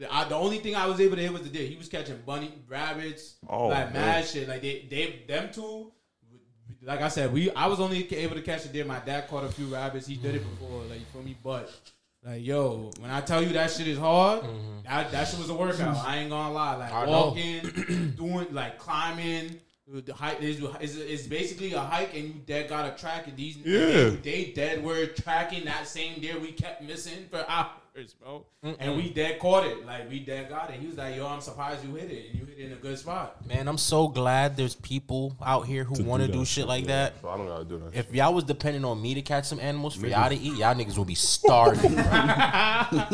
Speaker 6: I, the only thing I was able to hit was the deer. He was catching bunny, rabbits,
Speaker 7: Oh,
Speaker 6: like
Speaker 7: man.
Speaker 6: mad shit. Like they, they, them two. Like I said, we I was only able to catch a deer. My dad caught a few rabbits. He did it before, like you feel me. But like yo, when I tell you that shit is hard,
Speaker 7: Mm-hmm.
Speaker 6: that that shit was a workout. I ain't gonna lie. Like
Speaker 3: I know.
Speaker 6: walking, doing like climbing. The hike is is is basically a hike, and you dead gotta track it. These
Speaker 7: Yeah.
Speaker 6: they dead were tracking that same deer we kept missing for hours, bro. And we dead caught it. Like we dead got it. He was like, "Yo, I'm surprised you hit it, and you hit it in a good spot."
Speaker 3: Man, I'm so glad there's people out here who want to do, shit like that.
Speaker 7: I don't gotta do that.
Speaker 3: If y'all was depending on me to catch some animals for y'all to eat, y'all niggas will be starving. nah,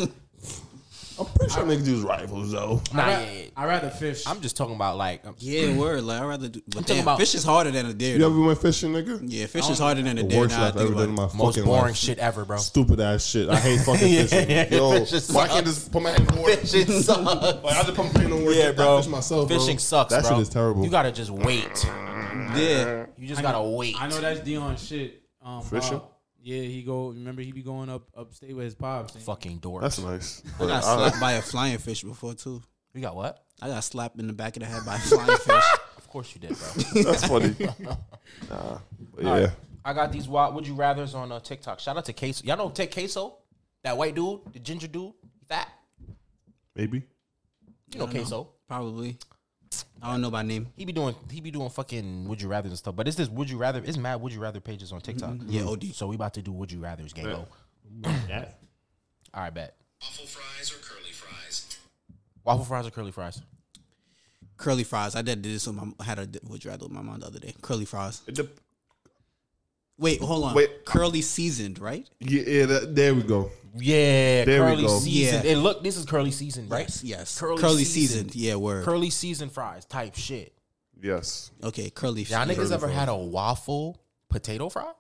Speaker 7: I'm pretty sure niggas use rifles though.
Speaker 3: yeah, yeah.
Speaker 6: I rather fish.
Speaker 3: I'm just talking about like uh,
Speaker 4: Yeah, word. Like I would rather do. But
Speaker 3: talking
Speaker 4: damn,
Speaker 3: about-
Speaker 4: fish is harder than a deer.
Speaker 11: You
Speaker 4: though.
Speaker 11: ever went fishing, nigga?
Speaker 4: Yeah, fish is harder than a
Speaker 11: The
Speaker 4: deer.
Speaker 11: worst
Speaker 4: Now I
Speaker 11: shit I've
Speaker 4: think
Speaker 11: ever done in
Speaker 4: about.
Speaker 11: my
Speaker 4: it.
Speaker 11: fucking
Speaker 3: most boring
Speaker 11: life.
Speaker 3: shit ever, bro.
Speaker 11: Stupid ass shit. I hate fucking fishing.
Speaker 7: Yo,
Speaker 3: just
Speaker 7: why I can't just put my hand in the water?
Speaker 3: Fishing sucks.
Speaker 7: Like, I just put my hand in the water.
Speaker 11: Yeah,
Speaker 7: get that
Speaker 11: bro.
Speaker 7: fish myself, bro.
Speaker 3: Fishing sucks,
Speaker 11: That shit
Speaker 3: bro.
Speaker 11: is terrible.
Speaker 3: You gotta just wait.
Speaker 4: Yeah,
Speaker 3: You just gotta wait.
Speaker 6: I know that's Dion shit. Um,
Speaker 7: Fisher?
Speaker 6: Bob. Yeah, he go. Remember, he be going up upstate with his pops. and-
Speaker 3: Fucking dorks.
Speaker 7: That's nice. uh,
Speaker 4: I got slapped by a flying fish before too.
Speaker 3: you got what?
Speaker 4: I got slapped in the back of the head by a flying fish.
Speaker 3: Of course you did, bro.
Speaker 7: That's funny. Nah, but yeah.
Speaker 3: I got these wild would you rather's on uh, TikTok. Shout out to Queso. Y'all know Tech Queso? That white dude, the ginger dude, fat.
Speaker 7: Maybe.
Speaker 3: You know
Speaker 4: I don't know.
Speaker 3: Queso.
Speaker 4: Probably. I don't know by name.
Speaker 3: He be doing he be doing fucking would you rather and stuff. But it's this would you rather it's mad would you rather pages on TikTok.
Speaker 4: Yeah,
Speaker 11: Mm.
Speaker 4: OD.
Speaker 3: So we about to do would you rather's game. All right, bet.
Speaker 12: Waffle fries or curly fries?
Speaker 3: Waffle fries or curly fries?
Speaker 4: Curly fries. I did this with my I had a would you rather with my mom the other day. Curly fries.
Speaker 7: It dep-
Speaker 4: Wait, hold on.
Speaker 7: Wait.
Speaker 4: Curly seasoned, right?
Speaker 11: yeah, yeah that, there we go.
Speaker 3: Yeah,
Speaker 7: There we
Speaker 3: curly
Speaker 7: go.
Speaker 3: season.
Speaker 4: Yeah.
Speaker 3: And look, this is curly season, right?
Speaker 4: Yes, yes.
Speaker 3: Curly
Speaker 4: Curly,
Speaker 3: seasoned.
Speaker 4: seasoned. Yeah, word.
Speaker 3: Curly season fries type shit.
Speaker 7: yes.
Speaker 4: okay, curly.
Speaker 3: Y'all
Speaker 4: seasoned.
Speaker 3: niggas ever had a waffle potato fry?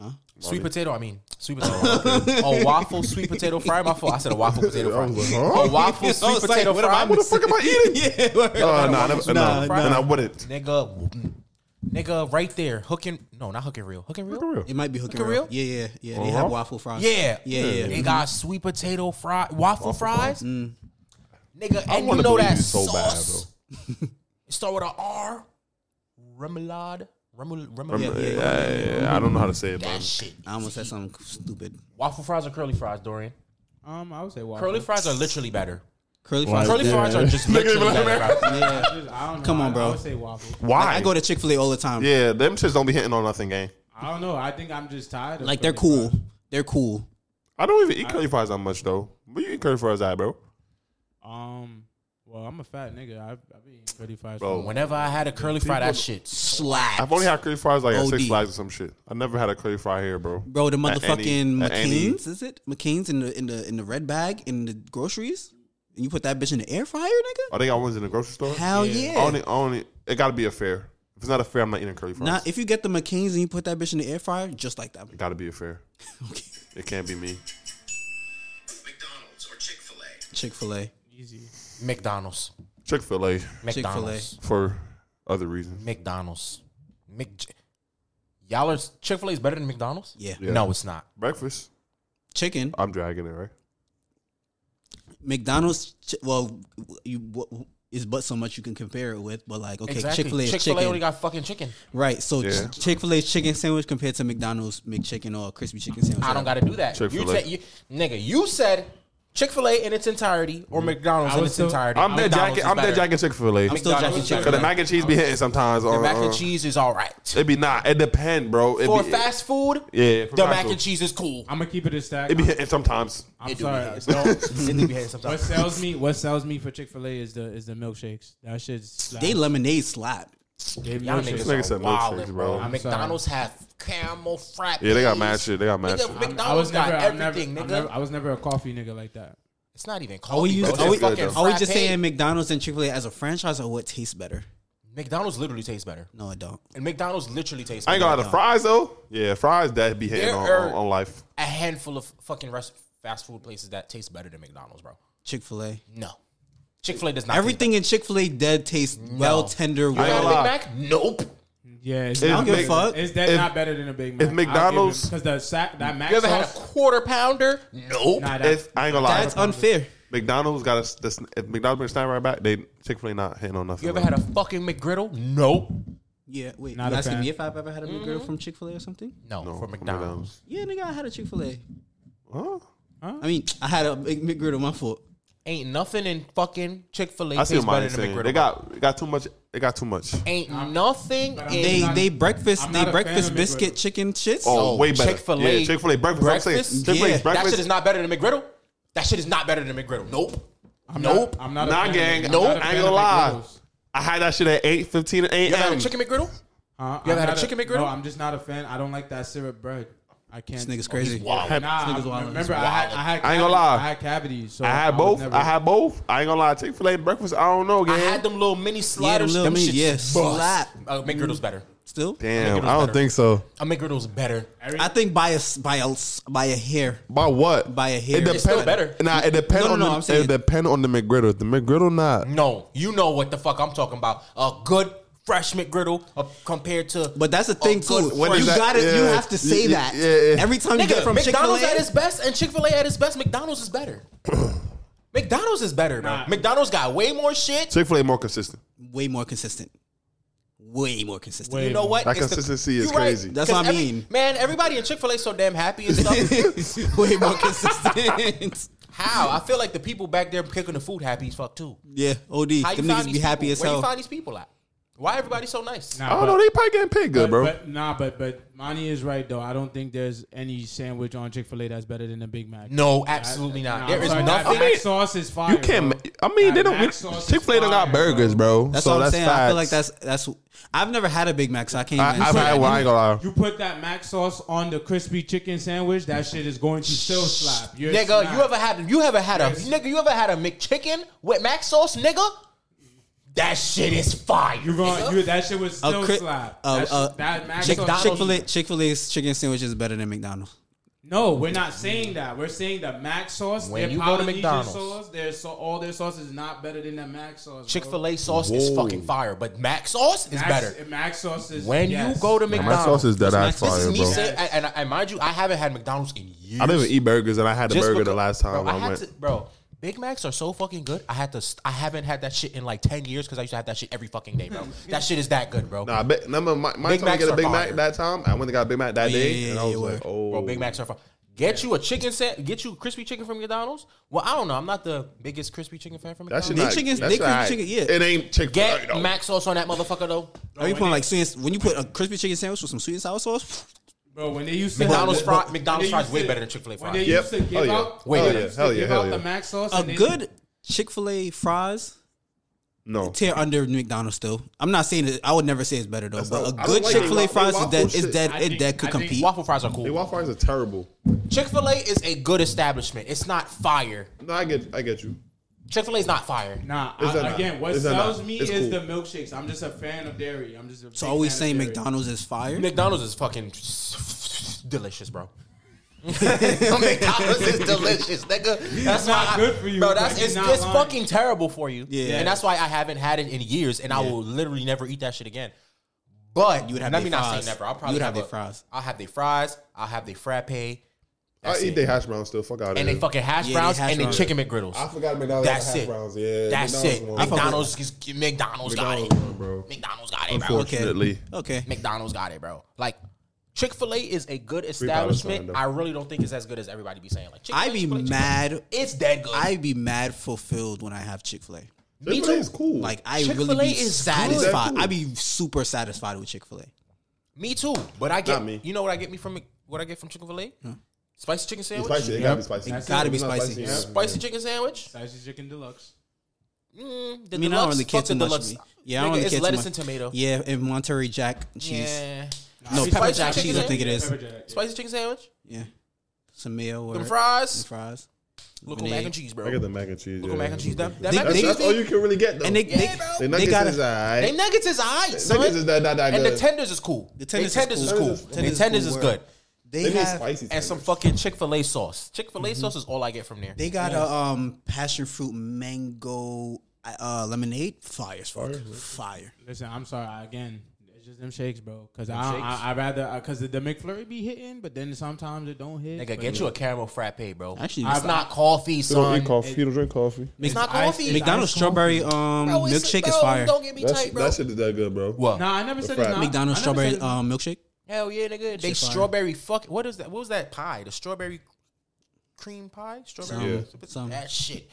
Speaker 4: Huh?
Speaker 3: Sweet potato, I mean, sweet potato. a waffle sweet potato fry? My fault. I said a waffle potato fry. A waffle
Speaker 4: I
Speaker 3: sweet
Speaker 4: was like,
Speaker 3: potato
Speaker 4: what am
Speaker 3: fry.
Speaker 4: I- what
Speaker 7: the fuck am I eating?
Speaker 4: yeah, word.
Speaker 7: Oh, no, never,
Speaker 4: Nah,
Speaker 7: no,
Speaker 4: nah.
Speaker 7: and I wouldn't.
Speaker 3: Nigga, mm, nigga, right there, hooking. No, not hooking real. Hooking real.
Speaker 4: It might be hooking
Speaker 3: Hooking
Speaker 4: real.
Speaker 3: real?
Speaker 4: Yeah, yeah, yeah.
Speaker 7: Uh-huh.
Speaker 4: They have waffle fries.
Speaker 3: Yeah,
Speaker 4: yeah, yeah.
Speaker 3: They got sweet potato fry, waffle, fries. Nigga,
Speaker 7: I
Speaker 3: and you
Speaker 7: wanna
Speaker 3: know
Speaker 7: believe
Speaker 3: that
Speaker 7: you so bad,
Speaker 3: sauce. It Start with a R. Remoulade. Remou- Remoulade.
Speaker 7: Yeah, yeah, yeah, I don't know how to say it,
Speaker 3: That
Speaker 7: man.
Speaker 3: shit.
Speaker 4: I almost said something stupid.
Speaker 3: Waffle fries or curly fries, Dorian?
Speaker 6: Um, I would say waffle.
Speaker 3: Curly fries are literally better.
Speaker 4: Curly fries.
Speaker 3: Curly
Speaker 4: yeah.
Speaker 3: fries are just literally better. bro.
Speaker 4: Yeah.
Speaker 6: I don't know.
Speaker 4: Come on,
Speaker 6: I-
Speaker 4: bro.
Speaker 6: I would say waffle.
Speaker 7: Why?
Speaker 4: Like, I go to Chick Fil A all the time.
Speaker 7: yeah, them shits don't be hitting on nothing, gang.
Speaker 6: I don't know. I think I'm just tired. Of
Speaker 4: Like they're
Speaker 6: curly
Speaker 4: cool.
Speaker 6: fries.
Speaker 4: They're cool.
Speaker 7: I don't even eat curly fries that much though. But you eat curly fries, at, bro.
Speaker 6: Um, well, I'm a fat nigga. I've, I've been eating curly fries.
Speaker 7: Bro,
Speaker 6: for-
Speaker 3: Whenever I had a curly fry, that shit.
Speaker 4: Slap.
Speaker 7: I've only had curly fries like at
Speaker 4: OD.
Speaker 7: Six Flags or some shit. I never had a curly fry here, bro.
Speaker 4: Bro, the
Speaker 7: At any-
Speaker 4: motherfucking
Speaker 7: at any-
Speaker 4: McCain's is it? McCain's in the in the in the red bag in the groceries, and you put that bitch in the air fryer, nigga.
Speaker 7: I think I was in the grocery store.
Speaker 4: Hell yeah!
Speaker 7: I Only, I only, it got to be a fair. If it's not a fair, I'm not eating curly fries.
Speaker 4: Now, if you get the McCain's and you put that bitch in the air fryer, just like that.
Speaker 7: it got to be a fair.
Speaker 4: Okay.
Speaker 7: It can't be me.
Speaker 12: McDonald's or Chick fil A?
Speaker 4: Chick Fil A.
Speaker 6: easy.
Speaker 3: McDonald's.
Speaker 7: Chick Fil A
Speaker 3: McDonald's.
Speaker 7: for other reasons.
Speaker 3: McDonald's. Mc. Y'all are Chick Fil A is better than McDonald's.
Speaker 4: Yeah.
Speaker 7: Yeah.
Speaker 3: No, it's not.
Speaker 7: Breakfast,
Speaker 4: Chicken.
Speaker 7: I'm dragging it right.
Speaker 4: McDonald's, chi- well, you wh- is but so much you can compare it with, but like okay,
Speaker 3: Exactly.
Speaker 4: Chick Fil A
Speaker 3: Chick-fil-A only
Speaker 4: chicken,
Speaker 3: got fucking chicken.
Speaker 4: right? So
Speaker 7: Yeah.
Speaker 4: Chick Fil A chicken sandwich compared to McDonald's McChicken or crispy chicken sandwich.
Speaker 3: I don't got to do that. You
Speaker 7: Chick-fil-A.
Speaker 3: said- you- nigga, you said Chick-fil-A in its entirety or McDonald's
Speaker 6: I
Speaker 3: in
Speaker 6: was
Speaker 3: its
Speaker 6: still-
Speaker 3: entirety.
Speaker 7: I'm dead
Speaker 3: McDonald's
Speaker 7: jacket.
Speaker 3: is
Speaker 7: I'm dead
Speaker 3: better.
Speaker 7: jacket Chick Fil A.
Speaker 4: I'm still jacking
Speaker 3: McDonald's
Speaker 4: chicken.
Speaker 7: Cause the mac and cheese be hitting sometimes.
Speaker 3: The
Speaker 7: on,
Speaker 3: mac and
Speaker 7: uh,
Speaker 3: cheese is all right.
Speaker 7: It be not. It depend, bro. It
Speaker 3: For
Speaker 7: be,
Speaker 3: fast food,
Speaker 7: Yeah, for
Speaker 3: the
Speaker 7: fast
Speaker 3: mac
Speaker 7: food.
Speaker 3: and cheese is cool.
Speaker 6: I'm gonna keep it a stack.
Speaker 7: It be hitting sometimes.
Speaker 6: I'm
Speaker 3: It do
Speaker 6: sorry.
Speaker 3: be hitting sometimes. It do be hitting sometimes.
Speaker 6: What sells me? What sells me for Chick Fil A is the is the milkshakes. That shit's slap.
Speaker 4: They lemonade slap.
Speaker 6: They
Speaker 3: Y'all
Speaker 6: milkshakes.
Speaker 7: Nigga
Speaker 3: niggas are
Speaker 7: said
Speaker 3: wild,
Speaker 7: milkshakes,
Speaker 3: bro.
Speaker 7: bro.
Speaker 6: I'm
Speaker 3: McDonald's have camel frappes.
Speaker 7: Yeah, they got mad shit. They got mad
Speaker 3: Nigga,
Speaker 7: shit.
Speaker 3: McDonald's
Speaker 6: I was
Speaker 3: got
Speaker 6: never, I've never,
Speaker 3: everything,
Speaker 6: I've
Speaker 3: nigga.
Speaker 6: never- I was never a coffee nigga like that.
Speaker 3: it's not even
Speaker 4: Are we,
Speaker 3: coffee.
Speaker 4: used,
Speaker 3: bro.
Speaker 4: are, we,
Speaker 3: It's fucking
Speaker 4: are we just
Speaker 3: frappe.
Speaker 4: saying McDonald's and Chick Fil A as a franchise or what tastes better?
Speaker 3: McDonald's literally tastes better,
Speaker 4: No, it don't.
Speaker 3: and McDonald's literally tastes.
Speaker 7: I ain't
Speaker 3: better.
Speaker 7: gonna lie, the fries though. Yeah, fries that be hitting
Speaker 3: There
Speaker 7: on,
Speaker 3: are-
Speaker 7: on, on life.
Speaker 3: a handful of fucking rest, fast food places that taste better than McDonald's, bro.
Speaker 4: Chick Fil A.
Speaker 3: No, Chick Fil A does not.
Speaker 4: Everything in Chick Fil A dead tastes well tender.
Speaker 3: Taste better.
Speaker 7: gonna
Speaker 3: You
Speaker 4: Well,
Speaker 7: lie.
Speaker 3: got a Big Mac? Nope.
Speaker 6: Yeah, it's
Speaker 7: If
Speaker 4: I don't
Speaker 6: not
Speaker 4: give a
Speaker 7: Mc-
Speaker 4: fuck.
Speaker 6: Is that
Speaker 7: If-
Speaker 6: not better than a Big Mac?
Speaker 7: if McDonald's-
Speaker 6: because the sack that Mac
Speaker 3: You ever had a
Speaker 6: sauce,
Speaker 3: quarter pounder? Nope.
Speaker 6: nah, that,
Speaker 7: If I ain't gonna lie,
Speaker 4: That's unfair.
Speaker 7: McDonald's got a the, sn- if McDonald's been snap right back, they Chick Fil A not hitting on nothing.
Speaker 3: you ever had a fucking McGriddle? Nope.
Speaker 4: Yeah, wait.
Speaker 6: Not
Speaker 4: you
Speaker 6: a
Speaker 4: asking
Speaker 6: fan.
Speaker 4: me if I've ever had a McGriddle from Chick Fil A or something?
Speaker 3: No,
Speaker 7: No,
Speaker 3: for McDonald's.
Speaker 4: Yeah, nigga, I had a Chick Fil A.
Speaker 7: Huh?
Speaker 4: I mean, I had a Mc- McGriddle. My fault.
Speaker 3: Ain't nothing in fucking Chick Fil A
Speaker 7: I see
Speaker 3: tastes
Speaker 7: what
Speaker 3: better
Speaker 7: Monty's
Speaker 3: than
Speaker 7: saying.
Speaker 3: McGriddle.
Speaker 7: They got they got too much. They got too much.
Speaker 3: ain't nothing
Speaker 6: But I'm
Speaker 3: in
Speaker 4: They
Speaker 6: not-
Speaker 4: they breakfast
Speaker 6: I'm
Speaker 4: they
Speaker 6: not a fan
Speaker 4: breakfast
Speaker 6: of
Speaker 4: biscuit
Speaker 6: McGriddle.
Speaker 4: chicken shits.
Speaker 7: Oh, way better.
Speaker 3: Chick-fil-A
Speaker 7: Yeah, Chick Fil A breakfast.
Speaker 3: breakfast?
Speaker 7: Chick Fil
Speaker 4: Yeah.
Speaker 7: A
Speaker 4: That
Speaker 3: that shit
Speaker 7: breakfast.
Speaker 3: is not better than McGriddle. That shit is not better than McGriddle. Nope.
Speaker 6: I'm
Speaker 3: nope.
Speaker 6: Not, I'm not.
Speaker 7: Nah,
Speaker 6: a fan
Speaker 7: gang.
Speaker 6: Of,
Speaker 7: Nope.
Speaker 6: I'm
Speaker 7: I
Speaker 6: not a
Speaker 7: ain't
Speaker 6: fan
Speaker 7: gonna
Speaker 6: of
Speaker 7: lie.
Speaker 6: McGriddles.
Speaker 7: I had that shit at eight fifteen
Speaker 3: You ever had
Speaker 7: a.m.
Speaker 3: a chicken McGriddle?
Speaker 6: Huh?
Speaker 3: You ever
Speaker 6: I'm
Speaker 3: had a
Speaker 6: not
Speaker 3: chicken McGriddle?
Speaker 6: No, I'm just not a fan. I don't like that syrup bread. I can't.
Speaker 4: This nigga's crazy.
Speaker 7: I
Speaker 6: Nah,
Speaker 4: This nigga's
Speaker 6: I
Speaker 4: wildin'.
Speaker 6: remember I had, I had.
Speaker 7: I ain't gonna
Speaker 6: cavities-
Speaker 7: lie.
Speaker 6: I had cavities. So
Speaker 7: had
Speaker 6: was
Speaker 7: both.
Speaker 6: never-
Speaker 7: I had both. I ain't gonna lie. Chick Fil A breakfast. I don't know, gang.
Speaker 3: I had them little mini sliders.
Speaker 4: little
Speaker 3: them
Speaker 4: mini-
Speaker 3: shits
Speaker 4: yeah,
Speaker 3: bust.
Speaker 4: slap. Mm.
Speaker 3: Uh, McGriddle's better.
Speaker 4: Still,
Speaker 7: Damn.
Speaker 3: I don't think
Speaker 7: so.
Speaker 3: A McGriddle's better.
Speaker 4: I think by a s- by a s- by a hair.
Speaker 7: By what?
Speaker 4: By a hair.
Speaker 7: It
Speaker 4: It's
Speaker 7: depends.
Speaker 3: still better.
Speaker 7: Nah, it depends
Speaker 4: No, no,
Speaker 7: on
Speaker 4: no,
Speaker 7: the,
Speaker 4: I'm saying-
Speaker 7: it depend on the McGriddle. The McGriddle not.
Speaker 3: No, you know what the fuck I'm talking about. A good fresh McGriddle uh, compared to.
Speaker 4: But that's the thing
Speaker 3: a
Speaker 4: too.
Speaker 3: good
Speaker 7: What
Speaker 4: you
Speaker 7: Oh, is that?
Speaker 4: got to You
Speaker 7: Yeah.
Speaker 4: have to say
Speaker 7: Yeah,
Speaker 4: that
Speaker 7: yeah, yeah.
Speaker 4: every time you
Speaker 3: Nigga,
Speaker 4: get from Chick Fil
Speaker 3: McDonald's at its
Speaker 4: A.
Speaker 3: best and Chick Fil A at its best. McDonald's is better. McDonald's is better, bro.
Speaker 6: Nah.
Speaker 3: McDonald's got way more shit.
Speaker 7: Chick Fil A more consistent.
Speaker 4: Way more consistent. Way more consistent.
Speaker 6: Wait.
Speaker 3: You know what?
Speaker 7: That
Speaker 3: It's the-
Speaker 7: consistency is
Speaker 3: you right.
Speaker 7: crazy.
Speaker 4: That's what I
Speaker 3: 'Cause every-
Speaker 4: mean.
Speaker 3: man, everybody in Chick Fil A so damn happy and stuff.
Speaker 4: Way more consistent.
Speaker 3: How? I feel like the people back there kicking the food happy as fuck too.
Speaker 4: yeah, OD.
Speaker 3: How you
Speaker 4: Them
Speaker 3: find
Speaker 4: niggas
Speaker 3: these
Speaker 4: be happy
Speaker 3: people?
Speaker 4: as
Speaker 3: Where you
Speaker 4: hell.
Speaker 3: find these people at? Why everybody so nice?
Speaker 6: Nah,
Speaker 7: I don't
Speaker 6: but-
Speaker 7: know. They probably getting paid good,
Speaker 6: but,
Speaker 7: bro.
Speaker 6: But, nah, but but Monty is right though. I don't think there's any sandwich on Chick Fil A that's better than a Big Mac.
Speaker 3: No, absolutely not.
Speaker 6: Nah,
Speaker 3: There
Speaker 6: I'm
Speaker 3: is
Speaker 6: sorry, that
Speaker 3: nothing.
Speaker 6: Mac sauce is fire.
Speaker 7: you can't.
Speaker 6: bro.
Speaker 7: I mean, they
Speaker 6: That
Speaker 7: don't.
Speaker 6: Mac sauce is
Speaker 7: Chick Fil A don't got
Speaker 6: fire, bro.
Speaker 7: burgers, bro.
Speaker 4: That's
Speaker 7: so
Speaker 4: what I'm
Speaker 7: that's
Speaker 4: saying.
Speaker 7: Facts.
Speaker 4: I feel like that's that's. I've never had a Big Mac, so I can't.
Speaker 7: I,
Speaker 4: even
Speaker 7: I've
Speaker 4: say
Speaker 7: had
Speaker 4: that.
Speaker 7: one. I ain't gonna lie.
Speaker 6: You put that mac sauce on the crispy chicken sandwich, that shit is going to still slap. You're
Speaker 3: Nigga,
Speaker 6: slapped.
Speaker 3: you ever had you ever had a
Speaker 6: Yes.
Speaker 3: nigga you ever had a McChicken with mac sauce, nigga? That shit is fire.
Speaker 6: You're going. You, that shit was still
Speaker 4: A cri-
Speaker 6: slap.
Speaker 4: uh,
Speaker 6: that, sh-
Speaker 4: uh,
Speaker 6: that mac
Speaker 4: Chick-
Speaker 6: sauce.
Speaker 4: Chick-fil-A, Chick-fil-A's chicken sandwich is better than McDonald's.
Speaker 6: No, we're not saying that. We're saying that mac sauce.
Speaker 3: When
Speaker 6: their
Speaker 3: you go to
Speaker 6: Polynesian
Speaker 3: McDonald's.
Speaker 6: sauce, their so, all their sauce is not better than that mac sauce.
Speaker 3: Chick Fil A sauce is fucking fire, but mac sauce is better.
Speaker 6: Mac sauce is
Speaker 3: When
Speaker 6: yes.
Speaker 3: you go to
Speaker 7: My
Speaker 3: McDonald's,
Speaker 7: sauce is that ass
Speaker 4: This is
Speaker 3: this
Speaker 7: fire,
Speaker 3: is me
Speaker 7: bro.
Speaker 3: saying, and, and, and mind you, I haven't had McDonald's in years.
Speaker 7: I didn't even eat burgers, and I had a
Speaker 3: Just
Speaker 7: burger the
Speaker 3: because-
Speaker 7: last time
Speaker 3: bro,
Speaker 7: I,
Speaker 3: had
Speaker 7: went.
Speaker 3: to- bro, Big Macs are so fucking good. I had to. st- I haven't had that shit in like ten years because I used to have that shit every fucking day, bro. that shit is that good, bro.
Speaker 7: Nah, I bet, remember my, my
Speaker 3: Big
Speaker 7: time to
Speaker 3: Macs
Speaker 7: get a
Speaker 3: are
Speaker 7: Big
Speaker 3: fire.
Speaker 7: Mac that time. I went and got a Big Mac that
Speaker 4: yeah,
Speaker 7: day,
Speaker 4: yeah,
Speaker 7: and I
Speaker 4: yeah,
Speaker 7: was
Speaker 4: yeah,
Speaker 7: like,
Speaker 4: word.
Speaker 7: oh,
Speaker 3: Bro, Big Macs are fire. Get you a chicken set. Get you crispy chicken from McDonald's. Well, I don't know. I'm not the biggest crispy chicken fan from
Speaker 7: That
Speaker 3: McDonald's.
Speaker 7: shit
Speaker 4: They
Speaker 7: not.
Speaker 4: chicken-
Speaker 7: Chicken,
Speaker 4: they
Speaker 7: that's
Speaker 4: crispy
Speaker 7: not
Speaker 4: chicken, yeah.
Speaker 7: It ain't Chick Fil
Speaker 3: Get
Speaker 7: A.
Speaker 3: mac sauce on that motherfucker though.
Speaker 4: Are you putting like sweet? and- When you put a crispy chicken sandwich with some sweet and sour sauce,
Speaker 6: Bro, when they used to
Speaker 3: McDonald's
Speaker 6: have-
Speaker 3: fry-
Speaker 6: when
Speaker 3: McDonald's
Speaker 6: they
Speaker 3: fries
Speaker 6: used
Speaker 3: way
Speaker 6: to-
Speaker 3: better than Chick-fil-A
Speaker 6: When
Speaker 3: fries.
Speaker 6: they
Speaker 7: Yep.
Speaker 6: used to give
Speaker 7: Hell yeah.
Speaker 6: out,
Speaker 7: Hell
Speaker 3: yeah.
Speaker 6: they used to
Speaker 7: Hell yeah,
Speaker 6: give
Speaker 7: hell
Speaker 6: out
Speaker 7: yeah.
Speaker 6: the mac sauce.
Speaker 4: a
Speaker 6: and they-
Speaker 4: good Chick-fil-A fries
Speaker 7: No,
Speaker 4: tear under McDonald's. Still, I'm not saying it. I would never say it's better though. But
Speaker 7: not-
Speaker 4: a
Speaker 7: I
Speaker 4: good
Speaker 7: don't like
Speaker 4: Chick-fil-A
Speaker 7: the
Speaker 4: fries is
Speaker 7: waffle
Speaker 4: that is
Speaker 7: shit.
Speaker 4: that
Speaker 6: I
Speaker 4: it
Speaker 6: think-
Speaker 4: that
Speaker 6: I
Speaker 4: could
Speaker 6: think
Speaker 4: compete.
Speaker 3: Waffle fries are
Speaker 7: the
Speaker 3: cool.
Speaker 7: waffle fries are terrible.
Speaker 3: Chick Fil A is a good establishment. It's not fire.
Speaker 7: No, I get, I get you.
Speaker 3: Chick Fil A is not fire.
Speaker 6: Nah,
Speaker 7: Is that
Speaker 6: I,
Speaker 7: not-
Speaker 6: again, what
Speaker 7: is that
Speaker 6: sells
Speaker 7: not-
Speaker 6: me
Speaker 7: it's
Speaker 6: is
Speaker 7: cool.
Speaker 6: the milkshakes. I'm just a fan of dairy. I'm just a
Speaker 4: So
Speaker 6: big
Speaker 4: always
Speaker 6: fan
Speaker 4: saying
Speaker 6: of dairy.
Speaker 4: McDonald's is fire.
Speaker 3: McDonald's is fucking delicious, bro. McDonald's is delicious, nigga. That's
Speaker 6: not
Speaker 3: why I-
Speaker 6: good for you,
Speaker 3: bro.
Speaker 6: bro.
Speaker 3: That's
Speaker 6: He's
Speaker 3: it's,
Speaker 6: not
Speaker 3: it's
Speaker 6: lying.
Speaker 3: fucking terrible for you.
Speaker 4: Yeah.
Speaker 3: and that's why I haven't had it in years, and I will literally never eat that shit again. But you
Speaker 4: would have
Speaker 3: let
Speaker 4: their
Speaker 3: me not say
Speaker 4: fries.
Speaker 3: never. I'll
Speaker 4: You
Speaker 3: probably
Speaker 4: would have
Speaker 3: have,
Speaker 4: their
Speaker 3: a-
Speaker 4: fries.
Speaker 3: I'll have the fries. I'll have the frappe. That's
Speaker 7: I eat
Speaker 3: it.
Speaker 7: they hash browns still. Fuck out of
Speaker 3: and
Speaker 7: here.
Speaker 3: they fucking hash
Speaker 4: Yeah, they
Speaker 3: browns
Speaker 4: hash
Speaker 3: and they
Speaker 4: browns.
Speaker 3: chicken McGriddles.
Speaker 7: I forgot McDonald's
Speaker 3: That's
Speaker 7: had hash
Speaker 3: it.
Speaker 7: browns. Yeah,
Speaker 3: That's it.
Speaker 7: one.
Speaker 3: McDonald's, is- McDonald's got it.
Speaker 7: McDonald's one, bro.
Speaker 3: McDonald's got it, bro.
Speaker 7: Unfortunately,
Speaker 4: Okay.
Speaker 3: McDonald's got it, bro. Like Chick Fil A is a good
Speaker 7: dollar
Speaker 3: establishment.
Speaker 7: sign, though.
Speaker 3: I really don't think it's as good as everybody be saying. Like Chick-fil-A,
Speaker 4: I be
Speaker 3: Chick-fil-A, Chick-fil-A.
Speaker 4: mad.
Speaker 3: It's that good.
Speaker 4: I be mad fulfilled when I have Chick Fil A.
Speaker 3: me
Speaker 7: Chick-fil-A
Speaker 3: too.
Speaker 7: is cool.
Speaker 4: Like I
Speaker 3: Chick-fil-A
Speaker 4: really be
Speaker 3: is
Speaker 4: satisfied.
Speaker 7: good.
Speaker 4: I be super satisfied with Chick Fil A.
Speaker 3: Me too. But I get
Speaker 7: Not me.
Speaker 3: you know what I get me from Mc- what I get from Chick Fil A? Spicy chicken
Speaker 7: it's
Speaker 3: sandwich.
Speaker 7: spicy. It gotta be spicy.
Speaker 4: It gotta be
Speaker 7: It's not
Speaker 4: spicy.
Speaker 7: yeah.
Speaker 3: Spicy chicken sandwich.
Speaker 6: Spicy chicken deluxe.
Speaker 3: Mm, the
Speaker 4: I mean, I
Speaker 3: deluxe.
Speaker 4: don't really care
Speaker 3: Fuck
Speaker 4: too
Speaker 3: the
Speaker 4: much.
Speaker 3: deluxe.
Speaker 4: Yeah, I don't
Speaker 3: Nigga,
Speaker 4: really
Speaker 3: it's
Speaker 4: care too
Speaker 3: lettuce
Speaker 4: much.
Speaker 3: and tomato.
Speaker 4: Yeah, and Monterey Jack cheese.
Speaker 3: Yeah.
Speaker 4: No,
Speaker 3: See,
Speaker 4: pepper
Speaker 3: spicy
Speaker 4: jack
Speaker 3: chicken
Speaker 4: cheese. I
Speaker 3: is-
Speaker 4: think it is.
Speaker 3: Spicy chicken sandwich.
Speaker 4: Yeah, some mayo or
Speaker 3: Them
Speaker 4: some
Speaker 3: fries.
Speaker 4: fries.
Speaker 3: Look
Speaker 4: Lemonade.
Speaker 3: mac and cheese, bro.
Speaker 7: I get the mac and cheese.
Speaker 3: Look at
Speaker 7: yeah.
Speaker 3: mac and cheese. That, that
Speaker 4: They-
Speaker 3: mac and
Speaker 7: That's,
Speaker 4: they-
Speaker 3: cheese
Speaker 7: that's all you can really get though.
Speaker 4: And they,
Speaker 3: Yeah,
Speaker 4: they,
Speaker 3: bro.
Speaker 7: they
Speaker 4: they
Speaker 7: nuggets
Speaker 4: gotta
Speaker 7: is alright.
Speaker 3: They nuggets is alright, son.
Speaker 7: Nuggets is not that
Speaker 3: and the
Speaker 7: good.
Speaker 3: tenders is cool. The tenders, is cool.
Speaker 7: Tenders is
Speaker 3: The tenders is good.
Speaker 4: They
Speaker 7: They need
Speaker 4: have
Speaker 7: spicy.
Speaker 3: And some fucking Chick Fil A sauce. Chick Fil A sauce is all I get from there.
Speaker 4: Mm-hmm. they got a um passion fruit mango uh lemonade. Fire, as fuck, fire.
Speaker 6: Listen, I'm sorry I- again. It's just them shakes, bro. Because I,
Speaker 3: shakes?
Speaker 6: I I rather because the McFlurry be hitting, but then sometimes it don't hit.
Speaker 3: Nigga, get you a caramel frappe, bro.
Speaker 4: Actually,
Speaker 3: it's
Speaker 4: it's-
Speaker 3: not coffee,
Speaker 7: He don't
Speaker 3: son.
Speaker 7: eat coffee. He don't drink coffee.
Speaker 3: It's not
Speaker 6: ice-
Speaker 3: coffee.
Speaker 6: it's
Speaker 4: McDonald's
Speaker 6: ice
Speaker 4: strawberry
Speaker 6: coffee.
Speaker 4: um
Speaker 3: Bro, it's-
Speaker 4: milkshake
Speaker 3: bro,
Speaker 4: is fire.
Speaker 3: Don't get me
Speaker 7: That
Speaker 3: tight,
Speaker 7: shit,
Speaker 3: bro.
Speaker 7: that shit is that good, bro.
Speaker 3: what?
Speaker 6: Nah, I never said
Speaker 7: fried-
Speaker 6: it's not.
Speaker 4: McDonald's
Speaker 6: I never
Speaker 4: strawberry
Speaker 6: said it's not.
Speaker 4: um milkshake.
Speaker 3: Hell yeah, nigga. They
Speaker 4: fire.
Speaker 3: strawberry fuck. What is that? What was that pie? The strawberry cream pie? Strawberry.
Speaker 4: Some- some.
Speaker 3: That shit.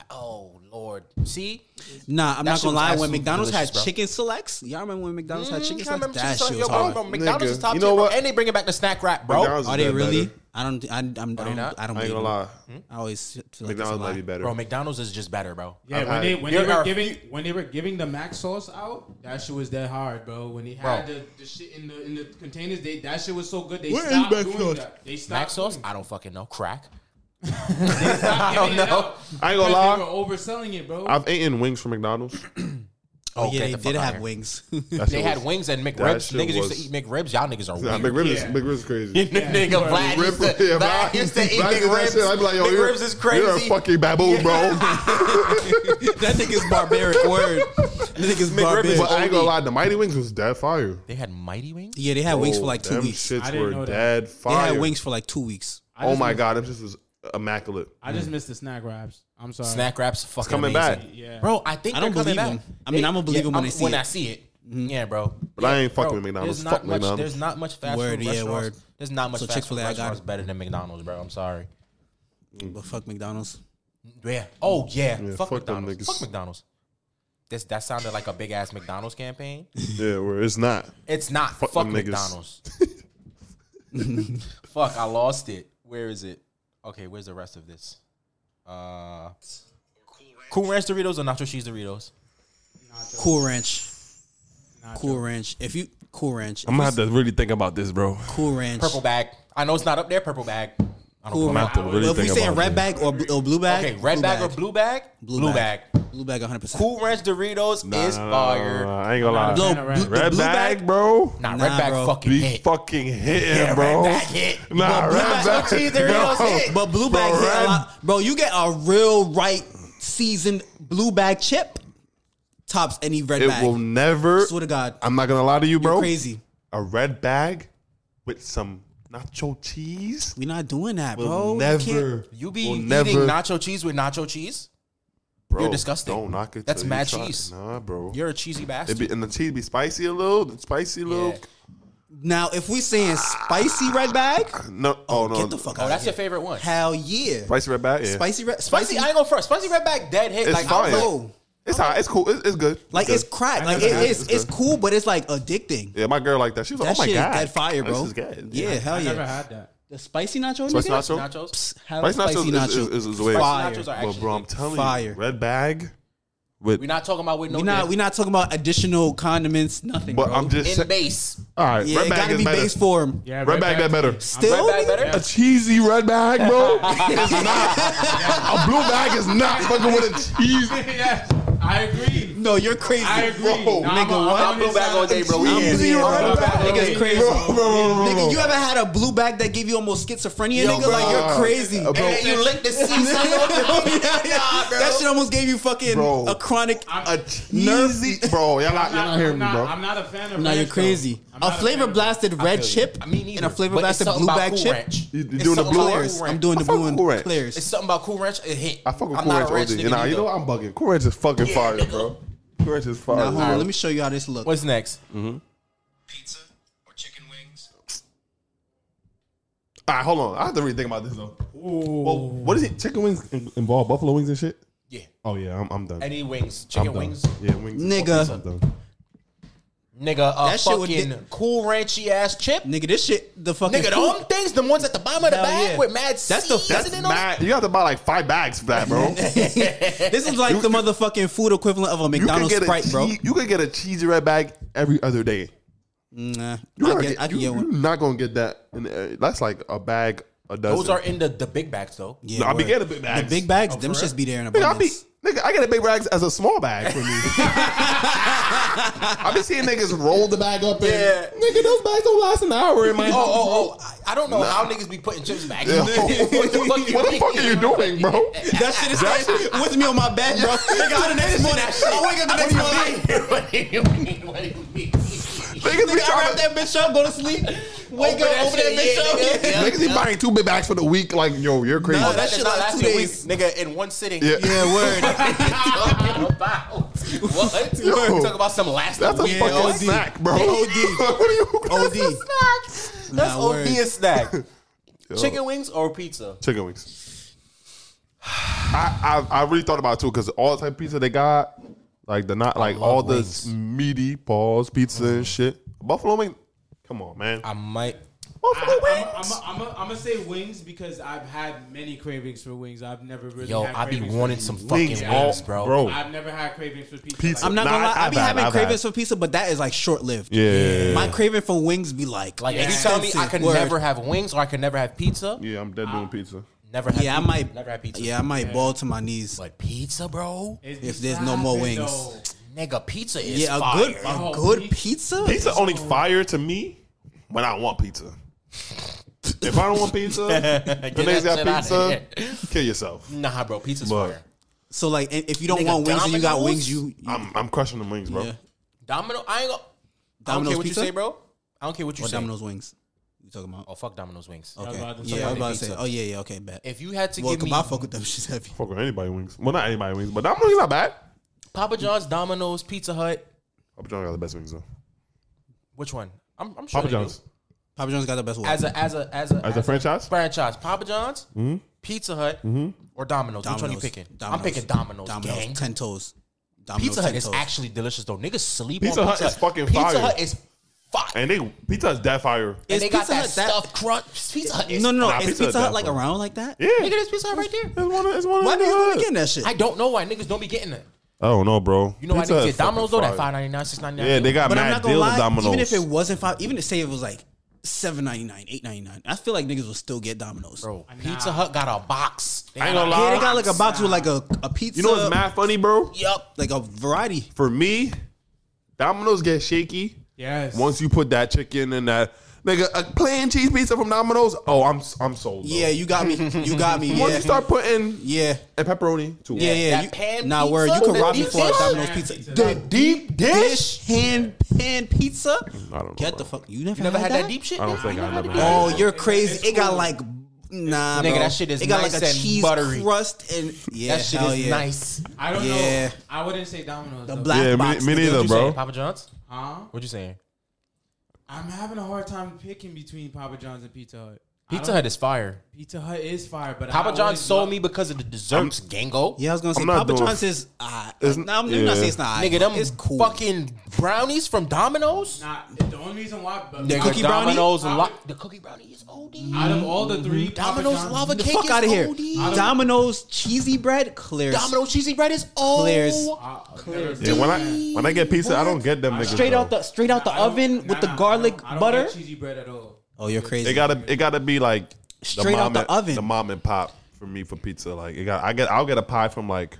Speaker 3: I- oh lord. See,
Speaker 4: Nah,
Speaker 3: That shit
Speaker 4: I'm not gonna
Speaker 3: was
Speaker 4: lie. When
Speaker 3: absolutely
Speaker 4: McDonald's had
Speaker 3: delicious, bro.
Speaker 4: chicken selects, y'all remember when McDonald's had chicken
Speaker 3: Mm, I remember
Speaker 4: selects? That
Speaker 3: chicken sandwich. Yo,
Speaker 4: shit was
Speaker 3: bro,
Speaker 4: hard.
Speaker 3: bro, McDonald's
Speaker 7: Nigga,
Speaker 3: is top
Speaker 7: you
Speaker 3: tier,
Speaker 7: know
Speaker 3: bro.
Speaker 7: what?
Speaker 3: And they bringing back the snack wrap, bro.
Speaker 7: McDonald's
Speaker 4: Are
Speaker 7: is
Speaker 4: they
Speaker 7: better.
Speaker 4: really? I don't. I, I'm, I
Speaker 3: they
Speaker 4: don't.
Speaker 3: not?
Speaker 4: I don't.
Speaker 7: I
Speaker 4: believe
Speaker 7: ain't gonna
Speaker 4: it.
Speaker 7: lie.
Speaker 4: I always feel like it's a
Speaker 7: McDonald's might
Speaker 4: lie.
Speaker 7: be better.
Speaker 3: Bro, McDonald's is just better, bro.
Speaker 6: Yeah,
Speaker 7: I've
Speaker 6: when
Speaker 7: had
Speaker 6: they
Speaker 7: it.
Speaker 6: when
Speaker 3: There
Speaker 6: they were
Speaker 3: are
Speaker 6: giving when they were giving the mac sauce out, that shit was that hard, bro. When they had
Speaker 3: Bro.
Speaker 6: the, the shit in the in the containers, they that shit was so good they
Speaker 7: Where is
Speaker 6: stopped
Speaker 7: mac
Speaker 6: doing
Speaker 7: sauce?
Speaker 6: that. They stopped
Speaker 3: Mac sauce?
Speaker 6: doing
Speaker 3: I don't fucking know. Crack.
Speaker 6: that.
Speaker 3: I don't
Speaker 7: Oh,
Speaker 6: Giving it
Speaker 3: know.
Speaker 6: out
Speaker 7: I ain't gonna
Speaker 6: because
Speaker 7: lie.
Speaker 6: They were overselling it, bro.
Speaker 7: I've eaten wings from McDonald's.
Speaker 3: get
Speaker 4: Oh yeah, they
Speaker 3: the
Speaker 4: did
Speaker 3: fuck out
Speaker 4: have
Speaker 3: here.
Speaker 4: wings.
Speaker 7: That
Speaker 3: They
Speaker 7: shit
Speaker 3: had
Speaker 7: was-
Speaker 3: wings and
Speaker 7: that
Speaker 3: McRibs.
Speaker 7: shit
Speaker 3: Niggas used to
Speaker 7: was-
Speaker 3: eat McRibs. Y'all niggas are
Speaker 7: Nah,
Speaker 3: weird.
Speaker 7: McRib is
Speaker 6: Yeah.
Speaker 7: McRib is crazy.
Speaker 3: nigga, Vlad used to,
Speaker 7: yeah,
Speaker 3: Vlad used to eat
Speaker 7: Vlad did that
Speaker 3: McRibs.
Speaker 7: shit, I'd be like, yo, you're-
Speaker 3: McRibs is crazy.
Speaker 7: You're a fucking baboon, bro.
Speaker 4: that nigga's barbaric word. That nigga's barbaric.
Speaker 7: but I ain't gonna lie, the Mighty Wings was dead fire.
Speaker 3: they had mighty wings.
Speaker 4: Yeah, they had wings for
Speaker 7: Bro,
Speaker 4: like two
Speaker 7: them
Speaker 4: weeks.
Speaker 7: Shits
Speaker 6: I didn't
Speaker 7: were
Speaker 6: know that.
Speaker 7: dead
Speaker 4: They
Speaker 7: fire.
Speaker 4: had wings for like two weeks.
Speaker 6: I
Speaker 7: Oh
Speaker 6: just
Speaker 7: my
Speaker 6: missed-
Speaker 7: god, them shits was immaculate.
Speaker 6: I just missed the snack wraps. I'm sorry.
Speaker 3: Snack wraps, fucking
Speaker 7: coming
Speaker 3: amazing.
Speaker 7: back.
Speaker 6: Yeah.
Speaker 3: bro. I think
Speaker 4: I don't
Speaker 3: they're coming
Speaker 4: believe
Speaker 3: back.
Speaker 4: them. I mean, I'ma believe them when
Speaker 3: I'm-
Speaker 4: I see
Speaker 3: when
Speaker 4: it. Mm-hmm.
Speaker 3: I see it. Yeah, bro.
Speaker 7: But I ain't fucking
Speaker 3: Bro,
Speaker 7: with McDonald's.
Speaker 3: There's
Speaker 7: Fuck
Speaker 3: not much.
Speaker 7: McDonald's.
Speaker 3: There's not much fast
Speaker 4: Word,
Speaker 3: food
Speaker 4: yeah,
Speaker 3: restaurants.
Speaker 4: word.
Speaker 3: There's not much
Speaker 4: So
Speaker 3: fast food
Speaker 4: Chick-fil-A, I got
Speaker 3: restaurants
Speaker 4: it.
Speaker 3: better than McDonald's, bro. I'm sorry.
Speaker 4: But fuck McDonald's.
Speaker 3: Yeah. Oh yeah. fuck,
Speaker 7: fuck them
Speaker 3: McDonald's.
Speaker 7: niggas.
Speaker 3: Fuck McDonald's. This that sounded like a big ass McDonald's campaign.
Speaker 7: Yeah, where it's not.
Speaker 3: It's not. Fuck,
Speaker 7: them niggas.
Speaker 3: McDonald's. Fuck, I lost it. Where is it? Okay, where's the rest of this? Uh, Cool Ranch Doritos or Nacho Cheese Doritos?
Speaker 4: Cool Ranch. Cool Ranch. If you Cool Ranch. If
Speaker 13: I'm
Speaker 4: you
Speaker 13: gonna have to really think about this, bro.
Speaker 4: Cool Ranch.
Speaker 3: Purple bag. I know it's not up there. Purple bag. I don't
Speaker 4: Cool
Speaker 3: know.
Speaker 4: Ranch.
Speaker 13: have to really
Speaker 4: Well, if we
Speaker 13: think
Speaker 4: saying
Speaker 13: about
Speaker 4: red bag or, bl- or blue bag.
Speaker 3: Okay, red bag, or blue bag?
Speaker 4: Blue
Speaker 3: Blue,
Speaker 4: bag.
Speaker 3: bag.
Speaker 4: Blue bag 100. percent
Speaker 3: Cool Ranch Doritos is
Speaker 7: Nah,
Speaker 3: fire.
Speaker 13: I ain't gonna lie.
Speaker 4: No,
Speaker 6: Red
Speaker 4: blue, the
Speaker 13: Red
Speaker 4: blue
Speaker 13: bag,
Speaker 4: bag.
Speaker 13: bro.
Speaker 3: Nah,
Speaker 4: Nah,
Speaker 3: red bag
Speaker 4: bro.
Speaker 3: fucking
Speaker 13: Be
Speaker 3: hit.
Speaker 13: fucking hitting,
Speaker 3: yeah,
Speaker 13: bro.
Speaker 3: red bag hit.
Speaker 13: Nah,
Speaker 3: But
Speaker 13: red bag.
Speaker 3: Nacho Cheese Doritos
Speaker 13: No.
Speaker 3: hit.
Speaker 4: But blue
Speaker 13: Bro,
Speaker 4: bag hit
Speaker 13: red-
Speaker 4: a lot. Bro, you get a real right seasoned blue bag chip. Tops any red
Speaker 7: It
Speaker 4: bag.
Speaker 7: will never.
Speaker 4: Swear to God.
Speaker 7: I'm not gonna lie to you, bro.
Speaker 4: Crazy.
Speaker 7: A red bag with some nacho cheese
Speaker 4: We're not doing that,
Speaker 7: will
Speaker 4: bro. You
Speaker 7: never.
Speaker 4: can't-
Speaker 3: You be
Speaker 7: will
Speaker 3: eating
Speaker 7: never-
Speaker 3: nacho cheese with nacho cheese?
Speaker 7: Bro,
Speaker 3: You're disgusting.
Speaker 7: Don't knock it.
Speaker 3: That's
Speaker 7: till you
Speaker 3: mad
Speaker 7: try it.
Speaker 3: cheese.
Speaker 7: Nah, bro.
Speaker 3: You're a cheesy
Speaker 7: It
Speaker 3: bastard.
Speaker 7: be, and the cheese be spicy a little, spicy a little.
Speaker 3: Yeah.
Speaker 4: Now, if we saying spicy red bag,
Speaker 7: No, oh, no,
Speaker 4: get the fuck out.
Speaker 3: Oh,
Speaker 4: of
Speaker 3: that's
Speaker 4: here.
Speaker 3: your favorite one.
Speaker 4: Hell yeah.
Speaker 7: Spicy red bag. Yeah.
Speaker 4: Spicy red.
Speaker 3: Spicy, I ain't gonna front. Spicy red bag dead hit.
Speaker 7: It's
Speaker 3: like,
Speaker 7: fire.
Speaker 3: I was like,
Speaker 4: Bro,
Speaker 7: It's hot. It's cool. It's, it's good.
Speaker 4: like
Speaker 7: good.
Speaker 4: it's crack. Like
Speaker 7: It's
Speaker 4: it
Speaker 7: good.
Speaker 4: is.
Speaker 7: good.
Speaker 4: It's cool, but it's like addicting.
Speaker 7: Yeah, my girl like that. She was like,
Speaker 4: That
Speaker 7: "Oh my
Speaker 4: shit
Speaker 7: god,
Speaker 4: is dead fire, bro.
Speaker 7: This is good.
Speaker 4: Yeah, hell
Speaker 6: I
Speaker 4: yeah.
Speaker 6: never had that.
Speaker 4: the spicy nacho.
Speaker 7: Spicy
Speaker 4: nigga?
Speaker 7: nacho.
Speaker 3: nachos.
Speaker 4: Hell,
Speaker 7: Spicy nachos
Speaker 4: Spicy
Speaker 7: is-
Speaker 4: nacho.
Speaker 7: is- is- is way-
Speaker 4: fire.
Speaker 3: Nachos are
Speaker 7: But
Speaker 3: actually
Speaker 7: bro, I'm
Speaker 3: good.
Speaker 7: telling
Speaker 4: Fire.
Speaker 7: you, red bag with.
Speaker 3: We're not talking about with no
Speaker 4: we not.
Speaker 3: dip.
Speaker 4: We not talking about additional condiments. Nothing.
Speaker 7: but
Speaker 4: bro.
Speaker 7: I'm just
Speaker 3: in
Speaker 7: saying.
Speaker 3: base.
Speaker 7: All right,
Speaker 4: Yeah,
Speaker 7: red
Speaker 4: it
Speaker 7: bag
Speaker 4: gotta
Speaker 7: is
Speaker 4: be
Speaker 7: better.
Speaker 4: base form.
Speaker 6: Yeah,
Speaker 7: Red bag that better.
Speaker 4: Still,
Speaker 3: Red bag
Speaker 4: nigga?
Speaker 3: better?
Speaker 7: A cheesy red bag, bro. it's not. A blue bag is not fucking with a cheese.
Speaker 6: yes, I agree.
Speaker 4: No, you're crazy.
Speaker 6: I agree.
Speaker 7: Bro,
Speaker 6: Nah, I'm
Speaker 4: nigga,
Speaker 6: on-
Speaker 4: what?
Speaker 6: I'm on
Speaker 4: I'm
Speaker 6: this
Speaker 3: back
Speaker 6: side
Speaker 3: all
Speaker 6: of
Speaker 3: day,
Speaker 6: the
Speaker 3: bro.
Speaker 6: tree.
Speaker 3: We
Speaker 6: Yeah,
Speaker 7: zero
Speaker 6: bro.
Speaker 7: back
Speaker 6: Back
Speaker 7: all
Speaker 6: nigga's
Speaker 7: day.
Speaker 6: crazy.
Speaker 7: Bro, bro, bro, bro, bro.
Speaker 4: Nigga, you ever had a blue bag that gave you almost schizophrenia, nigga? Like you're crazy.
Speaker 7: Bro.
Speaker 3: And you lick the
Speaker 4: Yeah,
Speaker 3: season.
Speaker 4: yeah. That shit almost gave you fucking
Speaker 7: Bro.
Speaker 4: a chronic.
Speaker 7: A
Speaker 6: I'm-
Speaker 7: cheesy, bro. Y'all not, y'all not hearing
Speaker 6: I'm
Speaker 7: me,
Speaker 6: not-
Speaker 7: bro.
Speaker 6: I'm not a fan of
Speaker 4: Now you're
Speaker 6: ranch, though.
Speaker 4: crazy.
Speaker 6: I'm
Speaker 4: A
Speaker 6: not
Speaker 4: flavor
Speaker 6: fan of-
Speaker 4: blasted red chip
Speaker 3: I mean,
Speaker 4: and a flavor
Speaker 3: But it's
Speaker 4: blasted
Speaker 3: something
Speaker 4: blue
Speaker 3: about
Speaker 4: bag
Speaker 3: Cool
Speaker 4: chip.
Speaker 3: Ranch.
Speaker 7: You- you
Speaker 4: It's
Speaker 7: doing the
Speaker 4: something
Speaker 7: blue
Speaker 4: about
Speaker 7: ones?
Speaker 4: Cool Ranch. I'm doing
Speaker 7: I
Speaker 4: the
Speaker 7: fuck
Speaker 4: blue
Speaker 7: with
Speaker 4: one.
Speaker 7: Cool Ranch.
Speaker 4: Clears.
Speaker 3: It's something about Cool Ranch. It hit.
Speaker 7: I fuck with
Speaker 3: I'm
Speaker 7: Cool
Speaker 3: not
Speaker 7: Ranch
Speaker 3: a ranch
Speaker 7: all day.
Speaker 3: nigga
Speaker 7: Nah, you
Speaker 3: neither.
Speaker 7: know what? I'm bugging. Cool Ranch is fucking fire, bro. Cool Ranch is fire.
Speaker 4: Now, hold
Speaker 7: bro.
Speaker 4: on. Let me show you how this looks.
Speaker 3: What's next?
Speaker 7: Mm.
Speaker 12: Pizza or chicken wings?
Speaker 7: All right, hold on. I have to really think about this though. Well, what is it? Chicken wings in- involve buffalo wings and shit.
Speaker 3: Yeah.
Speaker 7: Oh yeah, I'm, I'm done.
Speaker 3: Any wings?
Speaker 7: I'm
Speaker 3: Chicken
Speaker 7: done.
Speaker 3: wings?
Speaker 7: Yeah, wings.
Speaker 4: Nigga.
Speaker 7: I'm done.
Speaker 3: Nigga, a
Speaker 4: That shit would
Speaker 3: fucking
Speaker 4: get-
Speaker 3: cool ranchy ass chip.
Speaker 4: Nigga, this shit, the fucking.
Speaker 3: Nigga, the
Speaker 4: food-
Speaker 3: only things, the ones at the bottom of the
Speaker 4: Hell
Speaker 3: bag
Speaker 4: yeah.
Speaker 3: with mad
Speaker 4: That's the-
Speaker 7: That's
Speaker 3: seasoning on it.
Speaker 7: mad. You have to buy like five bags for that, bro.
Speaker 4: This is like the motherfucking food equivalent of a
Speaker 7: you could
Speaker 4: McDonald's
Speaker 7: get
Speaker 4: Sprite,
Speaker 7: a
Speaker 4: bro.
Speaker 7: chee- you could get a cheesy red bag every other day.
Speaker 4: Nah,
Speaker 7: You
Speaker 4: I,
Speaker 7: gotta
Speaker 4: get, I can
Speaker 7: you-
Speaker 4: get one.
Speaker 7: You're not gonna get that. In the, that's like a bag a dozen.
Speaker 3: Those are in the, the big bags though.
Speaker 4: Yeah,
Speaker 7: No, I be
Speaker 4: word.
Speaker 7: getting big bags.
Speaker 4: The big bags, them shits be there in
Speaker 7: Nigga, I be
Speaker 4: abundance.
Speaker 7: nigga. I get a big bags as a small bag for me. I been seeing niggas roll the bag up. And,
Speaker 3: Yeah.
Speaker 7: nigga, those bags don't last an hour in my.
Speaker 3: Oh, oh, oh! I, I don't know how niggas be putting chips back.
Speaker 7: Yeah.
Speaker 3: what the fuck, you
Speaker 7: what the
Speaker 3: think?
Speaker 7: fuck are you doing, bro?
Speaker 4: That shit is staying with me on my bed, bro. Nigga, the next morning, Oh, I wake up the next morning.
Speaker 3: What
Speaker 4: like,
Speaker 3: do you mean? What do you mean?
Speaker 7: Niggas be
Speaker 4: Nigga, I
Speaker 7: trying
Speaker 4: wrap
Speaker 7: to.
Speaker 4: that bitch up, go to sleep, wake
Speaker 3: Open
Speaker 4: up,
Speaker 3: that
Speaker 4: open that
Speaker 3: shit, yeah,
Speaker 4: bitch up.
Speaker 3: nigga. Yeah.
Speaker 7: Niggas be buying two big bags for the week. Like, yo, you're crazy.
Speaker 4: Nah,
Speaker 3: Oh, that
Speaker 4: shit
Speaker 3: shit not
Speaker 4: like two
Speaker 3: lasting a week,
Speaker 4: days.
Speaker 3: nigga. In one sitting.
Speaker 7: Yeah.
Speaker 4: Yeah, word.
Speaker 3: Talking about what?
Speaker 7: Yo.
Speaker 3: Talk about some last
Speaker 7: That's a
Speaker 3: week.
Speaker 7: fucking
Speaker 4: OD.
Speaker 7: snack, bro.
Speaker 4: OD.
Speaker 7: what are you?
Speaker 4: OD.
Speaker 3: That's
Speaker 4: Nah, word.
Speaker 3: OD a snack. Chicken wings or pizza?
Speaker 7: Chicken wings. I, I I really thought about it too because all the type of pizza they got, like the not like all the meaty paws pizza and shit. Buffalo wing, come on, man.
Speaker 3: Mm. I might.
Speaker 7: Buffalo wing.
Speaker 6: I'm I'm I'm gonna say wings because I've had many cravings for wings. I've never really.
Speaker 3: Yo,
Speaker 6: had
Speaker 3: I be
Speaker 6: cravings for
Speaker 3: wanting
Speaker 6: pizza.
Speaker 3: some fucking wings,
Speaker 7: all-
Speaker 3: bro.
Speaker 6: I've never had cravings for pizza.
Speaker 7: Pizza.
Speaker 4: I'm not
Speaker 7: Nah,
Speaker 4: gonna lie, I
Speaker 7: I've
Speaker 4: be
Speaker 7: had,
Speaker 4: having
Speaker 7: I've had.
Speaker 4: cravings for pizza, but that is like short lived.
Speaker 7: Yeah, yeah, yeah.
Speaker 4: My craving for wings be like,
Speaker 3: Like if you tell
Speaker 4: extensive.
Speaker 3: me I can
Speaker 4: Word.
Speaker 3: never have wings or I can never have pizza,
Speaker 7: yeah, I'm dead doing pizza.
Speaker 3: never have.
Speaker 4: Yeah, I
Speaker 3: pizza,
Speaker 4: might.
Speaker 3: never have pizza.
Speaker 4: Yeah, I might ball to my knees.
Speaker 3: but pizza, bro,
Speaker 6: It's
Speaker 4: If there's no more
Speaker 6: slapping,
Speaker 4: wings.
Speaker 6: though.
Speaker 3: nigga, pizza is
Speaker 4: Yeah, a
Speaker 3: fire.
Speaker 4: good, a
Speaker 6: Oh,
Speaker 4: good
Speaker 6: pizza.
Speaker 4: pizza.
Speaker 7: Pizza only fire to me when I want pizza. if I don't want pizza, the niggas
Speaker 3: that shit
Speaker 7: got
Speaker 3: outta
Speaker 7: pizza. Kill yourself.
Speaker 3: Nah, bro, pizza's
Speaker 7: But-
Speaker 3: fire.
Speaker 4: So like, and if you don't
Speaker 3: Nigga,
Speaker 4: want wings and you got wings, you,
Speaker 3: Domino's?
Speaker 4: you
Speaker 7: I'm I'm crushing the wings, bro.
Speaker 4: yeah.
Speaker 3: Domino, I ain't. Go, I don't
Speaker 4: Domino's
Speaker 3: care what
Speaker 4: pizza?
Speaker 3: you say, bro. I don't care what you
Speaker 4: Or
Speaker 3: say.
Speaker 4: Domino's wings? You talking about?
Speaker 3: Oh fuck, Domino's wings.
Speaker 4: Okay.
Speaker 6: about to say
Speaker 4: Yeah, I was about to
Speaker 3: pizza.
Speaker 4: say. Oh yeah, yeah. Okay, bet.
Speaker 3: If you had to
Speaker 4: Well,
Speaker 3: give
Speaker 4: come
Speaker 3: me
Speaker 4: I fuck with them. She's heavy.
Speaker 7: Fuck with anybody wings. Well, not anybody wings, but Domino's not bad.
Speaker 3: Papa John's, Domino's, Pizza Hut,
Speaker 7: Papa John's got the best wings though.
Speaker 3: which one? I'm, I'm sure
Speaker 7: Papa
Speaker 3: they do.
Speaker 7: John's
Speaker 4: Papa John's got the best one.
Speaker 3: As a as a as a
Speaker 7: as a franchise.
Speaker 3: franchise, Papa John's, Pizza Hut, or Domino's. Which one you
Speaker 4: Domino's.
Speaker 3: picking? I'm
Speaker 4: Domino's.
Speaker 3: picking Domino's.
Speaker 4: Domino's.
Speaker 3: gang.
Speaker 4: Ten toes. Domino's
Speaker 3: Pizza Hut
Speaker 4: 10
Speaker 3: is
Speaker 4: toes.
Speaker 3: actually delicious though. Niggas sleep
Speaker 7: Pizza
Speaker 3: on
Speaker 7: Hut
Speaker 3: Pizza
Speaker 7: is fucking
Speaker 3: Pizza
Speaker 7: fire.
Speaker 3: Hut is fuck. And,
Speaker 7: And they pizza is that fire.
Speaker 4: Is
Speaker 3: they got
Speaker 4: Pizza
Speaker 3: that
Speaker 4: Hut that-
Speaker 3: stuffed crunch. Pizza Hut is
Speaker 4: No, no, no.
Speaker 7: Nah,
Speaker 4: is
Speaker 7: Pizza
Speaker 4: Pizza,
Speaker 7: Hut
Speaker 4: Hut like
Speaker 7: definitely.
Speaker 4: around like that?
Speaker 7: Yeah,
Speaker 3: Nigga, this Pizza Hut right there.
Speaker 7: it's one. Of, it's one.
Speaker 4: Why
Speaker 7: of the
Speaker 4: niggas not
Speaker 7: hood.
Speaker 4: getting that shit?
Speaker 3: I don't know why niggas don't be getting it.
Speaker 7: I don't know, bro.
Speaker 3: You know why
Speaker 7: Pizza
Speaker 3: niggas
Speaker 7: Hut
Speaker 3: get
Speaker 7: is fucking
Speaker 3: Domino's though? That
Speaker 7: fire.
Speaker 3: five ninety nine, six ninety nine.
Speaker 7: Yeah, they got
Speaker 4: But I'm
Speaker 7: mad
Speaker 4: not gonna
Speaker 7: deals at
Speaker 4: lie.
Speaker 7: Domino's.
Speaker 4: Even if it wasn't five, even if say it was like seven ninety nine, eight ninety nine, I feel like niggas would still get Domino's.
Speaker 3: bro. Pizza Hut got a box. They
Speaker 7: I ain't
Speaker 3: got
Speaker 7: gonna
Speaker 3: a-
Speaker 4: Yeah,
Speaker 7: lie.
Speaker 4: they got like a box with like a a pizza.
Speaker 7: you know what's mad funny, bro?
Speaker 3: Yup.
Speaker 4: Like a variety.
Speaker 7: For me, Domino's get shaky
Speaker 6: Yes.
Speaker 7: once you put that chicken and that nigga a plain cheese pizza from Domino's. Oh, I'm I'm sold. Bro.
Speaker 4: Yeah, you got me. You got me.
Speaker 7: Once you
Speaker 4: Yeah.
Speaker 7: start putting
Speaker 4: Yeah.
Speaker 7: a pepperoni too.
Speaker 4: Yeah, yeah.
Speaker 3: That
Speaker 4: you,
Speaker 3: pan
Speaker 4: nah, word. You
Speaker 3: pizza?
Speaker 4: could
Speaker 3: The
Speaker 4: rob me
Speaker 3: deep
Speaker 4: for a
Speaker 3: dish?
Speaker 4: Domino's
Speaker 6: Pan
Speaker 4: pizza.
Speaker 6: pizza.
Speaker 4: The
Speaker 3: deep
Speaker 4: dish hand pan pizza.
Speaker 7: I don't know.
Speaker 4: Get the
Speaker 7: bro.
Speaker 4: fuck. You never,
Speaker 3: Never had that deep shit.
Speaker 7: I don't
Speaker 3: nigga?
Speaker 7: think I never. had
Speaker 4: Oh,
Speaker 7: that.
Speaker 4: you're crazy. It got like nah,
Speaker 3: Nigga,
Speaker 4: bro.
Speaker 3: that shit is
Speaker 4: It got
Speaker 3: nice
Speaker 4: like a
Speaker 3: and
Speaker 4: cheese
Speaker 3: buttery.
Speaker 4: crust and yeah,
Speaker 3: That shit
Speaker 4: hell
Speaker 3: is
Speaker 4: yeah.
Speaker 3: nice.
Speaker 6: I don't
Speaker 4: Yeah.
Speaker 6: know. I wouldn't say Domino's.
Speaker 4: The
Speaker 6: though.
Speaker 4: black
Speaker 7: Yeah, me-
Speaker 4: box.
Speaker 7: me
Speaker 4: nigga.
Speaker 7: neither,
Speaker 4: You
Speaker 7: bro.
Speaker 3: Hey, Papa John's.
Speaker 6: Huh?
Speaker 3: What you saying?
Speaker 6: I'm having a hard time picking between Papa John's and Pizza Hut. I
Speaker 3: Pizza
Speaker 6: don't-
Speaker 3: Hut is fire.
Speaker 6: Pizza Hut is fire, but I
Speaker 3: Papa John's
Speaker 6: always
Speaker 3: sold
Speaker 6: love-
Speaker 3: me because of the desserts, gango.
Speaker 4: Yeah, I was gonna say
Speaker 7: I'm not
Speaker 4: Papa
Speaker 7: doing-
Speaker 4: John's is uh,
Speaker 7: It's-
Speaker 4: nah, I'm not
Speaker 7: yeah.
Speaker 4: saying it's not.
Speaker 3: Nigga, them
Speaker 4: it's cool.
Speaker 3: fucking brownies from Domino's.
Speaker 6: Nah, the only reason why. But
Speaker 4: Nigga,
Speaker 6: Papa-
Speaker 4: cookie brownie?
Speaker 3: Domino's and
Speaker 6: Papa-
Speaker 3: lo- the cookie brownie is OD.
Speaker 6: out of all the three, Papa
Speaker 3: Domino's
Speaker 6: John's-
Speaker 3: lava
Speaker 4: the
Speaker 3: cake
Speaker 4: fuck
Speaker 3: is
Speaker 4: out of here.
Speaker 3: OD.
Speaker 4: Domino's cheesy bread clears.
Speaker 3: Domino's cheesy bread is all
Speaker 4: Clears.
Speaker 6: I- I've never
Speaker 7: Yeah, when I when I get pizza, I don't get them niggas.
Speaker 4: straight
Speaker 7: though.
Speaker 4: out the straight out the
Speaker 6: I don't-
Speaker 4: oven
Speaker 6: nah,
Speaker 4: with the
Speaker 6: nah,
Speaker 4: garlic
Speaker 6: I don't- I don't
Speaker 4: butter.
Speaker 6: like cheesy bread at all.
Speaker 4: Oh, you're crazy.
Speaker 7: It gotta it gotta be like the
Speaker 4: Straight out
Speaker 7: mom
Speaker 4: the
Speaker 7: and-
Speaker 4: oven.
Speaker 7: the mom and pop for me for pizza. Like it got I get I'll get a pie from like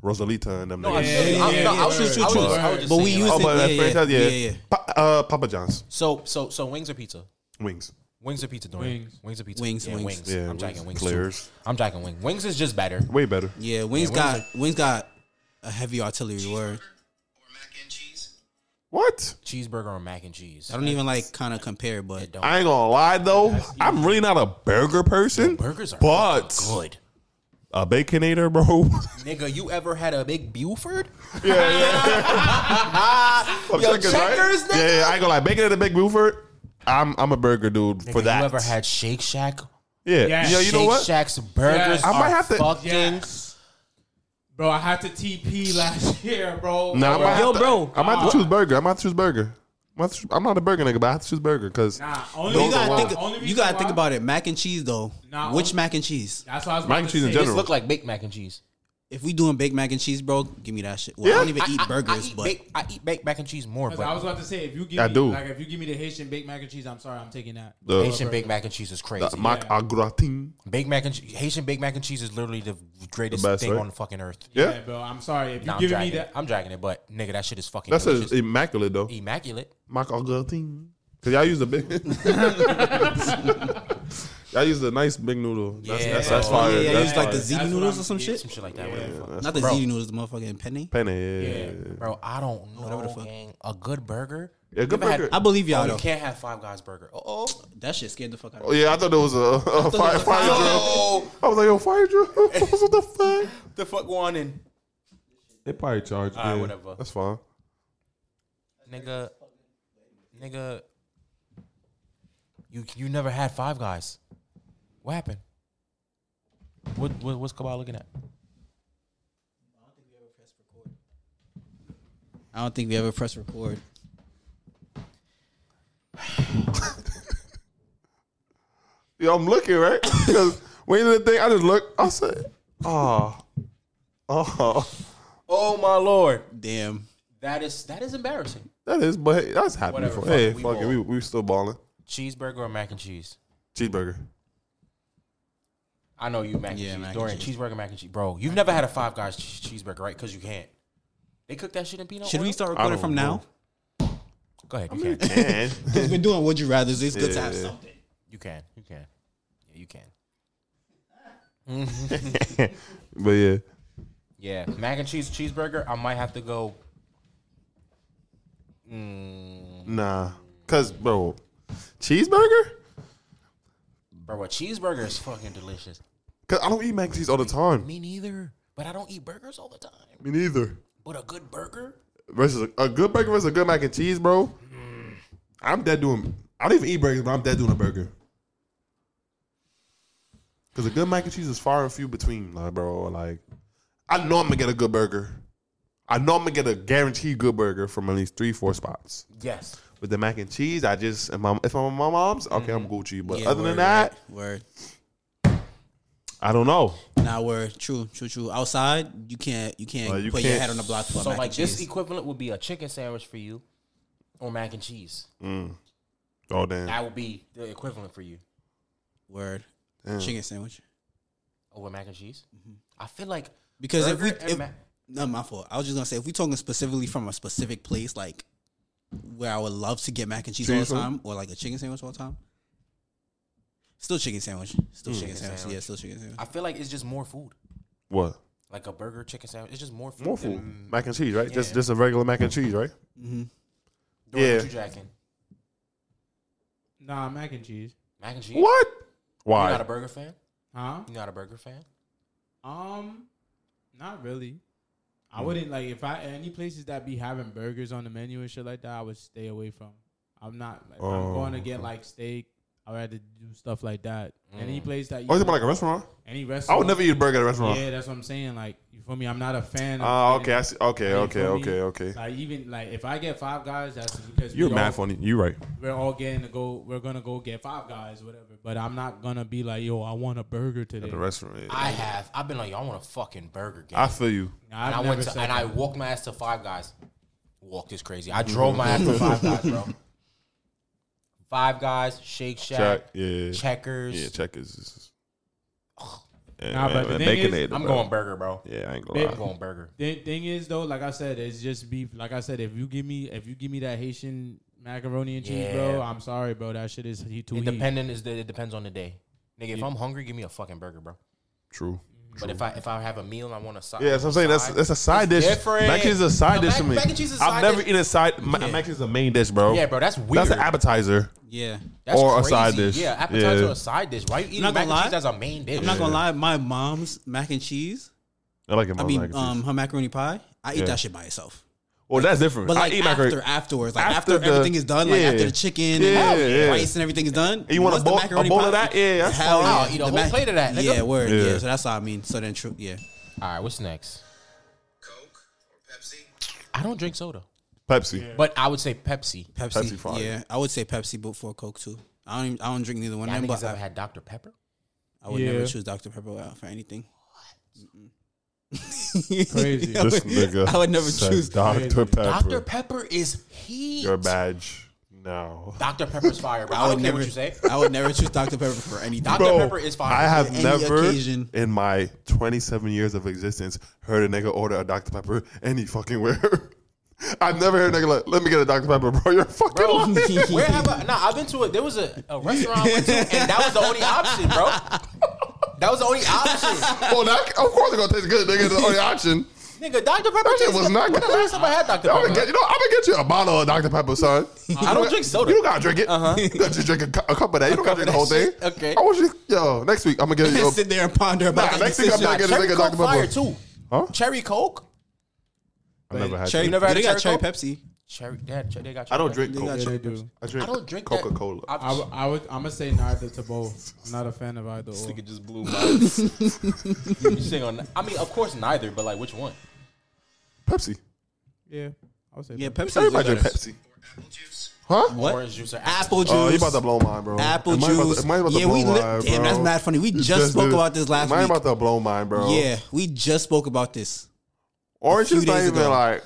Speaker 7: Rosalita and them.
Speaker 3: No,
Speaker 7: niggas.
Speaker 3: I'm serious. I'm- no, I was just- I was just- I was just
Speaker 4: But we
Speaker 3: saying,
Speaker 4: used
Speaker 7: oh,
Speaker 4: to
Speaker 7: but that
Speaker 4: yeah,
Speaker 7: franchise,
Speaker 4: yeah,
Speaker 7: yeah,
Speaker 4: yeah, yeah.
Speaker 7: Pa- uh, Papa John's
Speaker 3: So so so wings or pizza?
Speaker 7: wings.
Speaker 3: Wings or pizza? Dory?
Speaker 6: Wings.
Speaker 3: Wings or pizza?
Speaker 4: Wings,
Speaker 3: Yeah,
Speaker 4: wings.
Speaker 3: wings.
Speaker 7: Yeah,
Speaker 3: I'm jacking wings.
Speaker 7: wings. Players.
Speaker 3: Too. I'm jacking wings. Wings is just better.
Speaker 7: Way better.
Speaker 4: Yeah, Wings got Wings got a heavy artillery word.
Speaker 14: or mac and cheese.
Speaker 7: What?
Speaker 3: Cheeseburger or mac and cheese?
Speaker 4: I don't even like kind of compare, but
Speaker 3: don't-
Speaker 7: I ain't gonna lie though. I'm really not a burger person.
Speaker 3: Burgers are
Speaker 7: but
Speaker 3: fucking good.
Speaker 7: a baconator, bro.
Speaker 3: Nigga, you ever had a big Buford?
Speaker 7: Yo,
Speaker 3: Checkers, right? Checkers, nigga?
Speaker 7: Yeah, yeah, I ain't gonna lie. Bacon at the Big Buford. I'm I'm a burger dude for
Speaker 3: Nigga,
Speaker 7: that.
Speaker 3: You ever had Shake Shack?
Speaker 7: Yeah.
Speaker 6: Yes.
Speaker 7: Yo, you know
Speaker 3: Shake
Speaker 7: what?
Speaker 3: Shack's burgers
Speaker 6: Yes.
Speaker 7: I might
Speaker 3: are
Speaker 7: have to-
Speaker 3: fucking.
Speaker 6: Yes. Bro, I had to TP last year, bro.
Speaker 7: Nah, I might have
Speaker 4: Yo,
Speaker 7: to-
Speaker 4: bro.
Speaker 7: I might have to choose burger. I might have to choose burger. I'm not- I'm not a burger nigga, but I have to choose burger because
Speaker 6: Nah, only
Speaker 7: Those
Speaker 4: you
Speaker 7: are
Speaker 4: gotta
Speaker 7: wild.
Speaker 4: think. You gotta think about it. Mac and cheese though.
Speaker 6: Nah,
Speaker 4: Which
Speaker 6: only-
Speaker 4: mac and cheese?
Speaker 6: That's what I was
Speaker 7: Mac
Speaker 6: about
Speaker 7: and
Speaker 6: to
Speaker 7: cheese in
Speaker 6: say.
Speaker 7: general.
Speaker 3: Look like baked mac and cheese.
Speaker 4: If we doing baked mac and cheese, bro, give me that shit. Well, I don't even eat burgers,
Speaker 3: eat
Speaker 4: but
Speaker 3: baked, I eat baked mac and cheese more,
Speaker 6: 'Cause I was
Speaker 3: but
Speaker 6: about to say if you give
Speaker 7: I
Speaker 6: me
Speaker 7: do.
Speaker 6: like if you give me the Haitian baked mac and cheese, I'm sorry, I'm taking that.
Speaker 7: the
Speaker 3: Haitian baked mac and cheese is crazy.
Speaker 7: the mac au gratin.
Speaker 3: Baked mac and che- Haitian baked mac and cheese is literally the greatest
Speaker 7: The best,
Speaker 3: thing
Speaker 7: right?
Speaker 3: on the fucking earth.
Speaker 7: Yeah,
Speaker 6: Yeah, bro. I'm sorry if you
Speaker 3: Nah, I'm
Speaker 6: are giving me
Speaker 3: dragging it.
Speaker 6: that.
Speaker 3: I'm dragging it, but nigga, that shit is fucking
Speaker 7: that's
Speaker 3: delicious.
Speaker 7: a, immaculate though.
Speaker 3: immaculate.
Speaker 7: Mac au gratin. Cause y'all use the big. y'all use the nice big noodle. That's
Speaker 3: Yeah.
Speaker 7: that's, that's
Speaker 3: Oh,
Speaker 7: fire.
Speaker 4: yeah, yeah,
Speaker 7: that's
Speaker 4: use like the
Speaker 7: fire.
Speaker 6: That's
Speaker 4: ziti
Speaker 6: what
Speaker 4: noodles
Speaker 6: I'm-
Speaker 4: or some
Speaker 6: yeah,
Speaker 4: shit.
Speaker 3: Some shit like that. whatever the fuck.
Speaker 4: Not the ziti noodles, the motherfucking penny.
Speaker 7: penne. Yeah.
Speaker 3: Bro, I don't know,
Speaker 4: the fuck.
Speaker 3: gang. A good burger?
Speaker 7: Yeah, good
Speaker 3: You ever had-
Speaker 7: burger.
Speaker 4: I believe y'all
Speaker 3: Oh, you
Speaker 4: though.
Speaker 3: can't have Five Guys burger. Oh,
Speaker 4: That shit scared the fuck out. of
Speaker 7: Oh,
Speaker 4: me.
Speaker 7: yeah, I thought there was a, a fire,
Speaker 4: was a
Speaker 7: fire
Speaker 4: fire
Speaker 7: drill. I was like, yo, fire drill. what the fuck?
Speaker 3: the fuck one and
Speaker 7: They probably charge.
Speaker 3: Alright, yeah. whatever.
Speaker 7: That's fine.
Speaker 3: nigga, nigga, you you never had Five Guys. What happened? What, what what's Kabal looking at?
Speaker 4: I don't think we ever press record.
Speaker 7: Yo, I'm looking right because when you did the thing, I just look. I said, oh, oh,
Speaker 3: Oh my lord,
Speaker 4: Damn.
Speaker 3: that is that is embarrassing.
Speaker 7: that is. But hey, that's happening.
Speaker 3: Whatever,
Speaker 7: for,
Speaker 3: fuck
Speaker 7: hey,
Speaker 3: it, we
Speaker 7: fuck it,
Speaker 3: ball.
Speaker 7: we we still balling.
Speaker 3: Cheeseburger or mac and cheese?
Speaker 7: Cheeseburger.
Speaker 3: I know you mac and
Speaker 4: Yeah,
Speaker 3: cheese.
Speaker 4: mac and
Speaker 3: Dorian,
Speaker 4: cheese.
Speaker 3: cheeseburger, mac and cheese. Bro, you've never had a Five Guys che- cheeseburger, right? Because you can't. They cook that shit in peanut
Speaker 4: Should
Speaker 3: oil?
Speaker 4: we start recording
Speaker 7: don't
Speaker 4: from now?
Speaker 7: know.
Speaker 3: Go ahead. You can.
Speaker 7: And
Speaker 4: Because we're doing Would You Rather. It's good to have something.
Speaker 3: You can. You can. Yeah, you can.
Speaker 7: but yeah,
Speaker 3: Yeah, mac and cheese cheeseburger. I might have to go. Mm,
Speaker 7: nah, cause bro, cheeseburger.
Speaker 3: bro, a cheeseburger is fucking delicious.
Speaker 7: Cause I don't eat mac and cheese all the time.
Speaker 3: Me neither. But I don't eat burgers all the time.
Speaker 7: Me neither.
Speaker 3: But a good burger,
Speaker 7: Versus a, a good burger versus a good mac and cheese, bro. I'm dead doing. I don't even eat burgers, but I'm dead doing a burger. Cause a good mac and cheese is far and few between, like, bro. Like, I know I'm gonna get a good burger. I know I'm gonna get a guaranteed good burger from at least three, four spots.
Speaker 3: yes.
Speaker 7: With the mac and cheese, I just if I'm if I'm at my mom's, okay, I'm Gucci. But
Speaker 4: Mm-hmm. Yeah,
Speaker 7: other than
Speaker 4: word,
Speaker 7: that,
Speaker 4: word.
Speaker 7: I don't know.
Speaker 4: Nah, word. True, true, true. Outside, you can't, you can't
Speaker 7: Uh, you
Speaker 4: put your
Speaker 7: can't-
Speaker 4: head on the block for a
Speaker 3: So
Speaker 4: mac
Speaker 3: like
Speaker 4: and
Speaker 3: this
Speaker 4: cheese.
Speaker 3: equivalent would be a chicken sandwich for you, or mac and cheese.
Speaker 7: Oh damn,
Speaker 3: That would be the equivalent for you
Speaker 4: word. Chicken sandwich.
Speaker 3: over mac and cheese. I feel like
Speaker 4: Because if we,
Speaker 3: Burger and
Speaker 4: if,
Speaker 3: mac-
Speaker 4: no, my fault. I was just gonna say if we talking specifically from a specific place, like where I would love to get mac and cheese all the
Speaker 7: Chicken
Speaker 4: time, or like a chicken sandwich all the time. Still chicken sandwich. Still
Speaker 7: Hmm.
Speaker 4: chicken, sandwich. Yeah, still chicken sandwich.
Speaker 3: I feel like it's just more food.
Speaker 7: what
Speaker 3: Like a burger, chicken sandwich. It's just more food.
Speaker 7: more
Speaker 3: than- mm,
Speaker 7: food?
Speaker 4: Mm.
Speaker 7: Mac and cheese, right? Just just a regular mac and cheese, right?
Speaker 3: Dorian,
Speaker 7: Yeah.
Speaker 3: what you jacking?
Speaker 6: Nah, mac and cheese.
Speaker 3: Mac and cheese.
Speaker 7: What? Why?
Speaker 3: You not a burger fan?
Speaker 6: Huh?
Speaker 3: You not a burger fan?
Speaker 6: Um, not really. I wouldn't like if I any places that be having burgers on the menu and shit like that. I would stay away from. I'm not. Like, if
Speaker 7: Oh,
Speaker 6: I'm going to get like steak. I would rather do stuff like that. Any place that you
Speaker 7: Oh, is it like a restaurant?
Speaker 6: any
Speaker 7: I
Speaker 6: restaurant.
Speaker 7: would never eat a burger at a restaurant.
Speaker 6: Yeah, that's what I'm saying. Like you feel me? I'm not a fan. of
Speaker 7: Ah,
Speaker 6: getting-
Speaker 7: okay, I see. Okay,
Speaker 6: Like,
Speaker 7: okay,
Speaker 6: you feel me?
Speaker 7: okay, okay.
Speaker 6: Like even like if I get five guys, that's because
Speaker 7: You're
Speaker 6: we all,
Speaker 7: mad funny. You right.
Speaker 6: We're all getting to go. We're gonna go get five guys, whatever. But I'm not gonna be like, yo, I want a burger today.
Speaker 7: The restaurant. yeah.
Speaker 3: I have. I've been like, I want a fucking burger. Game.
Speaker 7: I feel you.
Speaker 6: Nah, I've
Speaker 3: and I
Speaker 6: never
Speaker 3: went to,
Speaker 6: said
Speaker 3: and
Speaker 6: that.
Speaker 3: I walked my ass to Five Guys. Walked is crazy. I drove my ass to Five Guys, bro. Five Guys, Shake Shack,
Speaker 7: Check. Yeah.
Speaker 3: Checkers.
Speaker 7: Yeah, checkers. is-
Speaker 6: Nah, but the thing is,
Speaker 15: Baconator,
Speaker 3: I'm
Speaker 15: bro.
Speaker 3: going burger, bro.
Speaker 15: Yeah, I ain't gonna
Speaker 6: Bacon.
Speaker 15: lie.
Speaker 3: I'm going burger.
Speaker 6: Th- thing is though, like I said, it's just beef. Like I said, if you give me if you give me that Haitian macaroni and cheese, bro,
Speaker 3: Yeah.
Speaker 6: I'm sorry, bro. That shit is he too heat.
Speaker 3: Independent is the, it depends on the day. Nigga, if I'm hungry, give me a fucking burger, bro.
Speaker 15: True.
Speaker 3: But if I if I have a meal and I want a side,
Speaker 7: Yeah, that's what I'm saying. That's that's a side
Speaker 3: Mm. It's
Speaker 7: dish.
Speaker 3: different.
Speaker 7: Mac and cheese is a
Speaker 3: No,
Speaker 7: side dish
Speaker 3: mac-
Speaker 7: to me.
Speaker 3: mac and cheese is a
Speaker 7: I've
Speaker 3: side
Speaker 7: never
Speaker 3: dish.
Speaker 7: eaten a side. Ma- Mac and cheese is a main dish, bro.
Speaker 3: yeah, bro, that's weird.
Speaker 7: That's an appetizer.
Speaker 4: Yeah.
Speaker 3: That's
Speaker 7: or a side
Speaker 3: crazy.
Speaker 7: dish.
Speaker 3: Yeah, appetizer
Speaker 7: Yeah.
Speaker 3: or side dish. Why you eating
Speaker 4: not
Speaker 3: mac
Speaker 4: gonna
Speaker 3: and
Speaker 4: lie.
Speaker 3: cheese as a main dish?
Speaker 4: I'm not gonna lie, my mom's mac and cheese,
Speaker 7: I like it.
Speaker 4: I mean um her macaroni pie, I eat
Speaker 7: Yeah.
Speaker 4: that shit by itself.
Speaker 7: well, that's different.
Speaker 4: But like
Speaker 7: I eat
Speaker 4: after
Speaker 7: macaroni.
Speaker 4: afterwards, like
Speaker 7: After
Speaker 4: after,
Speaker 7: the-
Speaker 4: everything is done, like
Speaker 7: yeah.
Speaker 4: after the chicken
Speaker 7: Yeah,
Speaker 4: and
Speaker 7: yeah.
Speaker 4: rice and everything is done,
Speaker 7: And you want a
Speaker 4: once the
Speaker 7: bowl- a
Speaker 4: macaroni
Speaker 7: bowl
Speaker 4: pie-
Speaker 7: of that? Yeah, that's
Speaker 4: hell
Speaker 3: fine.
Speaker 4: yeah.
Speaker 3: I'll eat a whole
Speaker 4: mac-
Speaker 3: plate of that, nigga.
Speaker 4: Yeah, word. Yeah.
Speaker 7: Yeah.
Speaker 4: so that's what I mean. So then, true. Yeah,
Speaker 3: All right, what's next?
Speaker 16: Coke or Pepsi?
Speaker 3: I don't drink soda,
Speaker 7: Pepsi.
Speaker 3: but I would say Pepsi.
Speaker 4: Pepsi.
Speaker 7: Pepsi fire.
Speaker 4: yeah, I would say Pepsi before Coke too. I don't. Even, I don't drink neither one
Speaker 3: Y'all
Speaker 4: of them,
Speaker 3: niggas
Speaker 4: but
Speaker 15: uh,
Speaker 3: ever
Speaker 4: I,
Speaker 3: had Dr Pepper?
Speaker 4: I would
Speaker 6: Yeah.
Speaker 4: never choose Dr Pepper out for anything.
Speaker 6: Crazy.
Speaker 4: I would,
Speaker 7: This nigga.
Speaker 4: I would never
Speaker 7: said
Speaker 4: choose.
Speaker 7: Dr Pepper.
Speaker 3: Dr Pepper is heat.
Speaker 7: Your badge. No.
Speaker 3: Dr Pepper's fire, bro. I,
Speaker 4: I
Speaker 3: don't
Speaker 4: would
Speaker 3: care
Speaker 4: never.
Speaker 3: what you say.
Speaker 4: I would never choose Dr Pepper for anything.
Speaker 3: Dr
Speaker 7: Bro,
Speaker 3: Pepper is fire.
Speaker 7: I have
Speaker 4: any
Speaker 7: never
Speaker 4: occasion.
Speaker 7: in my 27 years of existence heard a nigga order a Dr. Pepper any fucking where. I've never heard a nigga like, let me get a Dr. Pepper, bro. You're fucking lying.
Speaker 3: Where have I? Nah, I've been to a. There was a, a restaurant I went to, and that was the only option, bro. That was the only option,
Speaker 15: Well, that, of course it's gonna taste good. Nigga, it's the only option.
Speaker 3: nigga. Dr Pepper
Speaker 15: That shit
Speaker 3: tastes
Speaker 15: was
Speaker 3: good.
Speaker 15: not
Speaker 3: When
Speaker 15: good.
Speaker 3: the last time I had Dr
Speaker 15: I'm gonna
Speaker 3: Pepper?
Speaker 15: get, you know, I'm gonna get you a bottle of Dr. Pepper, son.
Speaker 3: I don't drink soda.
Speaker 7: You don't gotta drink it.
Speaker 15: Uh-huh. You got to drink a, cu- a cup of that. You don't gotta drink the whole thing.
Speaker 3: shit. Okay.
Speaker 15: I want you, yo, next week, I'm gonna get you a,
Speaker 4: Sit there and ponder
Speaker 15: Nah,
Speaker 4: about that
Speaker 15: next thing I'm
Speaker 4: decision.
Speaker 15: gonna
Speaker 3: Nah,
Speaker 15: get a
Speaker 3: cherry
Speaker 15: nigga
Speaker 3: Coke
Speaker 15: Dr
Speaker 3: fire
Speaker 15: Pepper.
Speaker 3: too.
Speaker 7: Huh?
Speaker 3: Cherry Coke.
Speaker 7: I never had
Speaker 4: Cherry,
Speaker 7: Coke.
Speaker 3: never had
Speaker 4: they
Speaker 3: a
Speaker 4: got
Speaker 3: cherry
Speaker 4: cherry
Speaker 3: Coke?
Speaker 4: Pepsi.
Speaker 3: Cherry. They, had, they got. Cherry
Speaker 7: I don't
Speaker 3: Coke.
Speaker 7: drink Coke.
Speaker 4: got
Speaker 6: they
Speaker 4: cherry
Speaker 6: do.
Speaker 7: I drink,
Speaker 3: I don't drink that.
Speaker 7: Coca Cola.
Speaker 3: I-
Speaker 6: I, w- I would. I'm gonna say neither to both. I'm not a fan of either. Or.
Speaker 3: Nigga just blew my. you sing on. I mean, of course, neither. But like, which one?
Speaker 7: Pepsi.
Speaker 6: Yeah, I would say.
Speaker 4: Yeah,
Speaker 6: that.
Speaker 4: Pepsi.
Speaker 7: Everybody
Speaker 4: is
Speaker 7: drink
Speaker 4: better.
Speaker 7: Pepsi.
Speaker 16: Apple juice?
Speaker 15: Huh?
Speaker 4: What?
Speaker 3: Orange juice or
Speaker 4: Apple juice.
Speaker 7: Oh, you about to blow mine, bro.
Speaker 4: Apple
Speaker 7: Am I about to-
Speaker 4: juice.
Speaker 7: am I about to
Speaker 4: yeah, we
Speaker 7: blow
Speaker 4: li-
Speaker 7: mine,
Speaker 4: damn,
Speaker 7: bro?
Speaker 4: that's mad funny. We
Speaker 7: You
Speaker 4: just, spoke
Speaker 7: did.
Speaker 4: about this last
Speaker 7: Am I
Speaker 4: week.
Speaker 7: about to blow mine, bro.
Speaker 4: Yeah, we just spoke about this.
Speaker 7: Orange
Speaker 4: a few
Speaker 7: is not
Speaker 4: days
Speaker 7: even
Speaker 4: ago.
Speaker 7: like.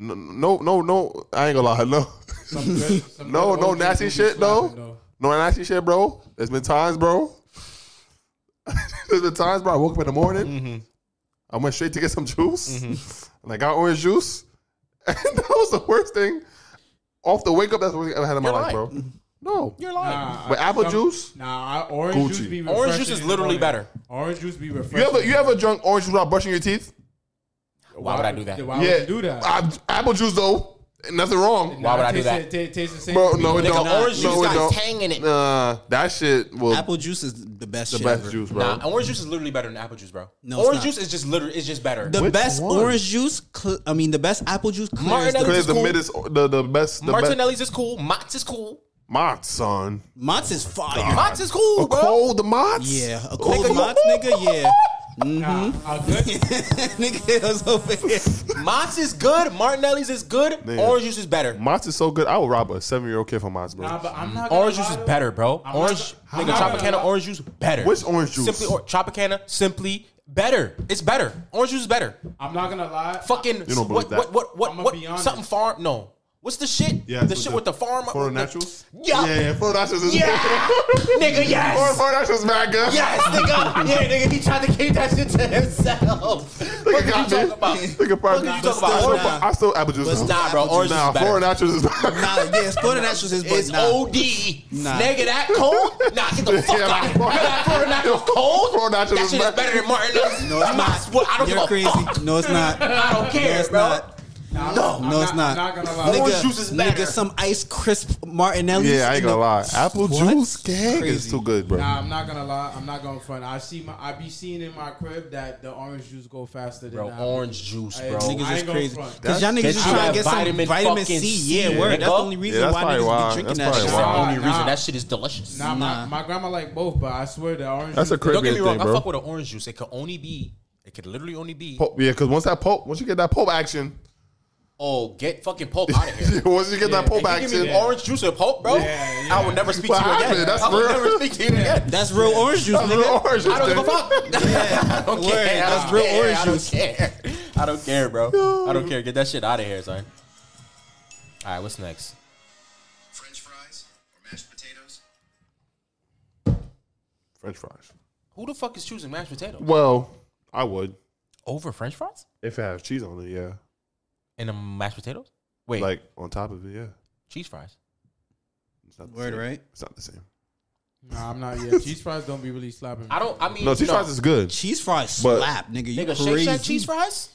Speaker 7: No, no, no, no. I ain't gonna lie. No,
Speaker 6: Some good- some
Speaker 7: no,
Speaker 6: good
Speaker 7: no
Speaker 6: OGs
Speaker 7: nasty
Speaker 6: will be
Speaker 7: shit though.
Speaker 6: slapping,
Speaker 7: No nasty shit, bro. There's been times, bro. There's been times, bro. I woke up in the morning.
Speaker 4: Mm-hmm.
Speaker 7: I went straight to get some juice, and I got orange juice, and that was the worst thing. Off the wake up, that's the worst thing I ever had in my
Speaker 3: You're
Speaker 7: life, bro. No,
Speaker 3: You're lying.
Speaker 6: Nah,
Speaker 7: But
Speaker 6: I-
Speaker 7: apple
Speaker 6: some-
Speaker 7: juice?
Speaker 6: Nah, I, orange juice
Speaker 7: Gucci.
Speaker 6: be
Speaker 3: Orange
Speaker 6: refreshing
Speaker 3: juice is
Speaker 6: in the
Speaker 3: literally
Speaker 6: morning.
Speaker 3: better.
Speaker 6: Orange juice be refreshing.
Speaker 7: you ever you ever drunk orange juice without brushing your teeth?
Speaker 3: Why would I do that?
Speaker 6: Why would you do that?
Speaker 7: I- apple juice though, nothing wrong,
Speaker 3: Why would I do
Speaker 6: Tastes-
Speaker 3: that?
Speaker 6: ta- tastes the same.
Speaker 7: bro. No, it
Speaker 3: Nigga,
Speaker 7: don't.
Speaker 3: orange juice
Speaker 7: no, it
Speaker 3: got
Speaker 7: don't.
Speaker 3: tang in it.
Speaker 7: Nah, that shit will
Speaker 4: Apple juice is the best.
Speaker 7: the
Speaker 4: shit
Speaker 7: best
Speaker 4: ever.
Speaker 7: juice, bro.
Speaker 3: Nah, orange juice is literally better than apple juice, bro.
Speaker 4: No, it's
Speaker 3: orange
Speaker 4: not.
Speaker 3: juice is just literally. It's just better.
Speaker 4: The
Speaker 7: Which
Speaker 4: best
Speaker 7: one?
Speaker 4: orange juice. Cl- I mean, the best apple juice. Clears the,
Speaker 3: Martinelli-
Speaker 7: Clears
Speaker 3: It's
Speaker 7: the
Speaker 3: cool.
Speaker 7: middest, the the best, the best.
Speaker 3: Martinelli's is cool. Mott's is cool.
Speaker 7: Mod son,
Speaker 4: Mott's is fire.
Speaker 3: Mott's is cool,
Speaker 7: a
Speaker 3: bro.
Speaker 7: cold the mods.
Speaker 4: Yeah, a cold Mott's, nigga. Yeah,
Speaker 6: Nah, a good-
Speaker 4: nigga, it was over here.
Speaker 3: Mott's is good. Martinelli's is good.
Speaker 7: Man.
Speaker 3: Orange juice is better.
Speaker 7: Mott's is so good. I would rob a seven year old kid for Mott's, bro.
Speaker 6: nah, but I'm not. gonna
Speaker 3: Orange juice
Speaker 6: lie
Speaker 3: is
Speaker 6: though.
Speaker 3: better, bro.
Speaker 6: I'm
Speaker 3: Orange,
Speaker 6: not- I'm
Speaker 3: nigga,
Speaker 6: not gonna
Speaker 3: Tropicana
Speaker 6: lie.
Speaker 3: orange juice better.
Speaker 7: Which orange juice?
Speaker 3: Simply or, Tropicana, simply better. It's better. Orange juice is better.
Speaker 6: I'm not gonna lie.
Speaker 3: Fucking
Speaker 7: believe
Speaker 3: what,
Speaker 7: that.
Speaker 3: what what what
Speaker 6: I'ma
Speaker 3: what
Speaker 6: be honest.
Speaker 3: something farm? No, what's the shit?
Speaker 7: Yeah,
Speaker 3: the
Speaker 7: so
Speaker 3: shit
Speaker 7: the
Speaker 3: with the farm.
Speaker 7: Florida Naturals?
Speaker 3: Yeah.
Speaker 7: yeah, yeah, Florida Naturals is
Speaker 3: Yeah, nigga,
Speaker 7: Florida,
Speaker 3: yes,
Speaker 7: Florida Naturals is mad good.
Speaker 3: yes, nigga, yeah, nigga. He tried to keep that shit to himself. What
Speaker 7: Nigga
Speaker 3: you
Speaker 7: got me.
Speaker 3: talking about?
Speaker 7: Nigga, probably.
Speaker 3: What you
Speaker 7: But
Speaker 3: talking about?
Speaker 7: still,
Speaker 3: Orange-
Speaker 7: nah. I still apple juice.
Speaker 4: But
Speaker 7: though.
Speaker 3: Nah, bro, orange
Speaker 7: Nah,
Speaker 3: juice is better.
Speaker 7: Florida Naturals is mad.
Speaker 4: Nah, yeah, Florida Naturals is, but
Speaker 3: It's
Speaker 4: nah.
Speaker 3: OD.
Speaker 4: Nah.
Speaker 3: Nigga, that cold? Nah, get the fuck
Speaker 7: Yeah,
Speaker 3: out of here.
Speaker 7: like-
Speaker 3: That Florida Natural cold?
Speaker 7: Florida Natural
Speaker 3: that
Speaker 7: is
Speaker 3: shit is
Speaker 7: better.
Speaker 3: better than Martin Luther's.
Speaker 4: No, it's not.
Speaker 3: I don't
Speaker 4: You're
Speaker 3: give a
Speaker 4: crazy.
Speaker 3: fuck.
Speaker 4: No, it's not.
Speaker 3: I don't care,
Speaker 4: no, it's
Speaker 3: bro.
Speaker 4: Not.
Speaker 6: Nah,
Speaker 3: No.
Speaker 6: I'm
Speaker 4: No, it's not.
Speaker 6: I'm not gonna lie.
Speaker 3: Orange
Speaker 4: Nigga,
Speaker 3: juice is better.
Speaker 4: Nigga, some ice crisp Martinelli's.
Speaker 7: Yeah, I ain't
Speaker 4: in
Speaker 7: gonna
Speaker 4: the-
Speaker 7: lie. Apple
Speaker 4: What?
Speaker 7: juice gang is
Speaker 4: Crazy.
Speaker 7: too good, bro.
Speaker 6: Nah, I'm not gonna lie. I'm not gonna front. I see my. I be seeing in my crib that the orange juice go faster than
Speaker 3: Bro,
Speaker 6: that.
Speaker 3: orange juice,
Speaker 6: Hey,
Speaker 3: bro.
Speaker 6: nigga, I
Speaker 4: Niggas is
Speaker 6: ain't gonna
Speaker 4: crazy.
Speaker 6: front.
Speaker 4: Cause y'all niggas
Speaker 3: That's
Speaker 4: just trying
Speaker 3: that
Speaker 4: to get vitamin
Speaker 3: vitamin
Speaker 4: some vitamin
Speaker 3: fucking
Speaker 4: C.
Speaker 3: C,
Speaker 4: Yeah, word. That's the
Speaker 3: nigga.
Speaker 4: only reason
Speaker 7: Yeah, that's
Speaker 4: why niggas
Speaker 7: probably why.
Speaker 4: be drinking
Speaker 7: That's
Speaker 4: that
Speaker 7: probably
Speaker 4: shit.
Speaker 7: why.
Speaker 3: That's the
Speaker 6: Nah,
Speaker 3: only reason.
Speaker 6: nah.
Speaker 3: That shit is delicious.
Speaker 6: Nah, My, my grandma like both, but I swear the orange.
Speaker 7: That's a
Speaker 6: juice-
Speaker 3: Don't
Speaker 7: Caribbean
Speaker 3: get me wrong.
Speaker 7: thing,
Speaker 3: I
Speaker 7: bro.
Speaker 3: fuck with an orange juice. It could only be, it could literally only be,
Speaker 7: Pulp- Yeah, because once that pulp, once you get that pulp action,
Speaker 3: oh, get fucking pulp out of here.
Speaker 7: once you get that pulp
Speaker 3: If you give
Speaker 7: action,
Speaker 3: me orange juice or pulp, bro,
Speaker 6: Yeah, yeah.
Speaker 3: I will never speak
Speaker 7: What
Speaker 3: to you again.
Speaker 7: happened? That's
Speaker 3: I will
Speaker 7: real.
Speaker 3: never speak to you again.
Speaker 4: That's real orange juice,
Speaker 7: that's real
Speaker 4: nigga.
Speaker 7: orange
Speaker 3: I don't give a
Speaker 7: juice.
Speaker 3: fuck. I don't
Speaker 4: Word,
Speaker 3: care. I
Speaker 4: that's
Speaker 3: don't
Speaker 4: real
Speaker 3: care.
Speaker 4: orange
Speaker 3: I don't
Speaker 4: juice.
Speaker 3: care. I don't care, bro. I don't care. Get that shit out of here, son. All right, what's next?
Speaker 16: French fries or mashed potatoes?
Speaker 7: French fries.
Speaker 3: Who the fuck is choosing mashed potato
Speaker 7: Well, I would
Speaker 3: over French fries
Speaker 7: if it has cheese on it. Yeah,
Speaker 3: and um, mashed potatoes? Wait,
Speaker 7: like on top of it. Yeah,
Speaker 3: cheese fries.
Speaker 7: it's not the
Speaker 4: Word,
Speaker 7: same.
Speaker 4: right?
Speaker 7: It's not the same.
Speaker 6: Nah, I'm not yet. Cheese fries don't be really slapping.
Speaker 3: I don't. I mean,
Speaker 7: No, cheese fries is good.
Speaker 4: Cheese fries
Speaker 7: But-
Speaker 4: slap, nigga. You
Speaker 3: nigga
Speaker 4: crazy?
Speaker 3: Shake Shack cheese fries.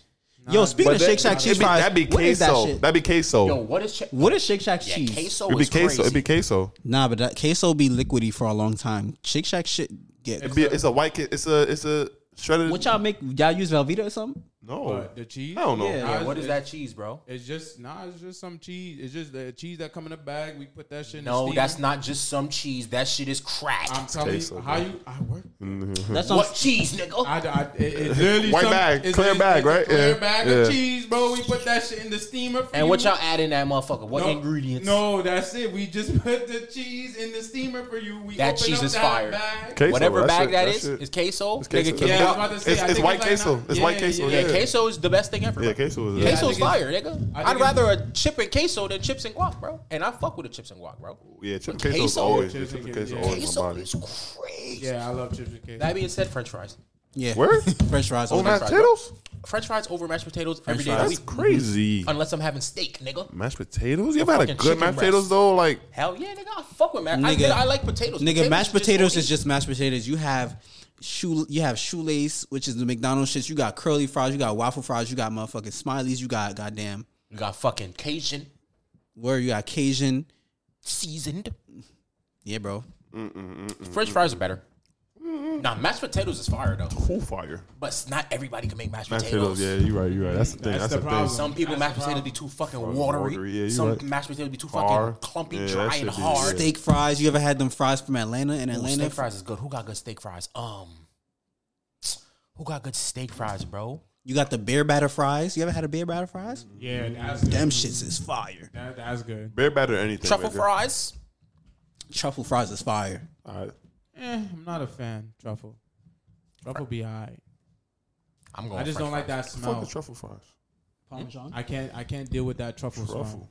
Speaker 4: Yo, speaking
Speaker 7: But
Speaker 4: of
Speaker 7: that-
Speaker 4: Shake Shack
Speaker 7: it'd
Speaker 4: cheese
Speaker 7: be-
Speaker 4: fries,
Speaker 7: That'd be
Speaker 4: what is that
Speaker 7: queso.
Speaker 4: shit?
Speaker 7: That'd be queso.
Speaker 3: Yo, what is? Ch-
Speaker 4: What is Shake Shack
Speaker 3: yeah,
Speaker 4: cheese?
Speaker 3: queso
Speaker 7: it'd be
Speaker 3: is
Speaker 7: queso.
Speaker 3: crazy.
Speaker 7: It'd be queso.
Speaker 4: Nah, but that queso be liquidy for a long time. Shake Shack shit get.
Speaker 7: It'd be, it's a white. ca- It's a. It's a shredded.
Speaker 4: What y'all make? Y'all use Velveeta or something?
Speaker 7: No,
Speaker 6: But the cheese.
Speaker 7: I don't know.
Speaker 4: Yeah.
Speaker 3: yeah, what is that cheese, bro?
Speaker 6: It's just nah. It's just some cheese. It's just the cheese that come in a bag. We put that shit. in the
Speaker 3: No,
Speaker 6: steamer.
Speaker 3: that's not just some cheese. That shit is crack.
Speaker 6: I'm telling you
Speaker 7: Tastes so
Speaker 6: how
Speaker 7: good.
Speaker 6: you. I work.
Speaker 4: That's on
Speaker 3: what cheese, nigga?
Speaker 6: I, I, it, it's literally
Speaker 7: White
Speaker 6: some-
Speaker 7: bag,
Speaker 6: it's-
Speaker 7: clear
Speaker 6: it's-
Speaker 7: bag,
Speaker 6: it's a
Speaker 7: right?
Speaker 6: Clear
Speaker 7: Yeah,
Speaker 6: bag
Speaker 7: yeah.
Speaker 6: of cheese, bro. We put that shit in the steamer. For
Speaker 3: and what
Speaker 6: you.
Speaker 3: y'all add in that motherfucker? What
Speaker 6: No,
Speaker 3: ingredients?
Speaker 6: No, that's it. We just put the cheese in the steamer for you. We
Speaker 3: That
Speaker 6: open
Speaker 3: cheese
Speaker 6: up
Speaker 3: is
Speaker 6: that
Speaker 3: fire.
Speaker 6: Bag.
Speaker 7: Queso,
Speaker 3: Whatever
Speaker 7: that
Speaker 3: bag
Speaker 7: shit-
Speaker 3: that
Speaker 7: that
Speaker 3: is,
Speaker 7: shit.
Speaker 3: is queso.
Speaker 7: It's queso.
Speaker 3: Nigga, keep
Speaker 6: Yeah,
Speaker 3: it
Speaker 6: I
Speaker 3: up.
Speaker 6: was about to say.
Speaker 7: It's-
Speaker 6: I
Speaker 7: it's
Speaker 6: think
Speaker 7: white
Speaker 6: like
Speaker 7: queso.
Speaker 6: not-
Speaker 7: It's white queso,
Speaker 3: Yeah,
Speaker 7: Yeah.
Speaker 3: queso is the best thing ever.
Speaker 7: Yeah,
Speaker 3: bro.
Speaker 7: queso is.
Speaker 6: Yeah, I
Speaker 3: Queso's
Speaker 6: think it's-
Speaker 3: fire, nigga.
Speaker 6: I think
Speaker 3: I'd
Speaker 6: it's-
Speaker 3: rather a chip and queso than chips and guac, bro. And I fuck with a chips and guac, bro.
Speaker 7: Yeah, chips and
Speaker 3: But
Speaker 7: queso is
Speaker 3: queso-
Speaker 7: always
Speaker 6: Chips
Speaker 7: chips and
Speaker 6: and
Speaker 7: queso
Speaker 6: queso,
Speaker 7: always my
Speaker 3: Queso
Speaker 7: body.
Speaker 3: is crazy.
Speaker 6: Yeah, I love chips and queso.
Speaker 3: That being said, French fries.
Speaker 4: yeah.
Speaker 7: Where?
Speaker 4: French fries.
Speaker 7: Oh,
Speaker 4: on
Speaker 7: mashed
Speaker 4: fries.
Speaker 7: potatoes?
Speaker 3: French fries over mashed potatoes every day of the
Speaker 7: That's
Speaker 3: week,
Speaker 7: crazy.
Speaker 3: unless I'm having steak, nigga.
Speaker 7: Mashed potatoes? You ever had a
Speaker 3: Fucking
Speaker 7: good
Speaker 3: chicken
Speaker 7: mashed
Speaker 3: breast.
Speaker 7: potatoes though? Like
Speaker 3: Hell yeah, nigga. I fuck with mashed. I,
Speaker 4: Nigga.
Speaker 3: nigga, I like potatoes.
Speaker 4: Nigga, mashed potatoes is
Speaker 3: just.
Speaker 4: just mashed potatoes. You have shoe, you have shoelace, which is the McDonald's shit. You got curly fries, you got waffle fries, you got motherfucking smileys, you got goddamn
Speaker 3: You got fucking Cajun
Speaker 4: where you got Cajun.
Speaker 3: seasoned.
Speaker 4: Yeah, bro.
Speaker 3: French fries are better. Nah, mashed potatoes is fire though,
Speaker 7: cool fire.
Speaker 3: but s- not everybody can make mashed
Speaker 7: Mashed
Speaker 3: potatoes.
Speaker 7: potatoes, yeah, you're right, you're right. That's the thing. That's,
Speaker 6: That's
Speaker 7: the,
Speaker 6: the problem.
Speaker 7: thing.
Speaker 3: Some people mashed
Speaker 6: That's the
Speaker 3: potatoes
Speaker 6: problem.
Speaker 3: be too fucking watery.
Speaker 7: watery, yeah, you
Speaker 3: Some
Speaker 7: right.
Speaker 3: mashed potatoes be too
Speaker 7: Hard.
Speaker 3: fucking clumpy,
Speaker 7: Yeah, that
Speaker 3: dry,
Speaker 7: shit
Speaker 3: and
Speaker 7: be-
Speaker 3: hard.
Speaker 4: Steak fries. You ever had them fries from Atlanta and
Speaker 3: Ooh,
Speaker 4: Atlanta?
Speaker 3: steak fries is good. Who got good steak fries? Um, who got good steak fries, bro?
Speaker 4: You got the beer batter fries. You ever had a beer batter fries?
Speaker 6: yeah, that's good.
Speaker 4: Them shits is fire.
Speaker 6: That, that's good.
Speaker 7: Bear batter or anything.
Speaker 3: Truffle
Speaker 7: nigga.
Speaker 3: fries.
Speaker 4: Truffle fries is fire.
Speaker 7: All right.
Speaker 6: Eh, I'm not a fan. Truffle. Truffle be alright.
Speaker 3: I'm going.
Speaker 6: I just
Speaker 3: French
Speaker 6: don't like
Speaker 3: Oh, fries.
Speaker 6: that
Speaker 7: Fuck
Speaker 6: smell.
Speaker 7: with truffle fries.
Speaker 4: Parmesan.
Speaker 6: I can't. I can't deal with that truffle, smell.
Speaker 7: Truffle.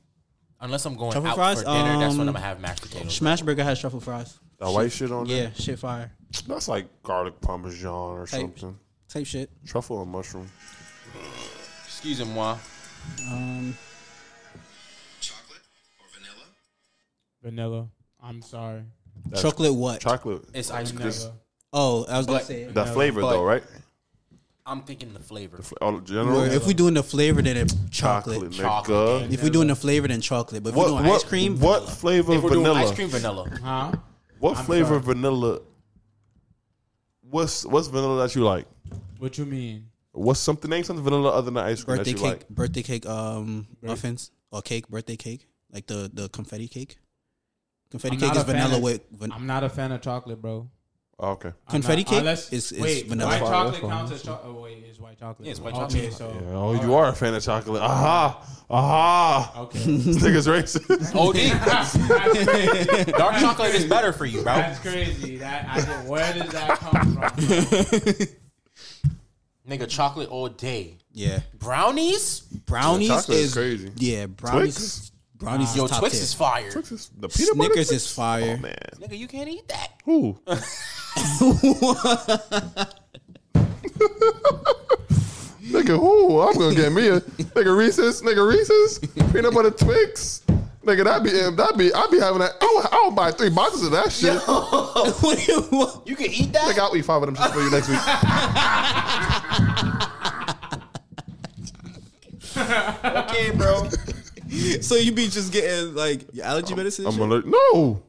Speaker 3: Unless I'm going
Speaker 4: Truffle
Speaker 3: out
Speaker 4: fries?
Speaker 3: for dinner. that's when I'm
Speaker 4: Um,
Speaker 3: gonna have mashed potatoes.
Speaker 4: Smashburger has truffle fries.
Speaker 7: That white shit on
Speaker 4: Yeah,
Speaker 7: there.
Speaker 4: shit fire.
Speaker 7: That's like garlic parmesan or
Speaker 4: Type.
Speaker 7: something.
Speaker 4: Type shit.
Speaker 7: Truffle and mushroom.
Speaker 3: Excuse me, moi.
Speaker 4: Um,
Speaker 12: Chocolate or vanilla?
Speaker 6: Vanilla. I'm sorry.
Speaker 4: chocolate what?
Speaker 7: Chocolate.
Speaker 3: It's ice cream.
Speaker 6: Vanilla.
Speaker 4: oh, I was gonna
Speaker 3: But-
Speaker 4: say.
Speaker 7: That flavor
Speaker 3: but-
Speaker 7: though, right?
Speaker 3: I'm thinking the flavor.
Speaker 7: All general
Speaker 4: Or if we doing the flavor, then it's chocolate.
Speaker 7: chocolate,
Speaker 3: Chocolate.
Speaker 7: nigga.
Speaker 4: If we doing the flavor, then chocolate. But if we
Speaker 7: What,
Speaker 4: doing ice
Speaker 7: what,
Speaker 4: cream,
Speaker 7: what
Speaker 4: vanilla.
Speaker 7: flavor
Speaker 3: If we're doing
Speaker 7: vanilla?
Speaker 3: ice cream, vanilla.
Speaker 6: Huh?
Speaker 7: What
Speaker 6: I'm
Speaker 7: flavor
Speaker 6: sorry.
Speaker 7: vanilla? What's what's vanilla that you like?
Speaker 6: What you mean?
Speaker 7: What's something name something vanilla other than ice cream
Speaker 4: birthday
Speaker 7: that
Speaker 4: cake,
Speaker 7: you like?
Speaker 4: birthday cake, um, muffins or cake, birthday cake, like the the confetti cake. Confetti
Speaker 6: I'm
Speaker 4: cake
Speaker 6: not
Speaker 4: is
Speaker 6: a fan
Speaker 4: vanilla
Speaker 6: of-
Speaker 4: with van-
Speaker 6: I'm not a fan of chocolate, bro.
Speaker 7: Oh, okay,
Speaker 6: I'm
Speaker 4: Confetti
Speaker 6: not-
Speaker 4: cake
Speaker 6: unless-
Speaker 4: is- is
Speaker 6: wait,
Speaker 4: vanilla.
Speaker 6: White
Speaker 4: That's
Speaker 7: fine,
Speaker 6: chocolate
Speaker 7: that's fine.
Speaker 6: counts as chocolate. Oh wait, it's white chocolate.
Speaker 3: Yeah, it's white
Speaker 6: Okay,
Speaker 3: chocolate.
Speaker 6: so
Speaker 7: oh, you are a fan of chocolate. Aha, aha.
Speaker 6: okay.
Speaker 7: This nigga's racist.
Speaker 3: OD.
Speaker 6: that's, crazy.
Speaker 3: Dark chocolate is better for you, bro.
Speaker 6: that's crazy. That I did, where does that come from?
Speaker 3: Nigga, chocolate all day.
Speaker 4: yeah.
Speaker 3: Brownies?
Speaker 4: Brownies
Speaker 7: chocolate is
Speaker 4: is
Speaker 7: crazy.
Speaker 4: Yeah, brownies.
Speaker 7: Twix?
Speaker 4: Brownies
Speaker 3: Yo,
Speaker 4: is top
Speaker 3: Twix
Speaker 4: tier.
Speaker 3: is fire.
Speaker 7: the peanut butter
Speaker 4: Snickers
Speaker 7: Twix?
Speaker 4: is fire.
Speaker 7: Oh, man,
Speaker 3: Nigga, you can't eat that.
Speaker 7: who? nigga, who? I'm gonna get me a nigga Reese's, nigga Reese's, peanut butter Twix. Nigga, that be that be I be having that. I would, I would buy three boxes of that shit.
Speaker 4: What do you want?
Speaker 3: You can eat that?
Speaker 7: Nigga, I'll eat E five of them shits for you next week.
Speaker 3: Okay, bro.
Speaker 4: so you be just getting like your allergy medicine? and
Speaker 7: I'm
Speaker 4: shit?
Speaker 7: allergic. No,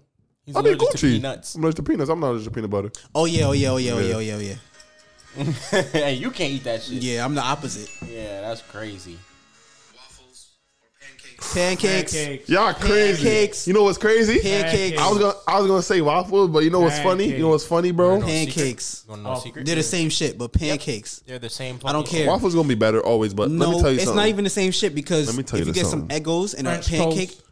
Speaker 3: He's
Speaker 7: I mean
Speaker 3: allergic to
Speaker 7: Gucci.
Speaker 3: peanuts.
Speaker 7: I'm allergic to peanuts. I'm not allergic to peanut butter.
Speaker 4: oh yeah, oh yeah, oh yeah, oh yeah, oh yeah, oh yeah.
Speaker 3: hey, you can't eat that shit. Yeah,
Speaker 4: Yeah, I'm the opposite.
Speaker 3: that's crazy.
Speaker 12: Waffles or pancakes?
Speaker 4: Pancakes,
Speaker 6: Pancakes.
Speaker 7: Y'all crazy.
Speaker 4: Pancakes.
Speaker 7: You know what's crazy?
Speaker 4: pancakes,
Speaker 7: I was gonna I was gonna say waffles, but you know what's funny? You know what's funny, bro?
Speaker 4: pancakes.
Speaker 3: You want to know a secret?
Speaker 4: They're the same shit, but pancakes.
Speaker 3: Oh. They're the same.
Speaker 4: I don't care.
Speaker 7: Waffles gonna be better always, but
Speaker 4: No,
Speaker 7: let me tell you
Speaker 4: it's
Speaker 7: something.
Speaker 4: not even the same shit because
Speaker 7: Let me tell
Speaker 4: if
Speaker 7: you
Speaker 4: you get
Speaker 7: something.
Speaker 4: some Eggos and
Speaker 6: French
Speaker 4: a pancake,
Speaker 6: toast.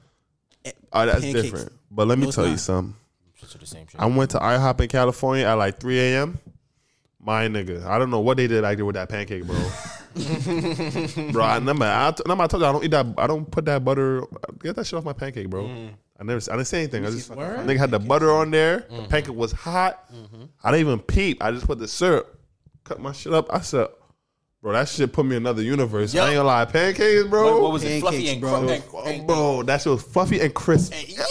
Speaker 7: All right, Ah, that's
Speaker 4: pancakes.
Speaker 7: different. But let me
Speaker 4: No, it's
Speaker 7: tell you
Speaker 4: not.
Speaker 7: something.
Speaker 3: Shit's the same shit.
Speaker 7: I went to IHOP in California at like 3 a.m. My nigga, I don't know what they did out there with that pancake, bro.
Speaker 4: Mm.
Speaker 7: bro, I remember I, t- remember I told you I don't eat that. I don't put that butter. Get that shit off my pancake, bro. I I never, I didn't say anything. I just
Speaker 6: Word?
Speaker 7: nigga had the butter on there.
Speaker 4: Mm-hmm.
Speaker 7: The pancake was hot. I didn't even peep. I just put the syrup, cut my shit up. I said, bro, that shit put me in another universe.
Speaker 3: Yup.
Speaker 7: I ain't gonna lie, pancakes, bro.
Speaker 3: What, what was it? Fluffy
Speaker 4: Pancakes,
Speaker 3: and
Speaker 4: bro.
Speaker 3: crumb
Speaker 7: It
Speaker 3: and,
Speaker 7: was-
Speaker 3: and-
Speaker 7: bro, that shit was fluffy and crisp.
Speaker 3: and- yeah,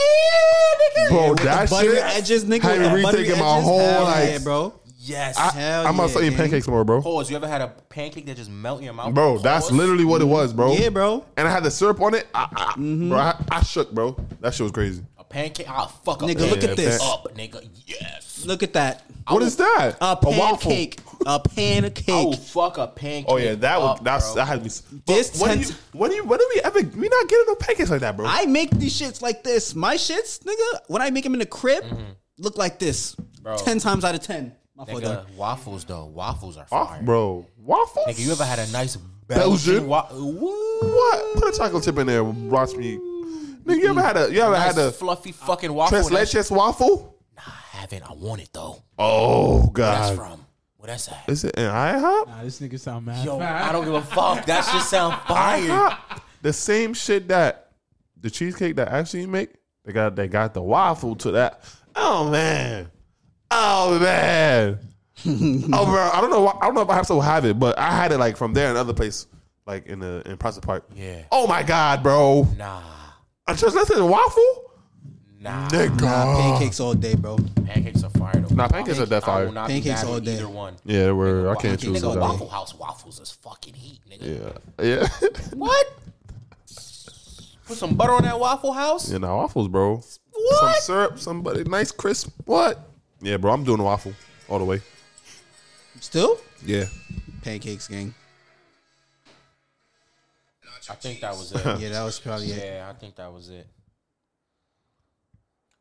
Speaker 3: nigga.
Speaker 7: Bro, that
Speaker 4: Buttery
Speaker 7: shit
Speaker 4: edges, nigga.
Speaker 7: had
Speaker 4: with the
Speaker 7: me
Speaker 4: buttery
Speaker 7: rethinking my
Speaker 4: edges?
Speaker 7: whole
Speaker 4: Hell
Speaker 7: life.
Speaker 4: yeah, bro.
Speaker 3: Yes.
Speaker 7: I,
Speaker 4: Hell
Speaker 7: I'm about to
Speaker 4: yeah,
Speaker 7: start eating
Speaker 4: gang.
Speaker 7: pancakes tomorrow, bro.
Speaker 3: Pause. You ever had a pancake that just melt in your mouth?
Speaker 7: Bro, that's
Speaker 3: Pause.
Speaker 7: literally what it was, bro.
Speaker 4: Yeah, bro.
Speaker 7: And I had the syrup on it. I, I,
Speaker 3: Mm-hmm.
Speaker 7: Bro, I, I shook, bro. That shit was crazy.
Speaker 3: a pancake. I'll fuck up.
Speaker 4: Nigga, look at this.
Speaker 3: Up, nigga. Yes.
Speaker 4: Look at that.
Speaker 7: What is that?
Speaker 4: A
Speaker 7: waffle.
Speaker 4: pancake. A
Speaker 3: I will
Speaker 4: pancake.
Speaker 3: Oh, fuck a pancake.
Speaker 7: Oh yeah, that was
Speaker 3: up,
Speaker 7: that's
Speaker 3: bro.
Speaker 7: that had to be.
Speaker 4: This
Speaker 7: This when do
Speaker 4: tends-
Speaker 7: you when do you when do we ever we not getting no pancakes like that, bro?
Speaker 4: I make these shits like this. My shits, nigga, when I make them in the crib, look like this. Ten times out of ten. My fault, dog.
Speaker 3: Nigga, waffles though. Waffles are
Speaker 7: Waff-
Speaker 3: fire.
Speaker 7: bro, waffles.
Speaker 3: Nigga, you ever had a nice
Speaker 7: Belgian?
Speaker 3: Belgian waffle?
Speaker 7: what? Put a chocolate chip in there. Watch me. Nigga, you ever had a you ever
Speaker 3: Nice
Speaker 7: had a
Speaker 3: fluffy fucking waffle.
Speaker 7: tres
Speaker 3: and that shit-
Speaker 7: leches waffle?
Speaker 3: I haven't. I want it though.
Speaker 7: Oh
Speaker 3: That's
Speaker 7: god,
Speaker 3: from where that's at.
Speaker 7: is it in IHOP?
Speaker 6: Nah, this nigga sound mad. Uh,
Speaker 3: Yo, I don't give a fuck. That shit sound fire.
Speaker 7: IHOP. The same shit that the cheesecake that actually make. They got they got the waffle to that. Oh man, oh man. oh bro, I don't know. Why, I don't know if I have still have it, but I had it like from there and other place, like in the in Prospect Park.
Speaker 3: Yeah.
Speaker 7: Oh my god, bro.
Speaker 3: Nah,
Speaker 7: I just listen to waffle.
Speaker 3: nah.
Speaker 7: Nigga.
Speaker 4: Nah, pancakes all day, bro.
Speaker 3: Pancakes are fire though.
Speaker 7: Nah, pancakes are that
Speaker 3: I
Speaker 7: fire.
Speaker 3: will not
Speaker 4: Pancakes
Speaker 3: be mad
Speaker 4: all
Speaker 3: at
Speaker 4: day.
Speaker 3: Either one.
Speaker 7: Yeah, they were. I can't
Speaker 4: Pancakes
Speaker 7: choose.
Speaker 4: all
Speaker 7: that
Speaker 4: day.
Speaker 7: one.
Speaker 3: Waffle House waffles is fucking heat, nigga.
Speaker 7: Yeah, yeah.
Speaker 3: What? Put some butter on that Waffle House?
Speaker 7: yeah, nah, waffles, bro. Some
Speaker 3: What?
Speaker 7: syrup, somebody nice, crisp. What? Yeah, bro. I'm doing a waffle all the way.
Speaker 4: Still?
Speaker 7: Yeah.
Speaker 4: Pancakes, gang.
Speaker 3: I think that was it.
Speaker 4: Yeah, that was probably it.
Speaker 3: yeah, I think that was it.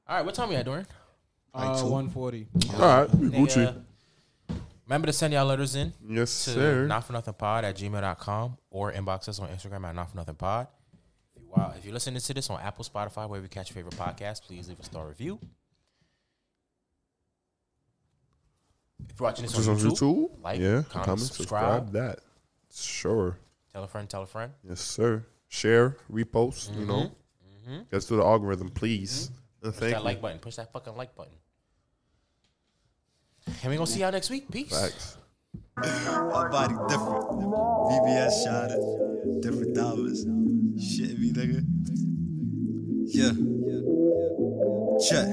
Speaker 3: All right, what time we at, Dorian?
Speaker 6: Uh,
Speaker 4: two.
Speaker 6: 140.
Speaker 7: All right, we Gucci.
Speaker 3: Nigga, Remember to send y'all letters in
Speaker 7: Yes,
Speaker 3: to
Speaker 7: sir.
Speaker 3: not for nothing pod at gmail.com or inbox us on Instagram at not for nothing pod. Wow, if you're listening to this on Apple, Spotify, wherever you catch your favorite podcast, please leave a star review. If you're watching this
Speaker 7: Just
Speaker 3: on
Speaker 7: on
Speaker 3: YouTube,
Speaker 7: YouTube.
Speaker 3: like,
Speaker 7: yeah.
Speaker 3: comment, subscribe.
Speaker 7: subscribe. That. Sure.
Speaker 3: tell a friend, tell a friend.
Speaker 7: Yes, sir. Share, repost. You know,
Speaker 3: Mm-hmm.
Speaker 7: let's do the algorithm, please. And
Speaker 3: Push
Speaker 7: thank
Speaker 3: Mm-hmm. that
Speaker 7: you.
Speaker 3: like button. Push that fucking like button. And we're gonna see y'all next week. Peace.
Speaker 7: Facts.
Speaker 2: My body different. VBS shot it. Different dollars. Shit me, nigga. Yeah. Check.